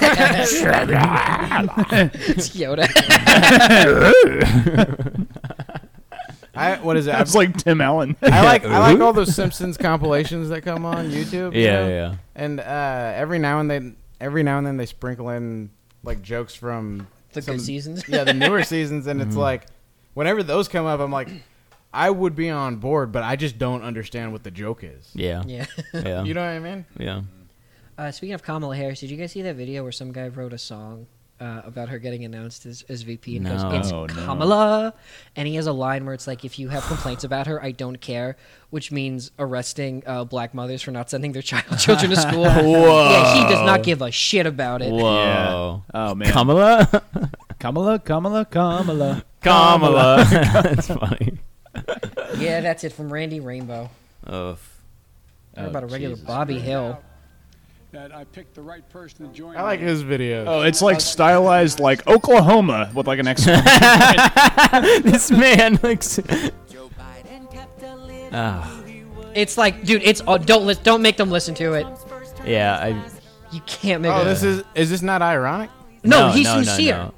Speaker 3: Yoda.
Speaker 1: I, what is it?
Speaker 4: That's like Tim
Speaker 5: <laughs>
Speaker 4: Allen.
Speaker 1: I like I
Speaker 4: <laughs>
Speaker 1: like all those Simpsons compilations that come on YouTube. you
Speaker 5: Yeah,
Speaker 1: know?
Speaker 5: yeah.
Speaker 1: And uh, every now and then, every now and then they sprinkle in like jokes from
Speaker 3: The good seasons.
Speaker 1: yeah, the newer seasons, and it's like whenever those come up, I'm like, I would be on board, but I just don't understand what the joke is.
Speaker 5: Yeah.
Speaker 3: Yeah.
Speaker 5: Yeah.
Speaker 1: You know what I mean?
Speaker 5: Yeah.
Speaker 3: Uh, speaking of Kamala Harris, did you guys see that video where some guy wrote a song uh, about her getting announced as, as VP and
Speaker 5: No.
Speaker 3: goes, "It's
Speaker 5: Oh, no.
Speaker 3: Kamala," and he has a line where it's like, "If you have complaints about her, I don't care," which means arresting uh, black mothers for not sending their <laughs> child children to
Speaker 5: <laughs>
Speaker 3: school. Yeah, he does not give a shit about it.
Speaker 5: Whoa.
Speaker 4: Yeah. Oh, man.
Speaker 5: Kamala?
Speaker 4: Kamala, Kamala, Kamala,
Speaker 5: Kamala. <laughs> That's funny.
Speaker 3: Yeah, that's it from Randy Rainbow.
Speaker 5: Ugh. Oh,
Speaker 3: What about a regular Bobby Hill?
Speaker 6: That I picked the right person to join.
Speaker 1: I like his videos.
Speaker 4: Oh, it's like stylized like Oklahoma with like an
Speaker 5: <laughs>
Speaker 4: exclamation.
Speaker 5: <laughs> this man <laughs> looks.
Speaker 1: Uh,
Speaker 5: Ah,
Speaker 3: It's like, dude, it's all, don't lis- don't make them listen to it.
Speaker 5: yeah, I.
Speaker 3: You can't make.
Speaker 1: Oh,
Speaker 3: them-
Speaker 1: this is is this not ironic?
Speaker 3: No,
Speaker 5: No,
Speaker 3: he's
Speaker 5: no, no,
Speaker 3: sincere.
Speaker 5: no.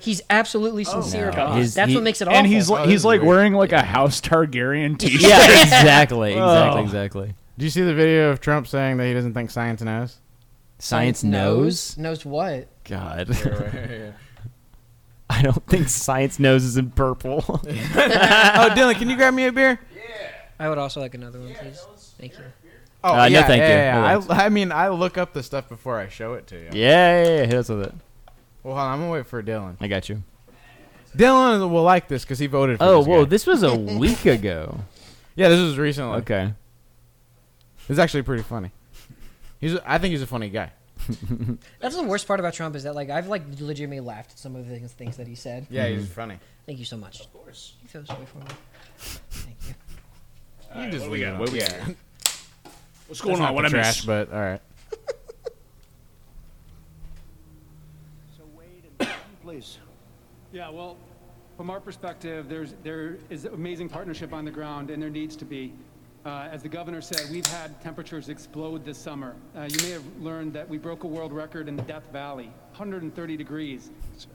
Speaker 3: He's absolutely sincere
Speaker 5: No.
Speaker 3: about
Speaker 5: He's-
Speaker 3: this. That's
Speaker 5: he-
Speaker 3: what makes it awful.
Speaker 4: and he's like he's like wearing like a House Targaryen T-shirt.
Speaker 5: Yeah, <laughs> exactly,
Speaker 4: Oh.
Speaker 5: exactly, exactly.
Speaker 1: Do you see the video of Trump saying that he doesn't think science knows?
Speaker 5: Science knows.
Speaker 3: knows what?
Speaker 5: God.
Speaker 2: Yeah.
Speaker 5: <laughs> I don't think science knows is in purple. <laughs> oh,
Speaker 1: Dylan, can you grab me a beer?
Speaker 3: I would also like another one, please. Thank you.
Speaker 1: Oh,
Speaker 5: Uh, no,
Speaker 1: yeah,
Speaker 5: thank
Speaker 1: yeah,
Speaker 5: you.
Speaker 1: yeah,
Speaker 5: No
Speaker 1: yeah.
Speaker 5: thanks.
Speaker 1: I, I mean, I look up the stuff before I show it to you.
Speaker 5: Yeah, yeah, yeah. Hit us with it.
Speaker 1: Well, hold on, I'm gonna wait for Dylan.
Speaker 5: I got you.
Speaker 1: Dylan will like this because he voted. for
Speaker 5: Oh,
Speaker 1: this
Speaker 5: whoa!
Speaker 1: guy.
Speaker 5: This was a week ago.
Speaker 1: Yeah, this was recently.
Speaker 5: Okay.
Speaker 1: It's actually pretty funny. He's, I think he's a funny guy.
Speaker 3: That's the worst part about Trump is that like I've like legitimately laughed at some of the things, things that he said.
Speaker 1: Yeah,
Speaker 5: Mm-hmm.
Speaker 1: he's funny.
Speaker 3: Thank you so much. Of course. You throw this away for me. Thank you.
Speaker 1: You just
Speaker 4: what do we
Speaker 1: leave
Speaker 4: got?
Speaker 1: it
Speaker 4: What do we
Speaker 1: yeah.
Speaker 4: got? What's going
Speaker 1: That's
Speaker 4: on?
Speaker 1: not
Speaker 4: What
Speaker 1: the
Speaker 4: I
Speaker 1: trash,
Speaker 4: missed?
Speaker 1: But all
Speaker 5: <laughs>
Speaker 1: right.
Speaker 6: Please. Yeah, well, from our perspective, there's, there is amazing partnership on the ground, and there needs to be. Uh, as the governor said, we've had temperatures explode this summer. Uh, you may have learned that we broke a world record in the Death Valley, 130 degrees.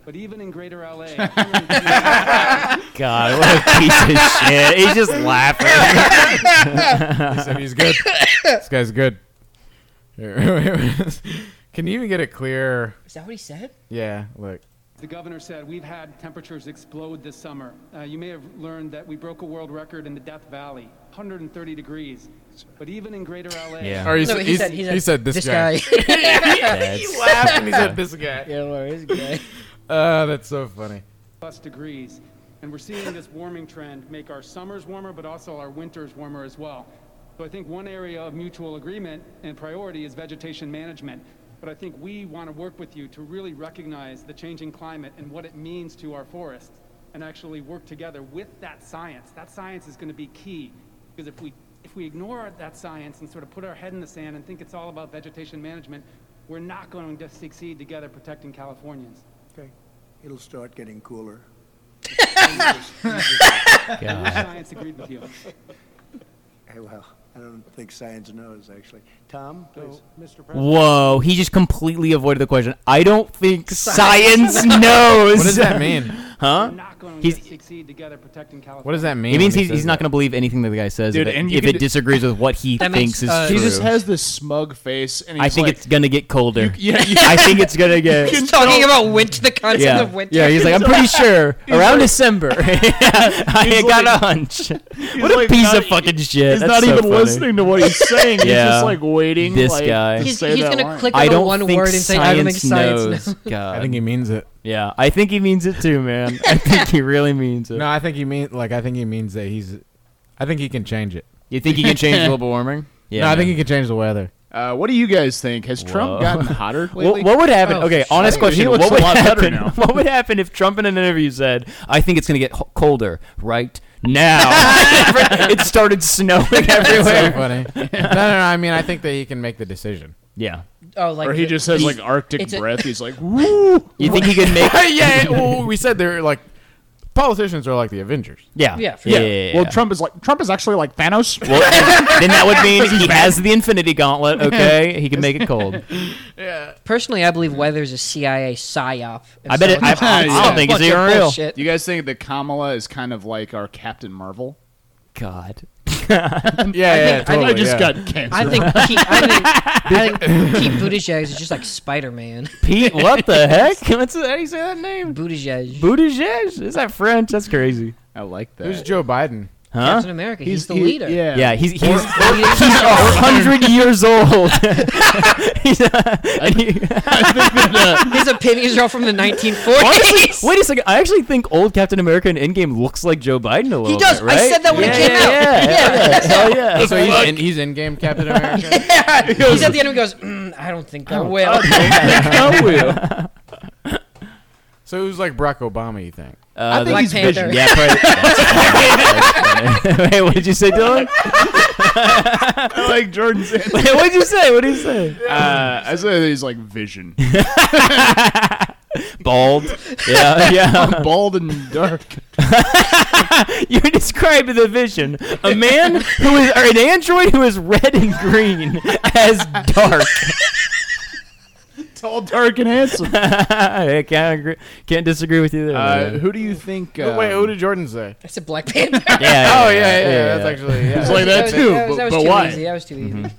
Speaker 6: But even in greater LA, 130
Speaker 5: God, what a piece of shit. He's just laughing.
Speaker 1: he said he's good. this guy's good. <laughs> Can you even get it clear?
Speaker 3: Is that what he said?
Speaker 1: Yeah. Look.
Speaker 6: The governor said, We've had temperatures explode this summer. Uh, you may have learned that we broke a world record in the Death Valley, 130 degrees. But even in greater LA,
Speaker 1: Or he, said, he, said, he, said, this,
Speaker 5: <laughs>
Speaker 1: guy.
Speaker 3: <laughs>
Speaker 1: he laughed and he said <laughs> this guy.
Speaker 3: Yeah, where is guy?
Speaker 1: <laughs> Uh, that's so funny.
Speaker 6: plus degrees. And we're seeing this warming trend make our summers warmer, but also our winters warmer as well. So I think one area of mutual agreement and priority is vegetation management. But I think we want to work with you to really recognize the changing climate and what it means to our forests and actually work together with that science. That science is going to be key because if we if we ignore that science and sort of put our head in the sand and think it's all about vegetation management, we're not going to succeed together protecting Californians.
Speaker 11: Okay. It'll start getting cooler.
Speaker 6: I wish science agreed with you.
Speaker 11: Hey, well, I don't think science knows, actually. Tom, please. Mr.
Speaker 5: Whoa, he just completely avoided the question. I don't think science knows.
Speaker 1: What does that mean?
Speaker 5: <laughs> Huh? He's,
Speaker 6: Succeed together protecting California.
Speaker 1: What does that mean?
Speaker 5: it means
Speaker 1: when
Speaker 5: he's,
Speaker 1: says
Speaker 5: he's not
Speaker 1: that?
Speaker 5: going to believe anything that the guy says
Speaker 4: Dude,
Speaker 5: if
Speaker 4: and
Speaker 5: it,
Speaker 4: you
Speaker 5: if
Speaker 4: could
Speaker 5: it
Speaker 4: d-
Speaker 5: disagrees with what he
Speaker 4: That
Speaker 5: thinks is true.
Speaker 4: He just has this smug face, and he's
Speaker 5: I think
Speaker 4: like,
Speaker 5: it's going to get colder.
Speaker 4: <laughs> yeah, you-
Speaker 5: I think it's going to
Speaker 3: <laughs>
Speaker 5: get.
Speaker 4: He's
Speaker 3: Talking about winter, the concept
Speaker 5: yeah.
Speaker 3: of winter.
Speaker 5: Yeah, he's like, I'm pretty sure
Speaker 4: He's
Speaker 5: around
Speaker 4: like-
Speaker 5: December. <laughs> I
Speaker 4: He's
Speaker 5: got
Speaker 4: like-
Speaker 5: a hunch.
Speaker 4: he's
Speaker 5: <laughs> What a
Speaker 4: like
Speaker 5: piece
Speaker 4: not-
Speaker 5: of fucking shit.
Speaker 4: He's
Speaker 5: That's
Speaker 4: not
Speaker 5: so
Speaker 4: even
Speaker 5: funny.
Speaker 4: listening to what he's saying. He's
Speaker 5: <laughs> Yeah.
Speaker 4: just like waiting.
Speaker 5: This
Speaker 4: like,
Speaker 5: guy.
Speaker 4: to
Speaker 5: He's-
Speaker 4: say
Speaker 3: he's
Speaker 4: that
Speaker 3: gonna
Speaker 4: line.
Speaker 3: click-
Speaker 5: I
Speaker 3: on
Speaker 5: don't
Speaker 3: one
Speaker 5: think
Speaker 3: word and say, I don't think science
Speaker 5: knows. <laughs> God.
Speaker 1: I think he means it.
Speaker 5: Yeah, I think he means it too, man. I think he really means it.
Speaker 1: No, I think he means like I think he means that he's. I think he can change it.
Speaker 5: You think he can change <laughs> global warming?
Speaker 1: Yeah, no, I think he can change the <laughs> weather.
Speaker 4: Uh, what do you guys think? Has Trump
Speaker 5: Whoa.
Speaker 4: gotten hotter
Speaker 5: Wha-
Speaker 4: lately?
Speaker 5: What, would happen?
Speaker 4: Oh,
Speaker 5: okay,
Speaker 4: shit.
Speaker 5: honest
Speaker 4: I think he
Speaker 5: question.
Speaker 4: looks
Speaker 5: What
Speaker 4: a
Speaker 5: would
Speaker 4: lot better
Speaker 5: happen?
Speaker 4: now.
Speaker 5: <laughs> What would happen if Trump in an interview said, "I think it's going to get ho- colder right now"? it started snowing
Speaker 1: So
Speaker 5: everywhere.
Speaker 1: funny. <laughs> no, no, no. I mean, I think that he can make the decision.
Speaker 5: Yeah.
Speaker 3: Oh, like
Speaker 4: or he
Speaker 3: the-
Speaker 4: just has like Arctic
Speaker 3: it's a- <laughs>
Speaker 4: breath. He's like, woo.
Speaker 5: You think he can make?
Speaker 1: yeah. Well, <laughs> we said they're like politicians are like the Avengers.
Speaker 5: Yeah.
Speaker 3: Yeah, for
Speaker 5: Yeah.
Speaker 3: sure.
Speaker 5: yeah,
Speaker 4: Well,
Speaker 5: yeah.
Speaker 4: Trump is like Trump is actually like Thanos.
Speaker 3: <laughs>
Speaker 5: Well, then- then that would mean he has the Infinity <laughs> Gauntlet. Okay, he can make it cold.
Speaker 3: Personally, I believe weather's a CIA psyop.
Speaker 5: I bet it- I- I don't think it's
Speaker 3: Bunch of
Speaker 5: even real.
Speaker 3: bullshit.
Speaker 4: you guys think that Kamala is kind of like our Captain Marvel?
Speaker 5: <laughs> God.
Speaker 1: yeah, yeah, totally. yeah.
Speaker 3: I think, Pete, I
Speaker 5: <laughs>
Speaker 3: think, I think Pete Buttigieg is just like Spider Man.
Speaker 5: Pete, what the heck? <laughs> What's the, how do you say that name?
Speaker 3: Buttigieg.
Speaker 5: Buttigieg? Is that French? That's crazy.
Speaker 4: I like that.
Speaker 1: Who's Joe Biden?
Speaker 5: Huh?
Speaker 3: Captain America. He's, the leader.
Speaker 5: Yeah, he's he's, he's a hundred <laughs> years old. He's a-
Speaker 3: His opinions are all from the 1940s. <laughs>
Speaker 5: Honestly, <laughs> wait a second. I actually think old Captain America in Endgame looks like Joe Biden a little
Speaker 3: he does.
Speaker 5: bit, right?
Speaker 3: I said that when
Speaker 5: yeah,
Speaker 3: it came
Speaker 5: yeah,
Speaker 3: out.
Speaker 5: Yeah,
Speaker 3: <laughs>
Speaker 5: yeah. Hell yeah.
Speaker 1: So he's <laughs> in, he's in game Captain America. <laughs>
Speaker 3: He's at the end and goes, mm, I don't think I will.
Speaker 5: <laughs> Uh,
Speaker 1: So who's like Barack Obama? You think?
Speaker 5: Uh,
Speaker 3: think he's Panther. Vision.
Speaker 5: Yeah, probably. That's funny. Wait, what did you say, Dylan?
Speaker 4: I like Jordan Sanders.
Speaker 5: Wait, what did you say? What did you say?
Speaker 4: Uh, I said that he's like Vision.
Speaker 5: Bald. Yeah, yeah.
Speaker 4: Bald and dark.
Speaker 5: you described the vision. A man who is or an android who is red and green as dark. <laughs>
Speaker 4: Tall, dark, and handsome.
Speaker 5: I can't agree, can't disagree with you there.
Speaker 4: Uh,
Speaker 5: man.
Speaker 4: who do you think?
Speaker 1: But wait,
Speaker 4: um,
Speaker 1: who did Jordan say?
Speaker 3: I said Black Panther.
Speaker 5: yeah,
Speaker 1: <laughs> oh yeah, yeah, that's actually
Speaker 5: <laughs>
Speaker 1: yeah.
Speaker 4: It's like that
Speaker 3: was-
Speaker 4: too,
Speaker 3: That was,
Speaker 4: but-
Speaker 3: that was
Speaker 4: but
Speaker 3: too
Speaker 4: why?
Speaker 3: easy. That was too easy.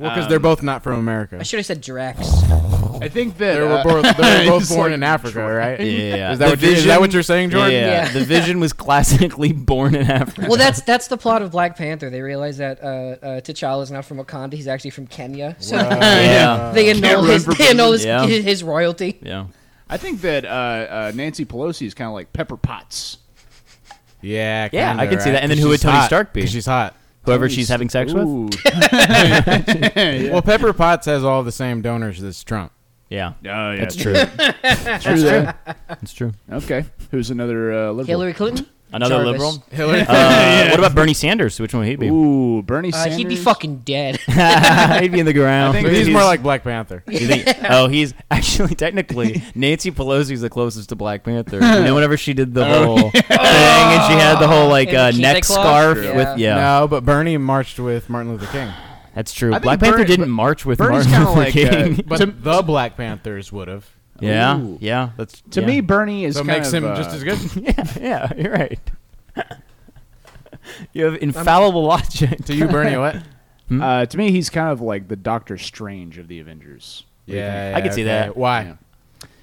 Speaker 1: Well, because they're both not from America.
Speaker 3: I should have said Drax.
Speaker 4: Um, I think that
Speaker 1: They were
Speaker 4: uh,
Speaker 1: both, they
Speaker 4: <laughs>
Speaker 1: were both
Speaker 4: just
Speaker 1: born
Speaker 4: like
Speaker 1: in Africa,
Speaker 4: Jordan.
Speaker 1: right?
Speaker 5: Yeah,
Speaker 1: Is that, what,
Speaker 5: The
Speaker 1: you- is that
Speaker 5: Vision-
Speaker 1: what you're saying, Jordan?
Speaker 5: Yeah,
Speaker 3: Yeah.
Speaker 5: the Vision was classically born in Africa.
Speaker 3: <laughs> Well, that's that's the plot of Black Panther. They realize that uh, uh, T'Challa is not from Wakanda; he's actually from Kenya. So
Speaker 5: Yeah.
Speaker 3: <laughs> they annul
Speaker 4: run
Speaker 3: his
Speaker 4: for
Speaker 3: they annul his,
Speaker 5: Yeah.
Speaker 3: his, his royalty.
Speaker 5: yeah.
Speaker 4: I think that uh, uh, Nancy Pelosi is kind of like Pepper Potts.
Speaker 1: Yeah,
Speaker 5: Yeah,
Speaker 1: kinda,
Speaker 5: I can see
Speaker 1: right?
Speaker 5: that. And then
Speaker 1: 'Cause
Speaker 5: who would
Speaker 1: she's
Speaker 5: Tony
Speaker 1: hot.
Speaker 5: Stark be?
Speaker 1: 'Cause She's hot.
Speaker 5: Whoever she's having sex with.
Speaker 4: Ooh.
Speaker 1: Well, Pepper Potts has all the same donors as Trump.
Speaker 5: Yeah,
Speaker 4: Oh, yeah.
Speaker 5: that's true. That's
Speaker 4: True that.
Speaker 5: true.
Speaker 4: Okay. Who's another uh, liberal?
Speaker 3: Hillary Clinton.
Speaker 5: Another
Speaker 1: <laughs>
Speaker 3: Jarvis.
Speaker 5: liberal.
Speaker 1: Hillary.
Speaker 5: <laughs> Uh, What about Bernie Sanders? Which one would he be?
Speaker 4: Ooh, Bernie
Speaker 3: Uh,
Speaker 4: Sanders.
Speaker 3: he'd be fucking dead. <laughs>
Speaker 5: He'd be in the ground.
Speaker 1: But he's more like Black Panther.
Speaker 5: <laughs> You think- oh, he's actually technically Nancy Pelosi's the closest to Black Panther. You know, whenever she did the whole thing and she had the whole like
Speaker 3: And
Speaker 5: uh,
Speaker 3: Keith
Speaker 5: neck
Speaker 3: Nicklaus?
Speaker 5: scarf
Speaker 3: True.
Speaker 5: with yeah,
Speaker 1: No, but Bernie marched with Martin Luther
Speaker 4: <laughs>
Speaker 1: King.
Speaker 5: that's true.
Speaker 4: think
Speaker 5: Black Panther
Speaker 4: Bernie-
Speaker 5: didn't march with
Speaker 4: Bernie's
Speaker 5: Martin Luther
Speaker 4: kinda like, uh,
Speaker 5: King.
Speaker 1: But the Black Panthers would have.
Speaker 5: <laughs> yeah,
Speaker 4: Ooh.
Speaker 5: yeah, <laughs> that's
Speaker 4: To
Speaker 5: yeah.
Speaker 4: me, Bernie is
Speaker 1: So it
Speaker 4: kind
Speaker 1: makes
Speaker 4: of,
Speaker 1: him
Speaker 4: uh,
Speaker 1: just as good.
Speaker 5: yeah, yeah, you're right. <laughs> you have infallible logic.
Speaker 1: to you, Bernie,
Speaker 5: <laughs>
Speaker 1: what?
Speaker 4: Uh, to me, he's kind of like the Doctor Strange of the Avengers.
Speaker 1: Yeah,
Speaker 5: I can see that.
Speaker 1: Why?
Speaker 4: Yeah.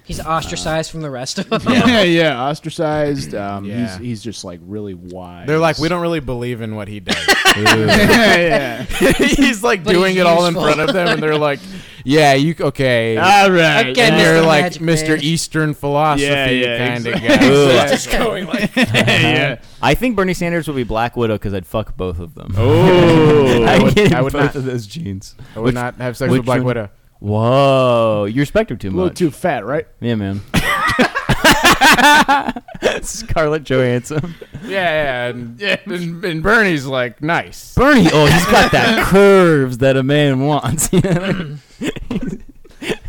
Speaker 3: He's ostracized from the rest of them. <laughs>
Speaker 5: <laughs>
Speaker 4: yeah, yeah, ostracized. Um,
Speaker 1: Yeah.
Speaker 4: He's he's just like really wise.
Speaker 1: They're like, we don't really believe in what he does.
Speaker 4: yeah,
Speaker 1: <laughs>
Speaker 4: yeah.
Speaker 1: he's like
Speaker 3: But
Speaker 1: doing
Speaker 3: he's
Speaker 1: it all in
Speaker 3: useful.
Speaker 1: front of them, and they're like, "Yeah, you okay?"
Speaker 4: All right.
Speaker 3: Okay,
Speaker 1: and <laughs> you're
Speaker 3: Mr.
Speaker 1: like
Speaker 3: Magic
Speaker 1: Mr.
Speaker 3: Man.
Speaker 1: Eastern philosophy
Speaker 4: Yeah, yeah,
Speaker 1: kind <laughs>
Speaker 4: exactly.
Speaker 1: of guy.
Speaker 3: <laughs>
Speaker 5: Ooh.
Speaker 3: Just going like
Speaker 4: yeah.
Speaker 5: I think Bernie Sanders would be Black Widow because I'd fuck both of them. Oh,
Speaker 4: Oh,
Speaker 5: <laughs> I,
Speaker 1: would-
Speaker 5: get
Speaker 1: I would
Speaker 5: both
Speaker 1: not.
Speaker 5: of those genes.
Speaker 1: I would
Speaker 5: Which-
Speaker 1: not have sex
Speaker 5: which
Speaker 1: with Black
Speaker 5: one-
Speaker 1: Widow.
Speaker 5: Whoa, you respect her too
Speaker 4: a little
Speaker 5: much.
Speaker 4: too fat, right?
Speaker 5: Yeah, <laughs> man. Scarlett Johansson.
Speaker 1: Yeah, yeah, and, yeah. And, and Bernie's like, <laughs> nice.
Speaker 5: Bernie, oh, he's got <laughs> that curves that a man wants.
Speaker 4: <laughs>
Speaker 5: <laughs>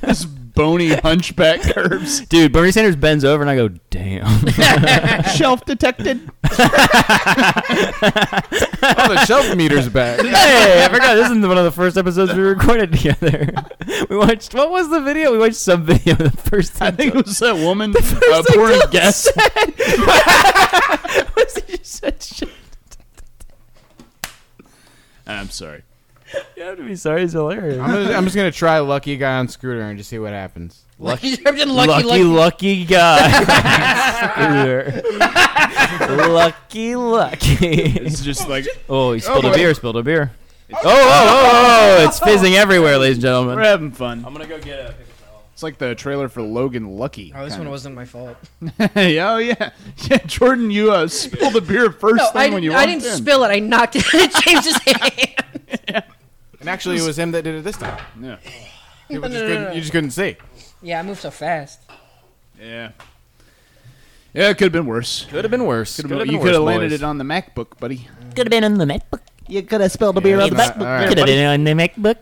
Speaker 4: This bony hunchback curves.
Speaker 5: Dude, Bernie Sanders bends over and I go, damn.
Speaker 4: Shelf detected.
Speaker 1: Oh, the shelf meter's back.
Speaker 5: <laughs> hey, I forgot this is one of the first episodes we recorded together. <laughs> We watched, what was the video? We watched some video the
Speaker 4: <laughs>
Speaker 5: first
Speaker 4: I
Speaker 5: time.
Speaker 4: think it was that <laughs> woman
Speaker 5: <laughs> First
Speaker 4: uh,
Speaker 5: thing
Speaker 4: pouring
Speaker 5: Dylan <laughs>
Speaker 4: gas.
Speaker 5: said. Was he just said shit?
Speaker 4: <laughs> I'm sorry.
Speaker 5: You have to be sorry, it's hilarious.
Speaker 1: I'm, gonna, I'm just gonna try lucky guy on scooter and just see what happens.
Speaker 3: <laughs> lucky, lucky,
Speaker 5: lucky, lucky,
Speaker 3: lucky.
Speaker 5: <laughs> guy. lucky, lucky.
Speaker 4: It's just like
Speaker 5: Oh, he spilled
Speaker 1: Oh,
Speaker 5: a
Speaker 1: my-
Speaker 5: beer. Spilled a beer. Oh, oh, oh, oh, oh! It's fizzing everywhere,
Speaker 4: <laughs>
Speaker 5: ladies and
Speaker 4: we're
Speaker 5: gentlemen.
Speaker 4: having fun.
Speaker 5: I'm gonna go get a.
Speaker 4: It's like the trailer for Logan Lucky.
Speaker 3: Oh, this
Speaker 4: kinda.
Speaker 3: one wasn't my fault.
Speaker 4: Hey, oh <laughs> yeah, yeah. Jordan, you uh, spilled the beer first
Speaker 3: No,
Speaker 4: thing
Speaker 3: I,
Speaker 4: when
Speaker 3: didn't-
Speaker 4: you
Speaker 3: I
Speaker 4: walked
Speaker 3: didn't
Speaker 4: in.
Speaker 3: spill it. I knocked it in <laughs> James's hand.
Speaker 1: And actually, it was him that did it this time.
Speaker 4: Yeah.
Speaker 3: <laughs>
Speaker 1: People just couldn't, you just couldn't see.
Speaker 3: Yeah, I moved so fast.
Speaker 4: yeah, yeah. It could have been worse.
Speaker 5: Could have been worse. Could
Speaker 4: you could have landed it on the MacBook, buddy.
Speaker 5: Could have been on the MacBook.
Speaker 10: You could have spilled a
Speaker 1: beer on the back. All
Speaker 5: Could have been on the MacBook.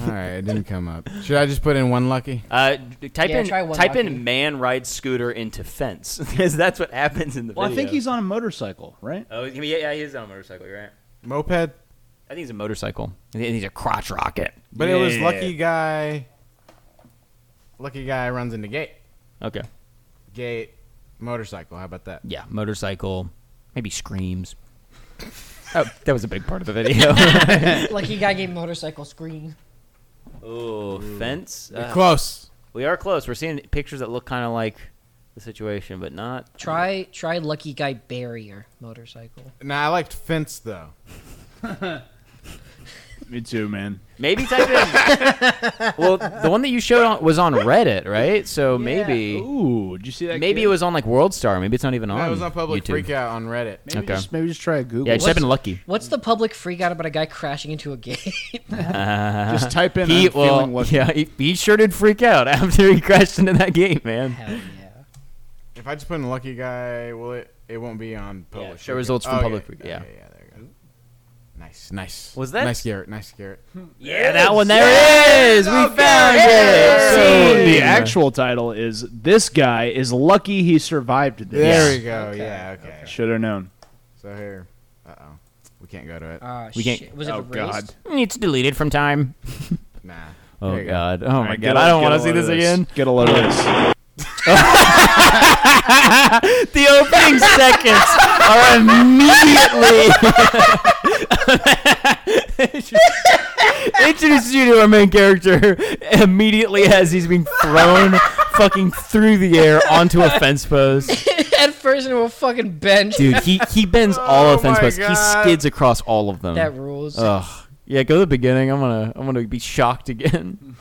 Speaker 1: All right, it didn't come up. Should I just put in one lucky?
Speaker 5: Uh, type
Speaker 3: Yeah,
Speaker 5: in
Speaker 3: try one
Speaker 5: type
Speaker 3: lucky.
Speaker 5: in man rides scooter into fence <laughs> because that's what happens in the
Speaker 4: Well, I
Speaker 5: video.
Speaker 4: think he's on a motorcycle, right?
Speaker 5: Oh, I mean, yeah, yeah, he's on a motorcycle, you're right?
Speaker 1: Moped,
Speaker 5: I think he's a motorcycle. I think he's a crotch rocket.
Speaker 1: but it was lucky guy. Lucky guy runs into gate.
Speaker 5: Okay.
Speaker 1: Gate motorcycle. How about that?
Speaker 5: Yeah, motorcycle. Maybe screams. <laughs> Oh, that was a big part of the <laughs> video.
Speaker 3: like you gotta get motorcycle screen.
Speaker 5: Oh, fence.
Speaker 1: We're close.
Speaker 5: We are close. We're seeing pictures that look kind of like the situation, but not.
Speaker 3: Try try lucky guy barrier motorcycle.
Speaker 1: Nah, I liked fence though.
Speaker 4: Me too, man.
Speaker 5: Maybe type <laughs> in. well, the one that you showed on, was on Reddit, right? So maybe.
Speaker 4: Ooh, did you see that?
Speaker 5: Maybe
Speaker 4: kid?
Speaker 5: it was on like WorldStar. Maybe it's not even on.
Speaker 1: That was on public
Speaker 5: YouTube.
Speaker 1: freakout on Reddit.
Speaker 5: Maybe Okay. just-
Speaker 4: maybe just try Google.
Speaker 5: Yeah, just type in lucky.
Speaker 3: What's the public freak out about a guy crashing into a gate? <laughs>
Speaker 5: <laughs>
Speaker 4: Just type in,
Speaker 5: He,
Speaker 4: "I'm feeling
Speaker 5: well,
Speaker 4: lucky."
Speaker 5: <laughs> yeah, he, he sure did freak out <laughs> after he crashed into that gate, man.
Speaker 1: If I just put in lucky guy, will it? It won't be on public.
Speaker 5: show
Speaker 1: freakout.
Speaker 5: results from
Speaker 1: Oh,
Speaker 5: public
Speaker 1: yeah,
Speaker 5: freak- yeah.
Speaker 1: yeah, yeah, there you go. Nice, nice.
Speaker 5: Was that-
Speaker 1: nice, Garrett? Nice, Garrett.
Speaker 5: Yeah, Oh, that one there it is. We found it.
Speaker 4: So the
Speaker 5: Seen.
Speaker 4: actual title is "This Guy Is Lucky He Survived This."
Speaker 1: There we go. Yeah, okay.
Speaker 4: Should have known.
Speaker 1: So here, uh oh, we can't go to it.
Speaker 3: Ah,
Speaker 5: We can't-
Speaker 3: shit. Was it
Speaker 4: Oh,
Speaker 3: erased?
Speaker 4: God.
Speaker 5: It's deleted from time.
Speaker 1: Nah.
Speaker 5: Oh
Speaker 1: There you go.
Speaker 5: god. Oh
Speaker 4: All
Speaker 5: my
Speaker 4: right,
Speaker 5: god.
Speaker 4: get a-
Speaker 5: I don't
Speaker 4: get
Speaker 5: want
Speaker 4: a
Speaker 5: to see
Speaker 4: load of
Speaker 5: this, again.
Speaker 4: Get a load of this.
Speaker 5: <laughs> the
Speaker 1: <laughs>
Speaker 5: opening seconds are immediately <laughs> introduces you to our main character immediately as he's being thrown fucking through the air onto a fence post.
Speaker 3: <laughs> At first into a fucking bench.
Speaker 5: Dude, he, he bends
Speaker 1: <laughs>
Speaker 5: all of fence
Speaker 1: Oh my
Speaker 5: posts. He
Speaker 1: God.
Speaker 5: skids across all of them.
Speaker 3: That rules.
Speaker 4: Uh.
Speaker 5: Ugh. Yeah, go to the beginning. I'm gonna I'm gonna be
Speaker 1: <laughs>
Speaker 5: shocked again.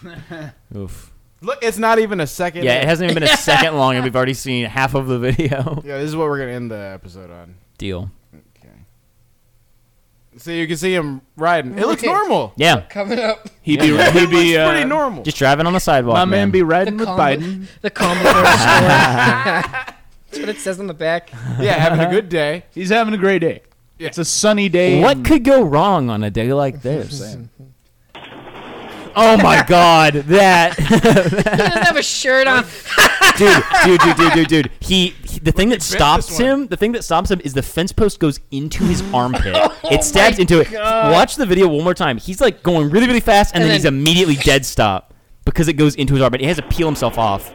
Speaker 5: Oof.
Speaker 1: Look, it's not even a second.
Speaker 5: Yeah, it hasn't even been a second long, and we've <laughs> already seen half of the video.
Speaker 1: Yeah, this is what we're gonna end the episode on.
Speaker 5: Deal.
Speaker 1: Okay. So you can see him riding. It looks normal.
Speaker 5: Yeah,
Speaker 3: Coming up.
Speaker 4: He be he
Speaker 1: It looks
Speaker 4: be uh,
Speaker 1: pretty normal.
Speaker 5: just driving on the sidewalk.
Speaker 4: my man be
Speaker 3: The
Speaker 4: riding with
Speaker 3: combo,
Speaker 4: Biden.
Speaker 3: the combo store.
Speaker 4: <laughs>
Speaker 3: That's what it says on the back.
Speaker 1: Yeah, having a good day.
Speaker 4: He's having a great day.
Speaker 1: Yeah.
Speaker 4: It's a sunny day.
Speaker 5: What
Speaker 4: in-
Speaker 5: could go wrong on a day like this? <laughs> oh my god, that <laughs>
Speaker 3: He doesn't have a shirt on.
Speaker 5: dude, <laughs> dude, dude, dude, dude,
Speaker 1: Uh,
Speaker 5: dude. He, he- the thing that
Speaker 1: bent
Speaker 5: stops
Speaker 1: this one.
Speaker 5: him, the thing that stops him is the fence post goes into <laughs> his armpit. it stabs into it. Watch the video one more time. He's like going really, really fast,
Speaker 3: And
Speaker 5: and, then,
Speaker 3: then-
Speaker 5: he's immediately dead stop because it goes into his armpit. He has to peel himself off.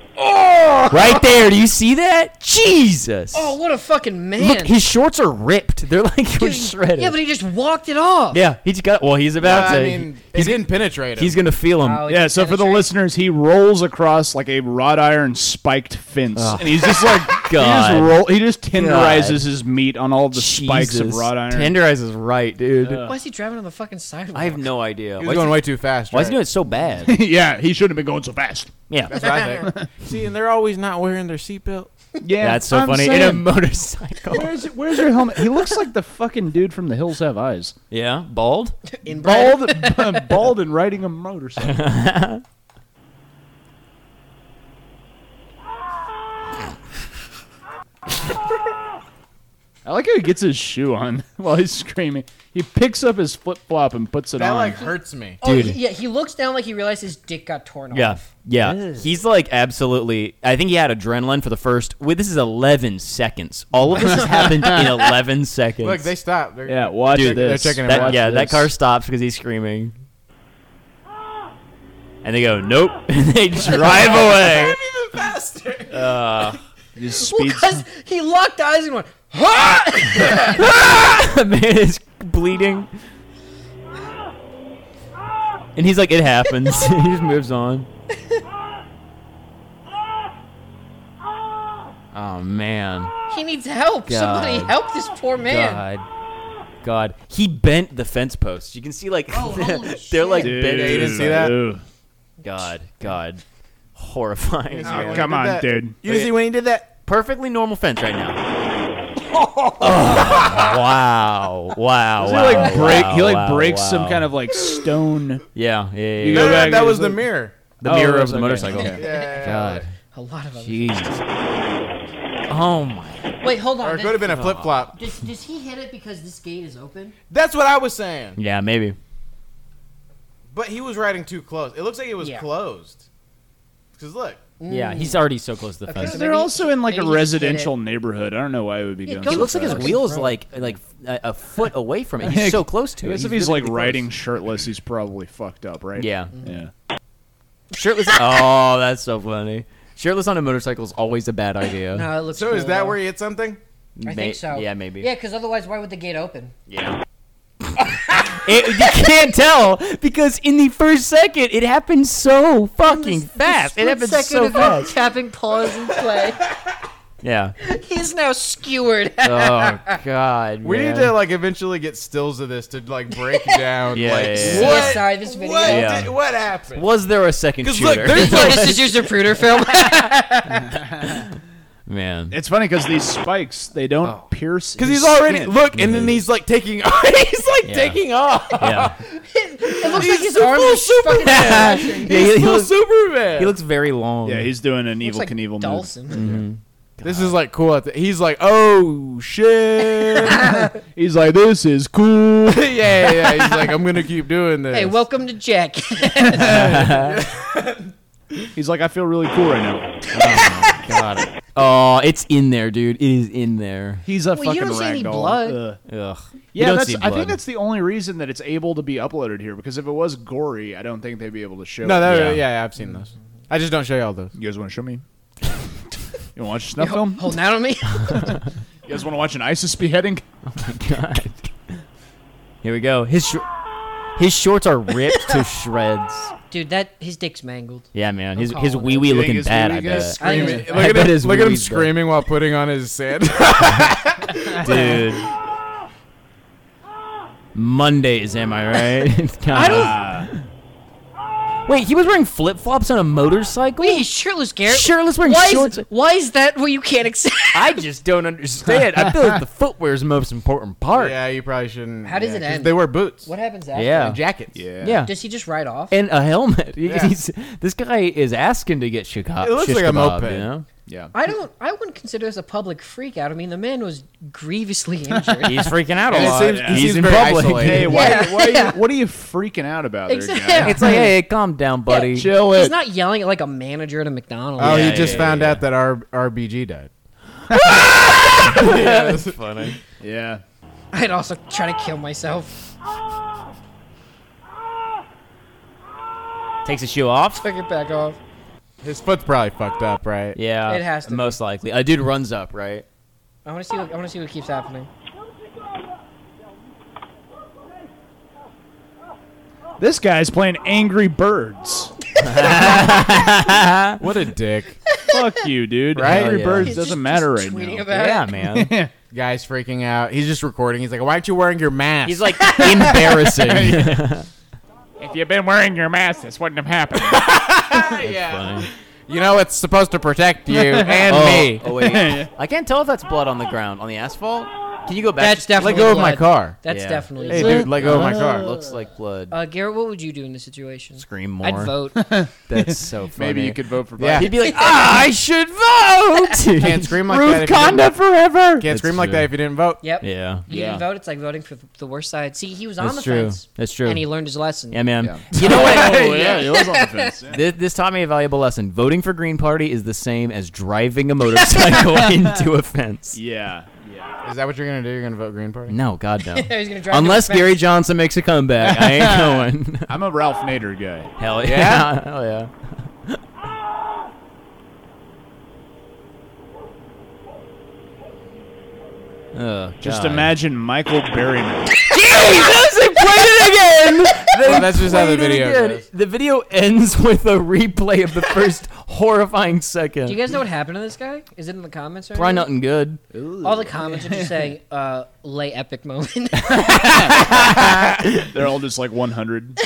Speaker 5: Right there. Do you see that? Jesus.
Speaker 3: Oh, what a fucking man.
Speaker 5: Look, his shorts are ripped. They're like
Speaker 3: Dude,
Speaker 5: shredded.
Speaker 3: Yeah, but he just walked it off.
Speaker 5: Yeah, he just got. Well, he's about
Speaker 1: I
Speaker 5: to.
Speaker 1: mean,
Speaker 5: he's
Speaker 1: it didn't penetrate him.
Speaker 5: he's gonna feel him.
Speaker 3: Wow, it
Speaker 4: Yeah,
Speaker 3: just
Speaker 4: so for the
Speaker 3: penetrated.
Speaker 4: listeners, he rolls across like a wrought iron spiked fence, and he's just
Speaker 5: <laughs>
Speaker 4: like He
Speaker 5: God.
Speaker 4: just, roll, he just tenderizes
Speaker 5: God.
Speaker 4: his meat on all the spikes of
Speaker 5: Jesus.
Speaker 4: wrought iron.
Speaker 5: Tenderize is right, dude.
Speaker 3: Why is he driving on the fucking sidewalk?
Speaker 5: I have no idea.
Speaker 1: He
Speaker 5: Why
Speaker 1: was
Speaker 5: is
Speaker 1: going
Speaker 5: he-
Speaker 1: way too fast.
Speaker 5: why is
Speaker 1: right?
Speaker 5: he doing it
Speaker 4: <laughs>
Speaker 5: so
Speaker 4: <laughs>
Speaker 5: bad?
Speaker 4: yeah, he shouldn't have been going so fast.
Speaker 5: Yeah.
Speaker 1: That's what I
Speaker 5: <laughs>
Speaker 1: think. See, and they're always not wearing their seatbelt.
Speaker 4: Yeah,
Speaker 5: That's so
Speaker 4: I'm
Speaker 5: funny. In a
Speaker 4: saying.
Speaker 5: motorcycle.
Speaker 4: <laughs> Where's where's your helmet? He looks like the fucking dude from The Hills Have Eyes.
Speaker 5: yeah, bald.
Speaker 3: Inbred.
Speaker 4: <laughs> Bald, bald, and riding a motorcycle. I like how he gets his shoe on <laughs> while he's screaming. He picks up his flip flop and puts it
Speaker 1: That
Speaker 4: on.
Speaker 1: like hurts me.
Speaker 3: Oh,
Speaker 5: Dude.
Speaker 3: he- yeah, he looks down like he realized his dick got torn off. <laughs>
Speaker 5: Yeah, yeah. He's like absolutely. I think he had adrenaline for the first. Wait, this is eleven seconds. All of this has happened <laughs> in eleven seconds.
Speaker 1: Look, they stopped. They're,
Speaker 4: yeah, watch
Speaker 5: Dude,
Speaker 1: they're
Speaker 4: this.
Speaker 1: checking him
Speaker 5: That,
Speaker 1: Watch
Speaker 5: yeah, that
Speaker 4: this.
Speaker 5: car stops because he's screaming. And they go, nope. <laughs> And they
Speaker 1: <laughs>
Speaker 5: drive away. <laughs>
Speaker 1: even faster.
Speaker 5: Uh,
Speaker 4: His speeds-
Speaker 3: Because he locked eyes and went, "Huh?"
Speaker 5: man is bleeding. And he's like, it happens. <laughs> he just moves on. Oh, man.
Speaker 3: He needs help. Somebody
Speaker 5: God.
Speaker 3: help this poor man.
Speaker 5: God. God. He bent the fence posts. You can see, like, <laughs> they're like
Speaker 4: Dude,
Speaker 5: bent.
Speaker 1: you didn't see that?
Speaker 4: Ugh.
Speaker 5: God. God. Horrifying.
Speaker 1: Yeah, when he
Speaker 4: come
Speaker 1: did
Speaker 4: on,
Speaker 1: that-
Speaker 4: dude.
Speaker 1: You see when he did that?
Speaker 5: perfectly normal fence right now.
Speaker 4: <laughs>
Speaker 5: oh, wow! Wow!
Speaker 4: Does
Speaker 5: wow,
Speaker 4: he like break?
Speaker 5: wow,
Speaker 4: he like
Speaker 5: wow,
Speaker 4: breaks some
Speaker 5: wow.
Speaker 4: kind of like stone.
Speaker 5: yeah, yeah. yeah,
Speaker 4: You
Speaker 5: yeah.
Speaker 1: No,
Speaker 4: go
Speaker 1: no,
Speaker 4: back
Speaker 1: that
Speaker 4: and
Speaker 1: was
Speaker 4: just
Speaker 1: the
Speaker 4: look-
Speaker 1: mirror.
Speaker 5: the
Speaker 4: Oh,
Speaker 5: mirror
Speaker 4: that's
Speaker 5: of the
Speaker 4: okay.
Speaker 5: motorcycle.
Speaker 4: Okay.
Speaker 1: Yeah.
Speaker 5: God,
Speaker 3: A lot of them.
Speaker 5: Jesus. Oh my.
Speaker 3: Wait, hold on.
Speaker 1: Or it could have been a flip flop.
Speaker 3: does, does he hit it because this gate is open?
Speaker 1: That's what I was saying.
Speaker 5: Yeah, maybe.
Speaker 1: But he was riding too close. It looks like it was
Speaker 3: Yeah.
Speaker 1: closed. Because look,
Speaker 5: Yeah, he's already so close to the
Speaker 3: Okay,
Speaker 5: fence.
Speaker 3: so
Speaker 4: They're
Speaker 3: maybe-
Speaker 4: also in Mm. like
Speaker 3: maybe he just
Speaker 4: a
Speaker 3: hit
Speaker 4: residential neighborhood. I don't know why it would be
Speaker 3: Yeah,
Speaker 4: going.
Speaker 3: go-
Speaker 5: It
Speaker 4: so
Speaker 5: looks like his
Speaker 4: fast.
Speaker 3: Okay,
Speaker 5: wheels
Speaker 3: bro.
Speaker 5: like like a, a foot away from it. He's
Speaker 4: Heck. <laughs>
Speaker 5: so close to
Speaker 4: I
Speaker 5: it.
Speaker 4: guess if he's like
Speaker 5: really close.
Speaker 4: riding shirtless, he's probably fucked up, right?
Speaker 5: Yeah.
Speaker 4: Yeah.
Speaker 5: shirtless. <laughs> oh, that's so funny. Shirtless on a motorcycle is always a bad idea.
Speaker 3: No, it looks
Speaker 1: so is
Speaker 3: cool,
Speaker 1: that
Speaker 3: though.
Speaker 1: where he hit something?
Speaker 3: I
Speaker 5: May-
Speaker 3: think so.
Speaker 5: Yeah, maybe.
Speaker 3: Yeah, because otherwise, why would the gate open?
Speaker 5: Yeah. <laughs> It- you can't tell because in the first second it happens so fucking fast. It happens
Speaker 4: <laughs>
Speaker 5: so fast.
Speaker 3: Tapping pause and play.
Speaker 5: <laughs> Yeah.
Speaker 3: He's now <laughs> skewered.
Speaker 5: Oh God.
Speaker 1: We
Speaker 5: man.
Speaker 1: need to like eventually get stills of this to like break down.
Speaker 5: Yeah,
Speaker 1: like,
Speaker 5: yeah, yeah.
Speaker 1: What?
Speaker 3: CSI, this video.
Speaker 1: What,
Speaker 5: Yeah.
Speaker 1: did- what happened?
Speaker 5: Was there a second
Speaker 1: 'Cause
Speaker 5: shooter?
Speaker 1: look, there's, like-
Speaker 3: this is your Zapruder film.
Speaker 5: <laughs>
Speaker 3: <laughs>
Speaker 5: Man,
Speaker 4: it's funny because these spikes they don't pierce.
Speaker 1: Because
Speaker 4: his
Speaker 1: he's already
Speaker 4: skin.
Speaker 1: look, and then he's like taking, <laughs> he's like
Speaker 4: Yeah.
Speaker 1: taking off.
Speaker 5: Mm.
Speaker 1: <laughs>
Speaker 5: Yeah.
Speaker 3: it looks
Speaker 1: He's
Speaker 3: like his
Speaker 1: the
Speaker 3: arms
Speaker 1: full
Speaker 3: are just fucking
Speaker 1: Superman.
Speaker 3: flashing.
Speaker 1: He's
Speaker 5: he- he
Speaker 1: still
Speaker 5: looks-
Speaker 1: Superman.
Speaker 5: he looks very long.
Speaker 4: Yeah, he's doing an
Speaker 1: Looks
Speaker 4: evil
Speaker 1: like
Speaker 4: Knievel
Speaker 3: Dawson.
Speaker 5: Mhm.
Speaker 1: This is like cool. at the- He's like, oh
Speaker 5: <laughs>
Speaker 1: shit. <laughs> yeah,
Speaker 4: move. He's like, this is cool.
Speaker 1: yeah, yeah. He's like, I'm gonna keep doing this.
Speaker 3: Hey, welcome to
Speaker 5: <laughs>
Speaker 3: Jack. <laughs>
Speaker 4: He's like, I feel really cool right <laughs> now.
Speaker 5: God. Oh, it's in there, dude. It is in there.
Speaker 4: He's a
Speaker 3: Well,
Speaker 4: fucking
Speaker 3: you don't see any
Speaker 4: ragdoll.
Speaker 3: blood.
Speaker 4: Ugh.
Speaker 5: Ugh. You
Speaker 4: Yeah,
Speaker 5: don't
Speaker 4: that's,
Speaker 5: see
Speaker 4: I
Speaker 5: blood.
Speaker 4: think that's the only reason that it's able to be uploaded here. Because if it was gory, I don't think they'd be able to show.
Speaker 1: no,
Speaker 4: it.
Speaker 1: that, yeah. yeah, I've seen those. I just don't show y'all those.
Speaker 4: You guys want to show me? You want to watch a snuff
Speaker 3: Yo,
Speaker 4: film?
Speaker 3: Holding out on me?
Speaker 4: You guys want to watch an
Speaker 3: <laughs>
Speaker 4: ISIS beheading?
Speaker 5: Oh my God. Here we go. His sh- his shorts are
Speaker 1: <laughs>
Speaker 5: ripped to shreds.
Speaker 3: Dude, that his dick's mangled.
Speaker 5: Yeah, man. His
Speaker 3: I'm
Speaker 5: his
Speaker 3: calling
Speaker 5: wee
Speaker 3: it.
Speaker 5: wee
Speaker 3: You
Speaker 5: looking
Speaker 4: his
Speaker 5: bad. I
Speaker 4: wee-wee guy's
Speaker 5: bet.
Speaker 3: screaming? <laughs>
Speaker 5: I
Speaker 1: Look at, him,
Speaker 5: bet his
Speaker 1: look at him
Speaker 5: wee-wee's bad.
Speaker 1: screaming while putting on his
Speaker 5: <laughs>
Speaker 1: sand.
Speaker 5: dude. Mondays, am I
Speaker 1: <laughs>
Speaker 5: right? <laughs> God. Wait, he was wearing flip flops on a motorcycle.
Speaker 3: Wait, he's shirtless, Garrett.
Speaker 5: Shirtless wearing
Speaker 3: why
Speaker 5: shorts.
Speaker 3: Is, why is that what you can't accept?
Speaker 5: I just don't understand. I feel like the footwear is the most important part.
Speaker 1: yeah, you probably shouldn't.
Speaker 3: How does
Speaker 1: yeah,
Speaker 3: it
Speaker 1: 'cause
Speaker 3: end?
Speaker 1: They wear boots.
Speaker 3: <laughs>
Speaker 5: <laughs>
Speaker 3: What happens after?
Speaker 5: Yeah.
Speaker 1: And jackets.
Speaker 4: Yeah.
Speaker 5: Yeah.
Speaker 3: Does he just ride off?
Speaker 5: and a helmet. <laughs> He-
Speaker 1: Yeah.
Speaker 5: he's- this guy is asking to get Chicago.
Speaker 1: It looks like a moped.
Speaker 5: You know?
Speaker 4: Yeah.
Speaker 3: I don't. I wouldn't consider this a public freak out. I mean, the man was grievously
Speaker 5: <laughs>
Speaker 3: injured.
Speaker 5: He's freaking out a
Speaker 1: And it
Speaker 5: lot.
Speaker 1: seems- he
Speaker 5: he's
Speaker 1: seems
Speaker 5: in
Speaker 1: very
Speaker 5: public.
Speaker 1: isolated.
Speaker 4: Hey, why,
Speaker 3: Yeah.
Speaker 4: why
Speaker 3: Yeah.
Speaker 4: Are you, what are you freaking out about there,
Speaker 3: Exactly.
Speaker 4: guy?
Speaker 5: <laughs> It's like, hey, calm down, buddy.
Speaker 4: Chill
Speaker 3: He's
Speaker 4: it.
Speaker 3: not yelling at like a manager at a McDonald's.
Speaker 1: Oh,
Speaker 5: Yeah,
Speaker 1: he just
Speaker 5: yeah,
Speaker 1: found
Speaker 5: yeah.
Speaker 1: out that R- RBG
Speaker 5: <laughs>
Speaker 1: died. <laughs>
Speaker 5: That's funny.
Speaker 4: yeah.
Speaker 3: <laughs> I'd also try to kill myself.
Speaker 5: Takes his shoe off.
Speaker 3: Took it back off.
Speaker 1: His foot's probably fucked up, right?
Speaker 5: Yeah,
Speaker 3: It has to be.
Speaker 5: most likely. A dude runs up, right?
Speaker 3: I want to see. What, I want to see what keeps happening.
Speaker 4: This guy's playing Angry Birds.
Speaker 1: What
Speaker 5: <laughs>
Speaker 1: a dick.
Speaker 4: Fuck you, dude.
Speaker 1: Right?
Speaker 4: Angry
Speaker 5: Hell yeah.
Speaker 4: Birds
Speaker 3: He's
Speaker 4: doesn't
Speaker 3: just-
Speaker 4: matter
Speaker 3: just
Speaker 4: right
Speaker 3: tweeting
Speaker 4: now.
Speaker 3: about
Speaker 5: Yeah,
Speaker 3: it.
Speaker 5: man.
Speaker 3: <laughs>
Speaker 1: Guy's freaking out. He's just recording. He's like, why aren't you wearing your mask?
Speaker 5: He's like
Speaker 3: <laughs>
Speaker 5: embarrassing.
Speaker 4: If you've been wearing your mask, this wouldn't have happened.
Speaker 5: Funny.
Speaker 1: you know, it's supposed to protect
Speaker 5: <laughs>
Speaker 1: you and
Speaker 5: Oh,
Speaker 1: me.
Speaker 3: <laughs>
Speaker 5: oh, wait. I can't tell if that's blood on the ground, on the asphalt. Can you go back?
Speaker 3: That's
Speaker 5: to-
Speaker 1: Let
Speaker 3: definitely.
Speaker 1: go of my
Speaker 3: blood.
Speaker 1: car.
Speaker 3: That's
Speaker 5: Yeah.
Speaker 3: definitely.
Speaker 1: Hey, dude, let go of my
Speaker 5: It
Speaker 1: car.
Speaker 5: looks like blood.
Speaker 3: Uh, Garrett, what would you do in this situation?
Speaker 5: Scream more.
Speaker 3: I'd vote.
Speaker 5: That's so funny.
Speaker 4: Maybe you could vote for
Speaker 1: Yeah.
Speaker 4: Biden.
Speaker 5: He'd
Speaker 3: <laughs>
Speaker 5: be like, ah, I should <laughs> vote.
Speaker 1: Can't scream like
Speaker 5: Ruth
Speaker 1: that if you
Speaker 5: Conda
Speaker 1: didn't-
Speaker 5: forever.
Speaker 1: Can't scream like that if you didn't vote.
Speaker 3: Yep.
Speaker 5: Yeah.
Speaker 3: You
Speaker 4: <laughs> Yeah.
Speaker 3: didn't vote. It's like voting for the worst side. See, he was on
Speaker 5: That's
Speaker 3: the
Speaker 5: true.
Speaker 3: fence.
Speaker 5: That's true.
Speaker 3: And he learned his lesson.
Speaker 5: Yeah, man. You know what?
Speaker 4: <laughs> Oh, <laughs> yeah, he was on the fence. Yeah.
Speaker 5: This, this taught me a valuable lesson. Voting for Green Party is the same as driving a motorcycle into a
Speaker 4: <laughs>
Speaker 5: fence.
Speaker 4: Yeah. yeah.
Speaker 1: Is that what you're going to do? You're going to vote Green Party?
Speaker 5: No, God no.
Speaker 3: He's gonna drive
Speaker 5: Unless
Speaker 3: into a
Speaker 5: Gary Johnson makes a comeback, I ain't going. <laughs>
Speaker 4: I'm a Ralph Nader guy.
Speaker 5: Hell yeah.
Speaker 1: Yeah?
Speaker 5: <laughs> Hell yeah. Oh,
Speaker 4: Just
Speaker 5: God.
Speaker 4: imagine Michael Berryman.
Speaker 5: Jesus, they played it again. They
Speaker 1: Well, Oh, that's just how the
Speaker 5: played it
Speaker 1: video
Speaker 5: again.
Speaker 1: goes.
Speaker 5: The video ends with a replay of the first horrifying second.
Speaker 3: Do you guys know what happened to this guy? Is it in the comments? Or
Speaker 5: Probably
Speaker 3: anything?
Speaker 5: nothing good.
Speaker 3: All the comments are just saying,
Speaker 5: <laughs>
Speaker 3: uh, lay epic moment. <laughs>
Speaker 4: They're all just like <laughs> 100.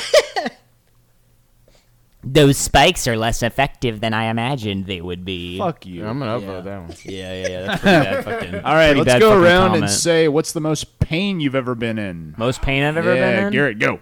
Speaker 5: Those spikes are less effective than I imagined they would be.
Speaker 4: Fuck you.
Speaker 1: I'm going to upvote that one.
Speaker 5: <laughs> Yeah, yeah, yeah. That's pretty bad fucking.
Speaker 4: <laughs> all right,
Speaker 5: pretty
Speaker 4: let's
Speaker 5: bad
Speaker 4: go
Speaker 5: fucking
Speaker 4: around and
Speaker 5: comment.
Speaker 4: say what's the most pain you've ever been in.
Speaker 5: most pain I've ever
Speaker 4: yeah,
Speaker 5: been in.
Speaker 4: Garrett, go.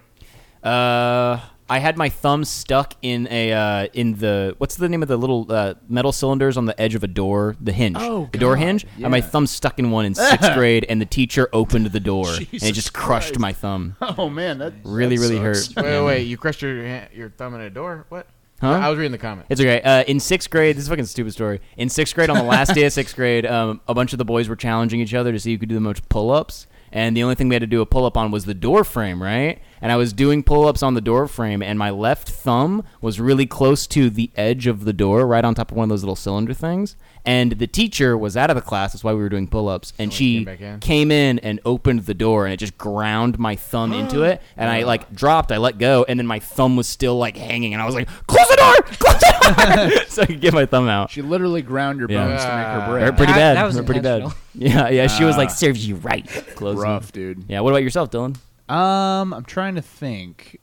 Speaker 5: Uh, I had my thumb stuck in a uh, in the what's the name of the little uh, metal cylinders on the edge of a door, the hinge,
Speaker 4: Oh,
Speaker 5: the door
Speaker 4: God,
Speaker 5: hinge. And my
Speaker 4: yeah.
Speaker 5: thumb stuck in one in
Speaker 4: <laughs>
Speaker 5: sixth grade, and the teacher opened the door and it
Speaker 4: Jesus
Speaker 5: just crushed
Speaker 4: Christ.
Speaker 5: my thumb.
Speaker 4: <laughs> Oh man, that
Speaker 5: Really,
Speaker 4: that
Speaker 5: really
Speaker 4: sucks.
Speaker 5: hurt.
Speaker 1: Wait, wait, wait. You crushed your, hand, your thumb in a door? What?
Speaker 5: Huh?
Speaker 1: I was reading the comment.
Speaker 5: It's okay. Uh, in sixth grade, this is a fucking stupid story. In sixth grade, on the last day of sixth grade, um, a bunch of the boys were challenging each other to see who could do the most pull ups. And the only thing we had to do a pull up on was the door frame, right? and I was doing pull ups on the door frame, and my left thumb was really close to the edge of the door, right on top of one of those little cylinder things. And the teacher was out of the class, that's why we were doing pull ups, and she
Speaker 1: back
Speaker 5: came,
Speaker 1: in?
Speaker 5: in and opened the door, and it just ground my thumb into it, and I like dropped, I let go, and then my thumb was still like hanging, and I was like, close the door, close the door, <laughs> so I could get my thumb out.
Speaker 4: She literally ground your bones to make her break.
Speaker 5: They're pretty
Speaker 4: That-
Speaker 5: bad.
Speaker 4: that was
Speaker 5: They're pretty bad.
Speaker 4: intentional.
Speaker 5: <laughs> Yeah, yeah. She was like,
Speaker 4: Ah.
Speaker 5: serves you right. Close
Speaker 4: Rough, dude.
Speaker 5: Yeah. What about yourself, Dylan?
Speaker 4: Um, I'm trying to think.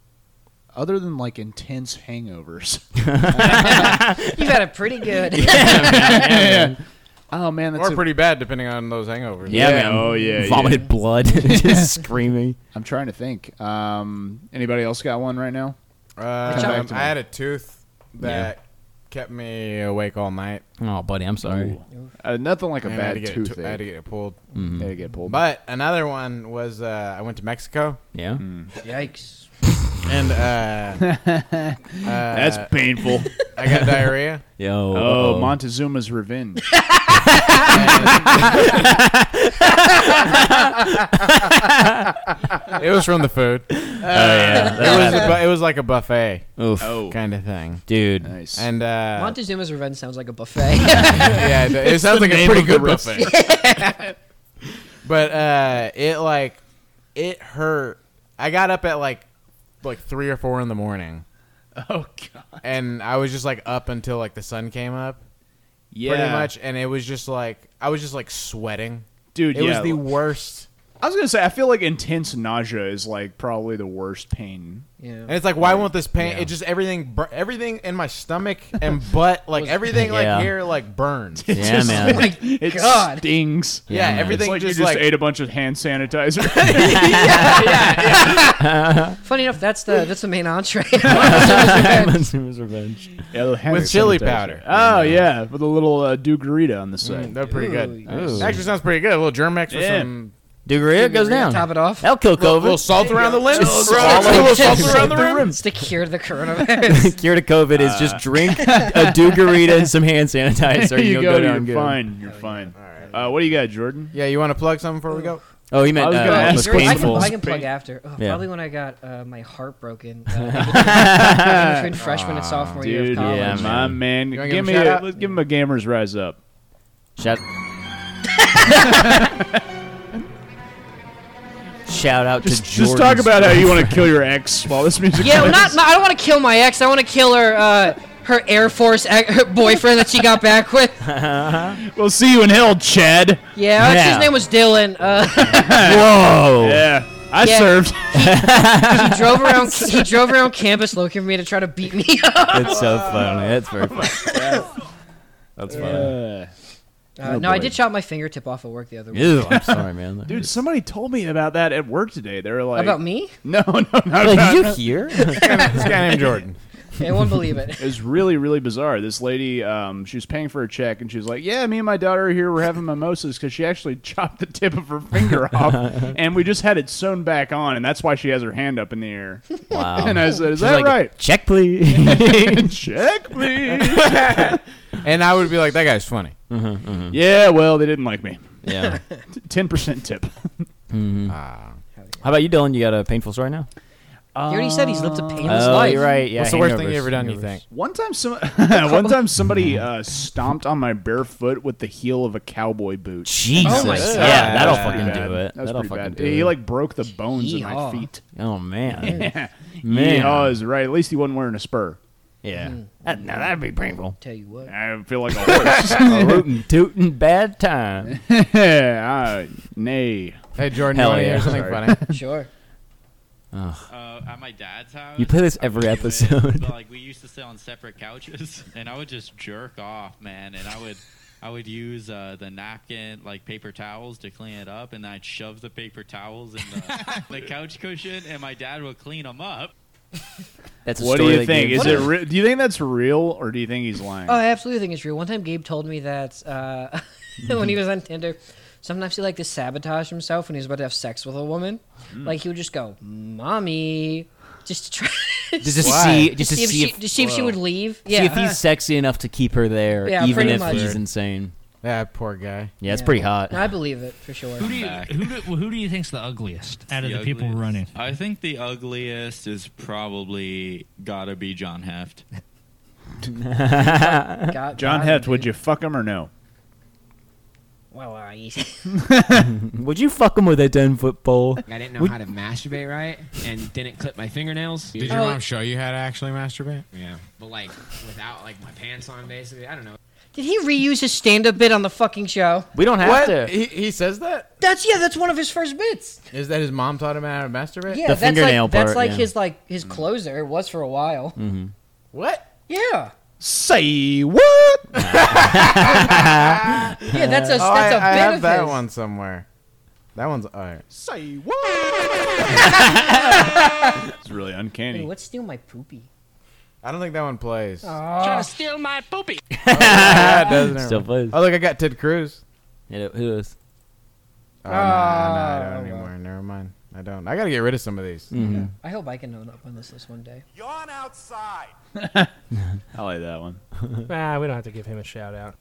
Speaker 4: Other than like intense hangovers, <laughs>
Speaker 3: You've had it pretty good.
Speaker 4: Yeah, man. Oh man, that's
Speaker 1: or
Speaker 4: a-
Speaker 1: pretty bad depending on those hangovers. Um,
Speaker 5: Yeah, man.
Speaker 4: Oh yeah.
Speaker 5: Vomited
Speaker 4: yeah. <laughs>
Speaker 5: blood, <laughs> just screaming.
Speaker 4: I'm trying to think. Um, anybody else got one right now?
Speaker 1: Um,
Speaker 4: Come back to
Speaker 1: I
Speaker 4: me.
Speaker 1: had a tooth that kept me awake all night.
Speaker 5: Oh, buddy, I'm sorry.
Speaker 4: Uh, nothing like a
Speaker 1: And I had
Speaker 4: bad
Speaker 1: to get it
Speaker 4: toothache.
Speaker 1: to- I had to get it pulled.
Speaker 5: Mhm.
Speaker 4: Had to get pulled.
Speaker 1: But another one was uh, I went to Mexico.
Speaker 5: Yeah.
Speaker 4: Hmm.
Speaker 3: Yikes.
Speaker 1: And uh, uh,
Speaker 4: That's painful.
Speaker 1: I got diarrhea.
Speaker 5: Yo.
Speaker 4: Oh,
Speaker 5: uh-oh.
Speaker 4: Montezuma's revenge.
Speaker 1: it was from the food. Oh
Speaker 5: yeah.
Speaker 1: it was. A bu- it was like a buffet.
Speaker 5: Oof.
Speaker 1: Kind of thing,
Speaker 5: dude.
Speaker 4: oh. Nice.
Speaker 1: And uh,
Speaker 3: Montezuma's Revenge sounds like a buffet.
Speaker 5: <laughs>
Speaker 1: yeah, it, it sounds like a pretty good buffet. <laughs>
Speaker 3: Yeah.
Speaker 1: but uh, it like it hurt. I got up at like like three or four in the morning.
Speaker 4: Oh god.
Speaker 1: And I was just like up until like the sun came up. Pretty
Speaker 4: Yeah.
Speaker 1: much, and it was just like I was just like sweating.
Speaker 4: Dude,
Speaker 1: it
Speaker 4: yeah.
Speaker 1: was the worst.
Speaker 4: I was gonna say I feel like intense nausea is like probably the worst pain.
Speaker 3: Yeah.
Speaker 1: And it's like, why won't this pain?
Speaker 4: Yeah.
Speaker 1: It just everything, bur- everything in my stomach and butt, like everything,
Speaker 5: Yeah.
Speaker 1: like here, like burned.
Speaker 4: <laughs>
Speaker 5: Yeah, man. <laughs>
Speaker 1: <laughs>
Speaker 4: it
Speaker 3: God.
Speaker 4: stings.
Speaker 1: Yeah,
Speaker 5: man.
Speaker 1: everything
Speaker 4: It's like
Speaker 1: just,
Speaker 4: you just
Speaker 1: like
Speaker 4: ate a bunch of
Speaker 1: <laughs>
Speaker 4: hand sanitizer. <laughs>
Speaker 3: Funny enough, that's the that's the main
Speaker 5: <laughs>
Speaker 3: entree.
Speaker 5: Montezuma's Revenge.
Speaker 1: with chili powder.
Speaker 4: Oh yeah, with a little uh, Dugarita on the side.
Speaker 1: Mm, that's pretty good.
Speaker 5: Ooh.
Speaker 1: Actually, sounds pretty good. A little Germex with
Speaker 4: Yeah.
Speaker 1: some
Speaker 5: Dugarita goes down.
Speaker 3: Top it off.
Speaker 5: El
Speaker 1: a little, little
Speaker 5: Covid.
Speaker 1: salt around the lips.
Speaker 5: Just
Speaker 1: Throw
Speaker 3: <laughs>
Speaker 5: salt
Speaker 1: a little
Speaker 5: around
Speaker 1: salt around the rim.
Speaker 3: It's the cure to the coronavirus.
Speaker 5: <laughs> <laughs> Cure to COVID is just
Speaker 4: <laughs>
Speaker 5: drink a Dugarita and some hand sanitizer. and
Speaker 4: Uh. you
Speaker 5: you'll
Speaker 4: go,
Speaker 5: down
Speaker 4: you're
Speaker 5: good.
Speaker 4: fine. You're fine. Uh, what do you got, Jordan?
Speaker 1: Yeah, you want to plug something before we go?
Speaker 5: Oh, you
Speaker 4: I
Speaker 5: meant
Speaker 4: was
Speaker 5: uh,
Speaker 4: gonna
Speaker 5: it
Speaker 4: ask
Speaker 5: was
Speaker 4: yours.
Speaker 3: I,
Speaker 5: painful.
Speaker 3: can, I can plug after. Oh,
Speaker 5: Yeah.
Speaker 3: Probably when I got uh, my heart broken uh, in between freshman and sophomore year of
Speaker 4: Dude,
Speaker 3: college.
Speaker 5: yeah,
Speaker 4: my man,
Speaker 1: You wanna give him
Speaker 4: give, me
Speaker 1: a
Speaker 4: a,
Speaker 1: shout-out?
Speaker 4: let's give him a gamers rise up. <laughs>
Speaker 5: Shout. Shout out
Speaker 4: Just,
Speaker 5: to
Speaker 4: just
Speaker 5: Jordan's
Speaker 4: talk about how you want to kill your ex while this music.
Speaker 3: Yeah, well, not,
Speaker 4: plays.
Speaker 3: not- I don't want to kill my ex. I want to kill her uh, her Air Force ex- her boyfriend that she got back with.
Speaker 4: We'll see you in hell, Chad.
Speaker 3: Yeah, that's-
Speaker 5: Yeah.
Speaker 3: his name was Dylan. Uh,
Speaker 5: Whoa.
Speaker 4: Yeah, I
Speaker 1: <laughs>
Speaker 3: Yeah.
Speaker 4: served.
Speaker 3: he drove around he drove around campus looking for me to try to beat me up.
Speaker 5: It's so funny. That's
Speaker 4: Oh
Speaker 5: very funny. That's funny.
Speaker 4: Uh,
Speaker 3: Uh,
Speaker 4: Oh,
Speaker 3: no, I
Speaker 4: boy.
Speaker 3: did chop my fingertip off at work the other week.
Speaker 5: Ew, I'm sorry, man. That
Speaker 4: dude,
Speaker 5: is-
Speaker 4: somebody told me about that at work today. They were like,
Speaker 3: About me?
Speaker 4: <laughs> No, no, no.
Speaker 5: Like,
Speaker 4: no,
Speaker 5: did
Speaker 4: no.
Speaker 5: you hear? <laughs>
Speaker 1: This guy named Jordan.
Speaker 3: I won't believe it.
Speaker 4: It was really, really bizarre. This lady, um, she was paying for a check, and she was like, "Yeah, me and my daughter are here. We're having mimosas because she actually <laughs> chopped the tip of her finger off, and we just had it sewn back on, and that's why she has her hand up in the air." <laughs>
Speaker 5: Wow.
Speaker 4: And I said, "Is
Speaker 5: She's
Speaker 4: that
Speaker 5: like,
Speaker 4: right?" <laughs>
Speaker 5: Check, please.
Speaker 4: check, please.
Speaker 1: <laughs> And I would be like, that guy's funny.
Speaker 4: yeah, well, they didn't like me.
Speaker 5: yeah.
Speaker 4: Ten percent tip.
Speaker 5: How about you, Dylan? You got a painful story now?
Speaker 3: He already said he's lived a painless
Speaker 5: Oh,
Speaker 3: life.
Speaker 5: you're right. Yeah.
Speaker 1: What's the worst thing
Speaker 5: hangovers,
Speaker 1: you ever done? You
Speaker 5: hangovers.
Speaker 1: think?
Speaker 4: One time, <laughs> some one time somebody uh, stomped on my bare foot with the heel of a cowboy boot.
Speaker 5: Jesus.
Speaker 3: Oh my
Speaker 5: yeah,
Speaker 3: God.
Speaker 4: That
Speaker 5: that'll
Speaker 4: was
Speaker 5: fucking
Speaker 4: pretty bad.
Speaker 5: do it.
Speaker 4: That was
Speaker 5: That'll
Speaker 4: pretty
Speaker 5: fucking
Speaker 4: bad.
Speaker 5: do
Speaker 4: He
Speaker 5: it.
Speaker 4: like broke the bones in my
Speaker 3: Yeehaw.
Speaker 4: feet.
Speaker 5: Oh <laughs> man.
Speaker 4: Yeah,
Speaker 5: Man.
Speaker 4: Yeehaw is right. At least he wasn't wearing a spur.
Speaker 5: Yeah. That, now that'd be painful.
Speaker 3: Tell you what.
Speaker 4: I feel like a horse. <laughs>
Speaker 5: Rootin' <laughs> tootin' bad time.
Speaker 4: Ah, nay.
Speaker 1: Hey, Jordan,
Speaker 5: Hell
Speaker 1: you want to
Speaker 5: yeah.
Speaker 1: hear something funny?
Speaker 3: <laughs> Sure.
Speaker 16: Uh, at my dad's house.
Speaker 5: You play this every
Speaker 16: I would,
Speaker 5: episode.
Speaker 16: But like we used to sit on separate couches, <laughs> and I would just jerk off, man. And I would, I would use uh, the napkin like paper towels to clean it up, and I'd shove the paper towels in
Speaker 5: <laughs>
Speaker 16: the, the couch cushion, and my dad would clean them up.
Speaker 5: That's a
Speaker 4: What do
Speaker 5: story
Speaker 4: you
Speaker 5: that
Speaker 4: think?
Speaker 5: Gabe
Speaker 4: Is it?
Speaker 5: told.
Speaker 4: Re- do you think that's real, or do you think he's lying?
Speaker 3: Oh, I absolutely think it's real. One time, Gabe told me that uh, <laughs> when he was on Tinder, sometimes he liked to sabotage himself when he was about to have sex with a woman. Like he would just go, "Mommy," just to try. <laughs>
Speaker 5: Just to
Speaker 1: Why?
Speaker 5: see, just to
Speaker 3: see if
Speaker 5: see
Speaker 3: she,
Speaker 5: if,
Speaker 3: to see if she would leave. Yeah.
Speaker 5: see if he's sexy enough to keep her there,
Speaker 3: Yeah,
Speaker 5: even
Speaker 3: pretty
Speaker 5: if
Speaker 3: much.
Speaker 5: he's insane.
Speaker 1: That poor guy.
Speaker 5: Yeah, it's pretty
Speaker 3: <laughs>
Speaker 5: hot.
Speaker 3: I believe it for sure.
Speaker 17: Who do you who do, who do you think's the ugliest out of the, people
Speaker 16: ugliest-
Speaker 17: running?
Speaker 16: I think the ugliest is probably gotta be John Heft.
Speaker 3: Got-
Speaker 4: John
Speaker 3: got
Speaker 4: Heft, would you fuck him or no?
Speaker 3: Well, uh, <laughs> you-
Speaker 5: Would you fuck him with a ten foot pole?
Speaker 18: I didn't know
Speaker 5: Would-
Speaker 18: how to masturbate right and didn't clip my fingernails.
Speaker 5: Did your Oh. mom
Speaker 18: show you how to actually masturbate?
Speaker 17: Yeah.
Speaker 18: But like without like my pants on basically. I don't know.
Speaker 3: Did he reuse his stand-up bit on the fucking show?
Speaker 5: We don't
Speaker 1: have What? to.
Speaker 5: <laughs>
Speaker 1: He, he says that.
Speaker 3: That's yeah. That's one of his first bits.
Speaker 1: Is that his mom taught him how to masturbate?
Speaker 3: Yeah, Mm. that's like, That's like his like his closer. It was for a while.
Speaker 1: Mhm.
Speaker 3: What? Yeah.
Speaker 4: Say what?
Speaker 1: yeah,
Speaker 3: that's a-
Speaker 1: oh, I,
Speaker 3: that's a
Speaker 1: I
Speaker 3: bit
Speaker 1: have
Speaker 3: of
Speaker 1: that
Speaker 3: his.
Speaker 1: one somewhere. That one's all right.
Speaker 4: Say what?
Speaker 1: It's really
Speaker 3: Hey,
Speaker 1: uncanny.
Speaker 3: what's steal my poopy?
Speaker 1: I don't think that one plays.
Speaker 17: Oh.
Speaker 3: Aw.
Speaker 18: steal my poopy.
Speaker 1: yeah, it doesn't.
Speaker 5: Still
Speaker 1: Never mind.
Speaker 5: plays.
Speaker 1: Oh look, I got Ted Cruz.
Speaker 5: Yeah, who is?
Speaker 1: Oh, no, no, I
Speaker 4: Ah,
Speaker 1: don't anymore. Never mind. I don't. I gotta get rid of some of these.
Speaker 5: Mhm.
Speaker 3: I hope I can own up on this list one day.
Speaker 10: Yawn outside.
Speaker 4: I like that one.
Speaker 17: Nah, we don't have to give him a shout out.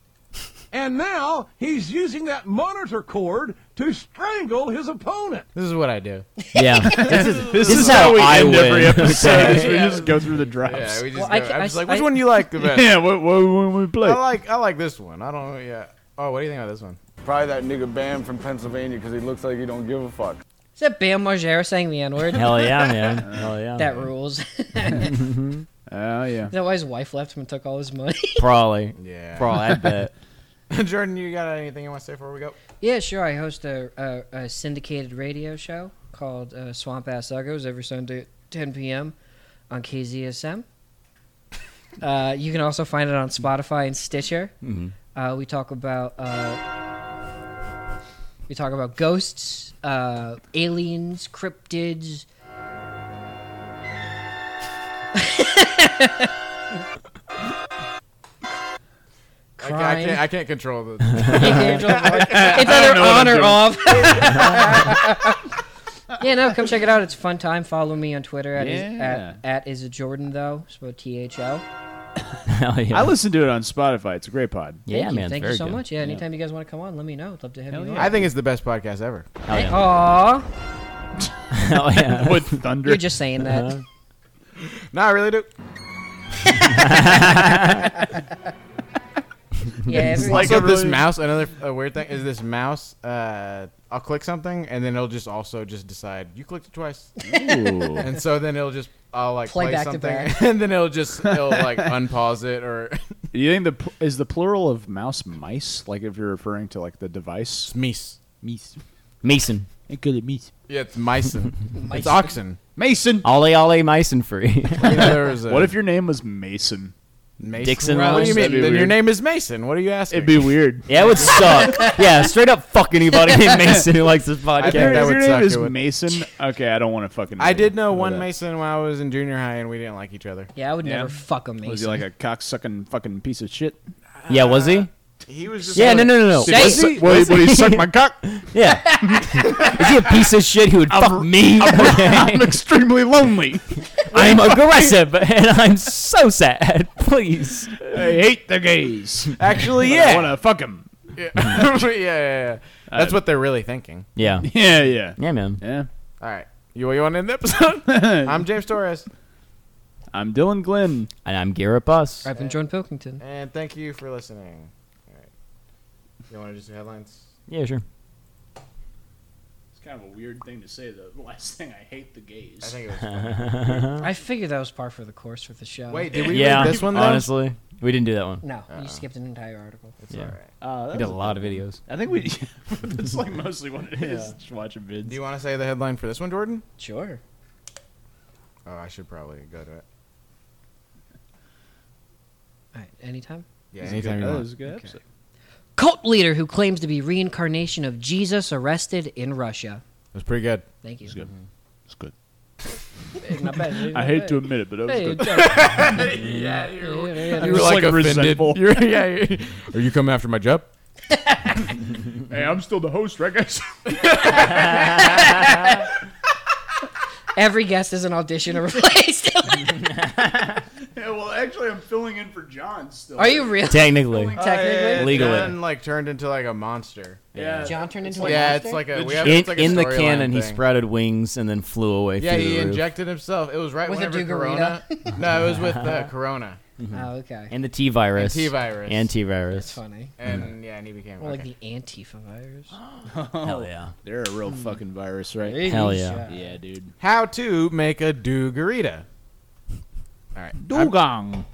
Speaker 10: And now he's using that monitor cord to strangle his opponent.
Speaker 1: This is what I do.
Speaker 5: Yeah, <laughs>
Speaker 1: this is
Speaker 4: This
Speaker 1: this
Speaker 4: is
Speaker 1: is
Speaker 4: how
Speaker 1: how
Speaker 4: we
Speaker 1: I
Speaker 4: end
Speaker 1: win.
Speaker 4: every episode. is
Speaker 1: <laughs>
Speaker 4: we
Speaker 1: Yeah.
Speaker 4: just go through the drops. <laughs>
Speaker 1: Yeah, we just.
Speaker 4: Well,
Speaker 1: go,
Speaker 4: I
Speaker 1: I
Speaker 4: ca-
Speaker 1: am
Speaker 4: I
Speaker 1: just
Speaker 4: s-
Speaker 1: like, which
Speaker 4: I-
Speaker 1: one do you like
Speaker 4: <laughs>
Speaker 1: the best?
Speaker 4: Yeah, what- what- what we play?
Speaker 1: I like I like this one. I don't. Yeah. Oh, what do you think about this one?
Speaker 19: Probably that nigga Bam from Pennsylvania because he looks like he don't give a fuck.
Speaker 3: Is that Bam Margera saying the N-word?
Speaker 5: Hell yeah, man. Hell yeah.
Speaker 3: That rules. <laughs> Is
Speaker 4: Oh yeah.
Speaker 3: that why his wife left him and took all his money?
Speaker 5: Probably.
Speaker 1: Yeah.
Speaker 5: Probably. I bet.
Speaker 1: <laughs> Jordan, you got anything you want to say before we go?
Speaker 3: Yeah, sure. I host a, a, a syndicated radio show called uh, Swamp Ass Uggos every Sunday at 10 p.m. on KZSM. Uh, you can also find it on Spotify and Stitcher.
Speaker 5: Mhm.
Speaker 3: Uh, we talk about uh, we talk about ghosts, uh, aliens, cryptids.
Speaker 1: <laughs> I can't- I can't, I can't control the.
Speaker 3: it's either on or off. yeah, no, come check it out. It's a fun time. Follow me on Twitter at is,
Speaker 4: Yeah.
Speaker 3: at, at is it Jordan though. So T H O.
Speaker 5: <laughs> Hell yeah.
Speaker 4: I listen to it on Spotify. It's a
Speaker 1: <laughs>
Speaker 4: great pod.
Speaker 3: Thank you. Thank you so much. Yeah, anytime you guys want to come on, let me know. I'd love to have you. on.
Speaker 1: I think it's the best podcast ever.
Speaker 3: Oh, yeah. Aw.
Speaker 5: <laughs> Oh,
Speaker 4: <laughs>
Speaker 5: yeah.
Speaker 4: With thunder.
Speaker 3: You're just saying that.
Speaker 1: Uh-huh. no, I really do.
Speaker 3: <laughs> Yeah,
Speaker 1: It's
Speaker 3: every-
Speaker 1: like
Speaker 3: Also
Speaker 1: this
Speaker 3: really-
Speaker 1: mouse. Another uh, weird thing is this mouse. Uh, I'll click something and then it'll just also just decide you clicked it twice,
Speaker 4: Ooh.
Speaker 1: and so then it'll just I'll like
Speaker 3: Play
Speaker 1: play,
Speaker 3: back to
Speaker 1: something <laughs>
Speaker 3: back.
Speaker 1: and then it'll just it'll like <laughs> unpause it or
Speaker 4: Do you think the pl- is the plural of mouse mice? Like if you're referring to like the device?
Speaker 1: Meese.
Speaker 4: Meese.
Speaker 5: Mason.
Speaker 4: It could be meese.
Speaker 1: yeah, it's Myson. it's
Speaker 4: Myson.
Speaker 1: oxen.
Speaker 4: Mason.
Speaker 5: Ollie Ollie
Speaker 3: <laughs>
Speaker 5: Mason free.
Speaker 1: there was a-
Speaker 4: What if your name was Mason?
Speaker 1: Mason?
Speaker 5: Dixon
Speaker 1: What do you
Speaker 5: Rose.
Speaker 1: mean?
Speaker 5: That'd be
Speaker 1: Then your
Speaker 5: weird.
Speaker 1: name is Mason. What are you asking?
Speaker 4: It'd be <laughs> weird.
Speaker 5: Yeah, it would suck. yeah, straight up
Speaker 3: <laughs>
Speaker 5: fuck anybody named Mason who likes this podcast.
Speaker 1: I think that
Speaker 4: if your
Speaker 1: would
Speaker 4: name
Speaker 1: suck.
Speaker 4: is
Speaker 1: It would-
Speaker 4: Mason, okay, I don't want to fucking.
Speaker 1: I did know one
Speaker 4: that.
Speaker 1: Mason when I was in junior high, and we didn't like each
Speaker 5: <laughs>
Speaker 1: other.
Speaker 3: Yeah, I would never fuck a
Speaker 4: Was he
Speaker 3: Mason.
Speaker 4: like a cocksucking fucking piece of shit?
Speaker 5: Yeah, was
Speaker 3: Uh,
Speaker 5: he?
Speaker 1: He was
Speaker 5: just Yeah, no, no, no, no.
Speaker 4: Did he
Speaker 5: Was
Speaker 4: suck-
Speaker 5: he?
Speaker 4: Would,
Speaker 5: Was
Speaker 4: would he
Speaker 5: he? <laughs>
Speaker 4: suck my <laughs> cock?
Speaker 5: Yeah. Is he a piece of shit who would fuck me?
Speaker 4: <laughs> I'm extremely lonely.
Speaker 5: <laughs> I'm aggressive and I'm so sad. <laughs> Please.
Speaker 4: <laughs> I hate the gays.
Speaker 1: Actually,
Speaker 4: But
Speaker 1: Uh, yeah.
Speaker 4: I want to fuck him.
Speaker 1: <laughs> Yeah, yeah, yeah. yeah. That's
Speaker 4: Uh,
Speaker 1: what they're really thinking.
Speaker 5: Yeah.
Speaker 4: Yeah, yeah.
Speaker 5: Yeah, man.
Speaker 4: Yeah. <laughs>
Speaker 1: All right. You, you want to end the
Speaker 5: <laughs>
Speaker 1: episode? I'm James Torres.
Speaker 4: I'm Dylan Glenn.
Speaker 5: And I'm Garrett Bus.
Speaker 3: I've been John Pilkington.
Speaker 1: And thank you for listening. All right. You want to just do headlines?
Speaker 5: Yeah, sure.
Speaker 4: It's kind of a weird thing to say, though. The last thing, I hate the gays.
Speaker 1: I
Speaker 5: <laughs>
Speaker 1: think it
Speaker 3: I figured that was par for the course for the show.
Speaker 1: Wait, did we
Speaker 5: yeah,
Speaker 1: read this one, though?
Speaker 5: honestly. We didn't do that one.
Speaker 3: No, you skipped an entire article. It's
Speaker 5: Yeah.
Speaker 4: Uh, that
Speaker 5: we did a
Speaker 4: was a
Speaker 5: lot of videos.
Speaker 4: I think we. <laughs> That's like mostly what it is. Just watching vids.
Speaker 1: Do you want to say the headline for this one, Jordan?
Speaker 3: Sure.
Speaker 1: Oh, I should probably go to it.
Speaker 3: All right, anytime.
Speaker 1: Yeah, anytime you
Speaker 4: that
Speaker 1: want.
Speaker 4: was a good episode.
Speaker 3: Cult leader who claims to be reincarnation of Jesus arrested in Russia.
Speaker 1: That's pretty good.
Speaker 3: Thank you.
Speaker 4: It's good.
Speaker 3: Not bad.
Speaker 4: I hate to admit it, but that was
Speaker 3: Hey, <laughs>
Speaker 4: good.
Speaker 3: Jack.
Speaker 4: Yeah, you were-
Speaker 3: Yeah, yeah,
Speaker 4: you were like offended. <laughs> You're- yeah,
Speaker 1: Are you coming after my job?
Speaker 4: hey, I'm still the host, right, guys? <laughs>
Speaker 3: <laughs> Every guest is an audition to replace Dylan.
Speaker 4: Yeah, well, actually, I'm filling in for John still.
Speaker 3: Are you real? Technically.
Speaker 4: Filling-
Speaker 3: Technically?
Speaker 5: Legally.
Speaker 1: John Uh, like turned into like a monster.
Speaker 4: Yeah.
Speaker 3: John turned
Speaker 1: It's
Speaker 3: into a
Speaker 1: yeah,
Speaker 3: monster?
Speaker 1: it's like a
Speaker 4: The
Speaker 1: we have,
Speaker 5: In-
Speaker 1: it's like a
Speaker 5: in the
Speaker 1: storyline
Speaker 5: canon, he
Speaker 1: thing.
Speaker 5: sprouted wings and then flew away.
Speaker 1: Yeah,
Speaker 5: through
Speaker 1: he
Speaker 5: the roof.
Speaker 1: injected himself. It was right
Speaker 3: Was it
Speaker 1: whenever Corona.
Speaker 3: Dugarina? <laughs>
Speaker 1: no, it was with uh, Corona.
Speaker 3: Oh, okay.
Speaker 5: And the T virus.
Speaker 1: And T-virus.
Speaker 5: Antivirus.
Speaker 3: That's funny.
Speaker 1: And yeah, and he became
Speaker 3: Or like
Speaker 1: okay.
Speaker 3: the Antifa virus.
Speaker 1: Oh.
Speaker 5: Hell yeah.
Speaker 6: They're a real
Speaker 5: Hmm.
Speaker 6: fucking virus, right?
Speaker 3: Really? Hell yeah.
Speaker 6: Yeah, dude.
Speaker 1: How to make a Dugarita. All right. I'm-
Speaker 6: Dugong.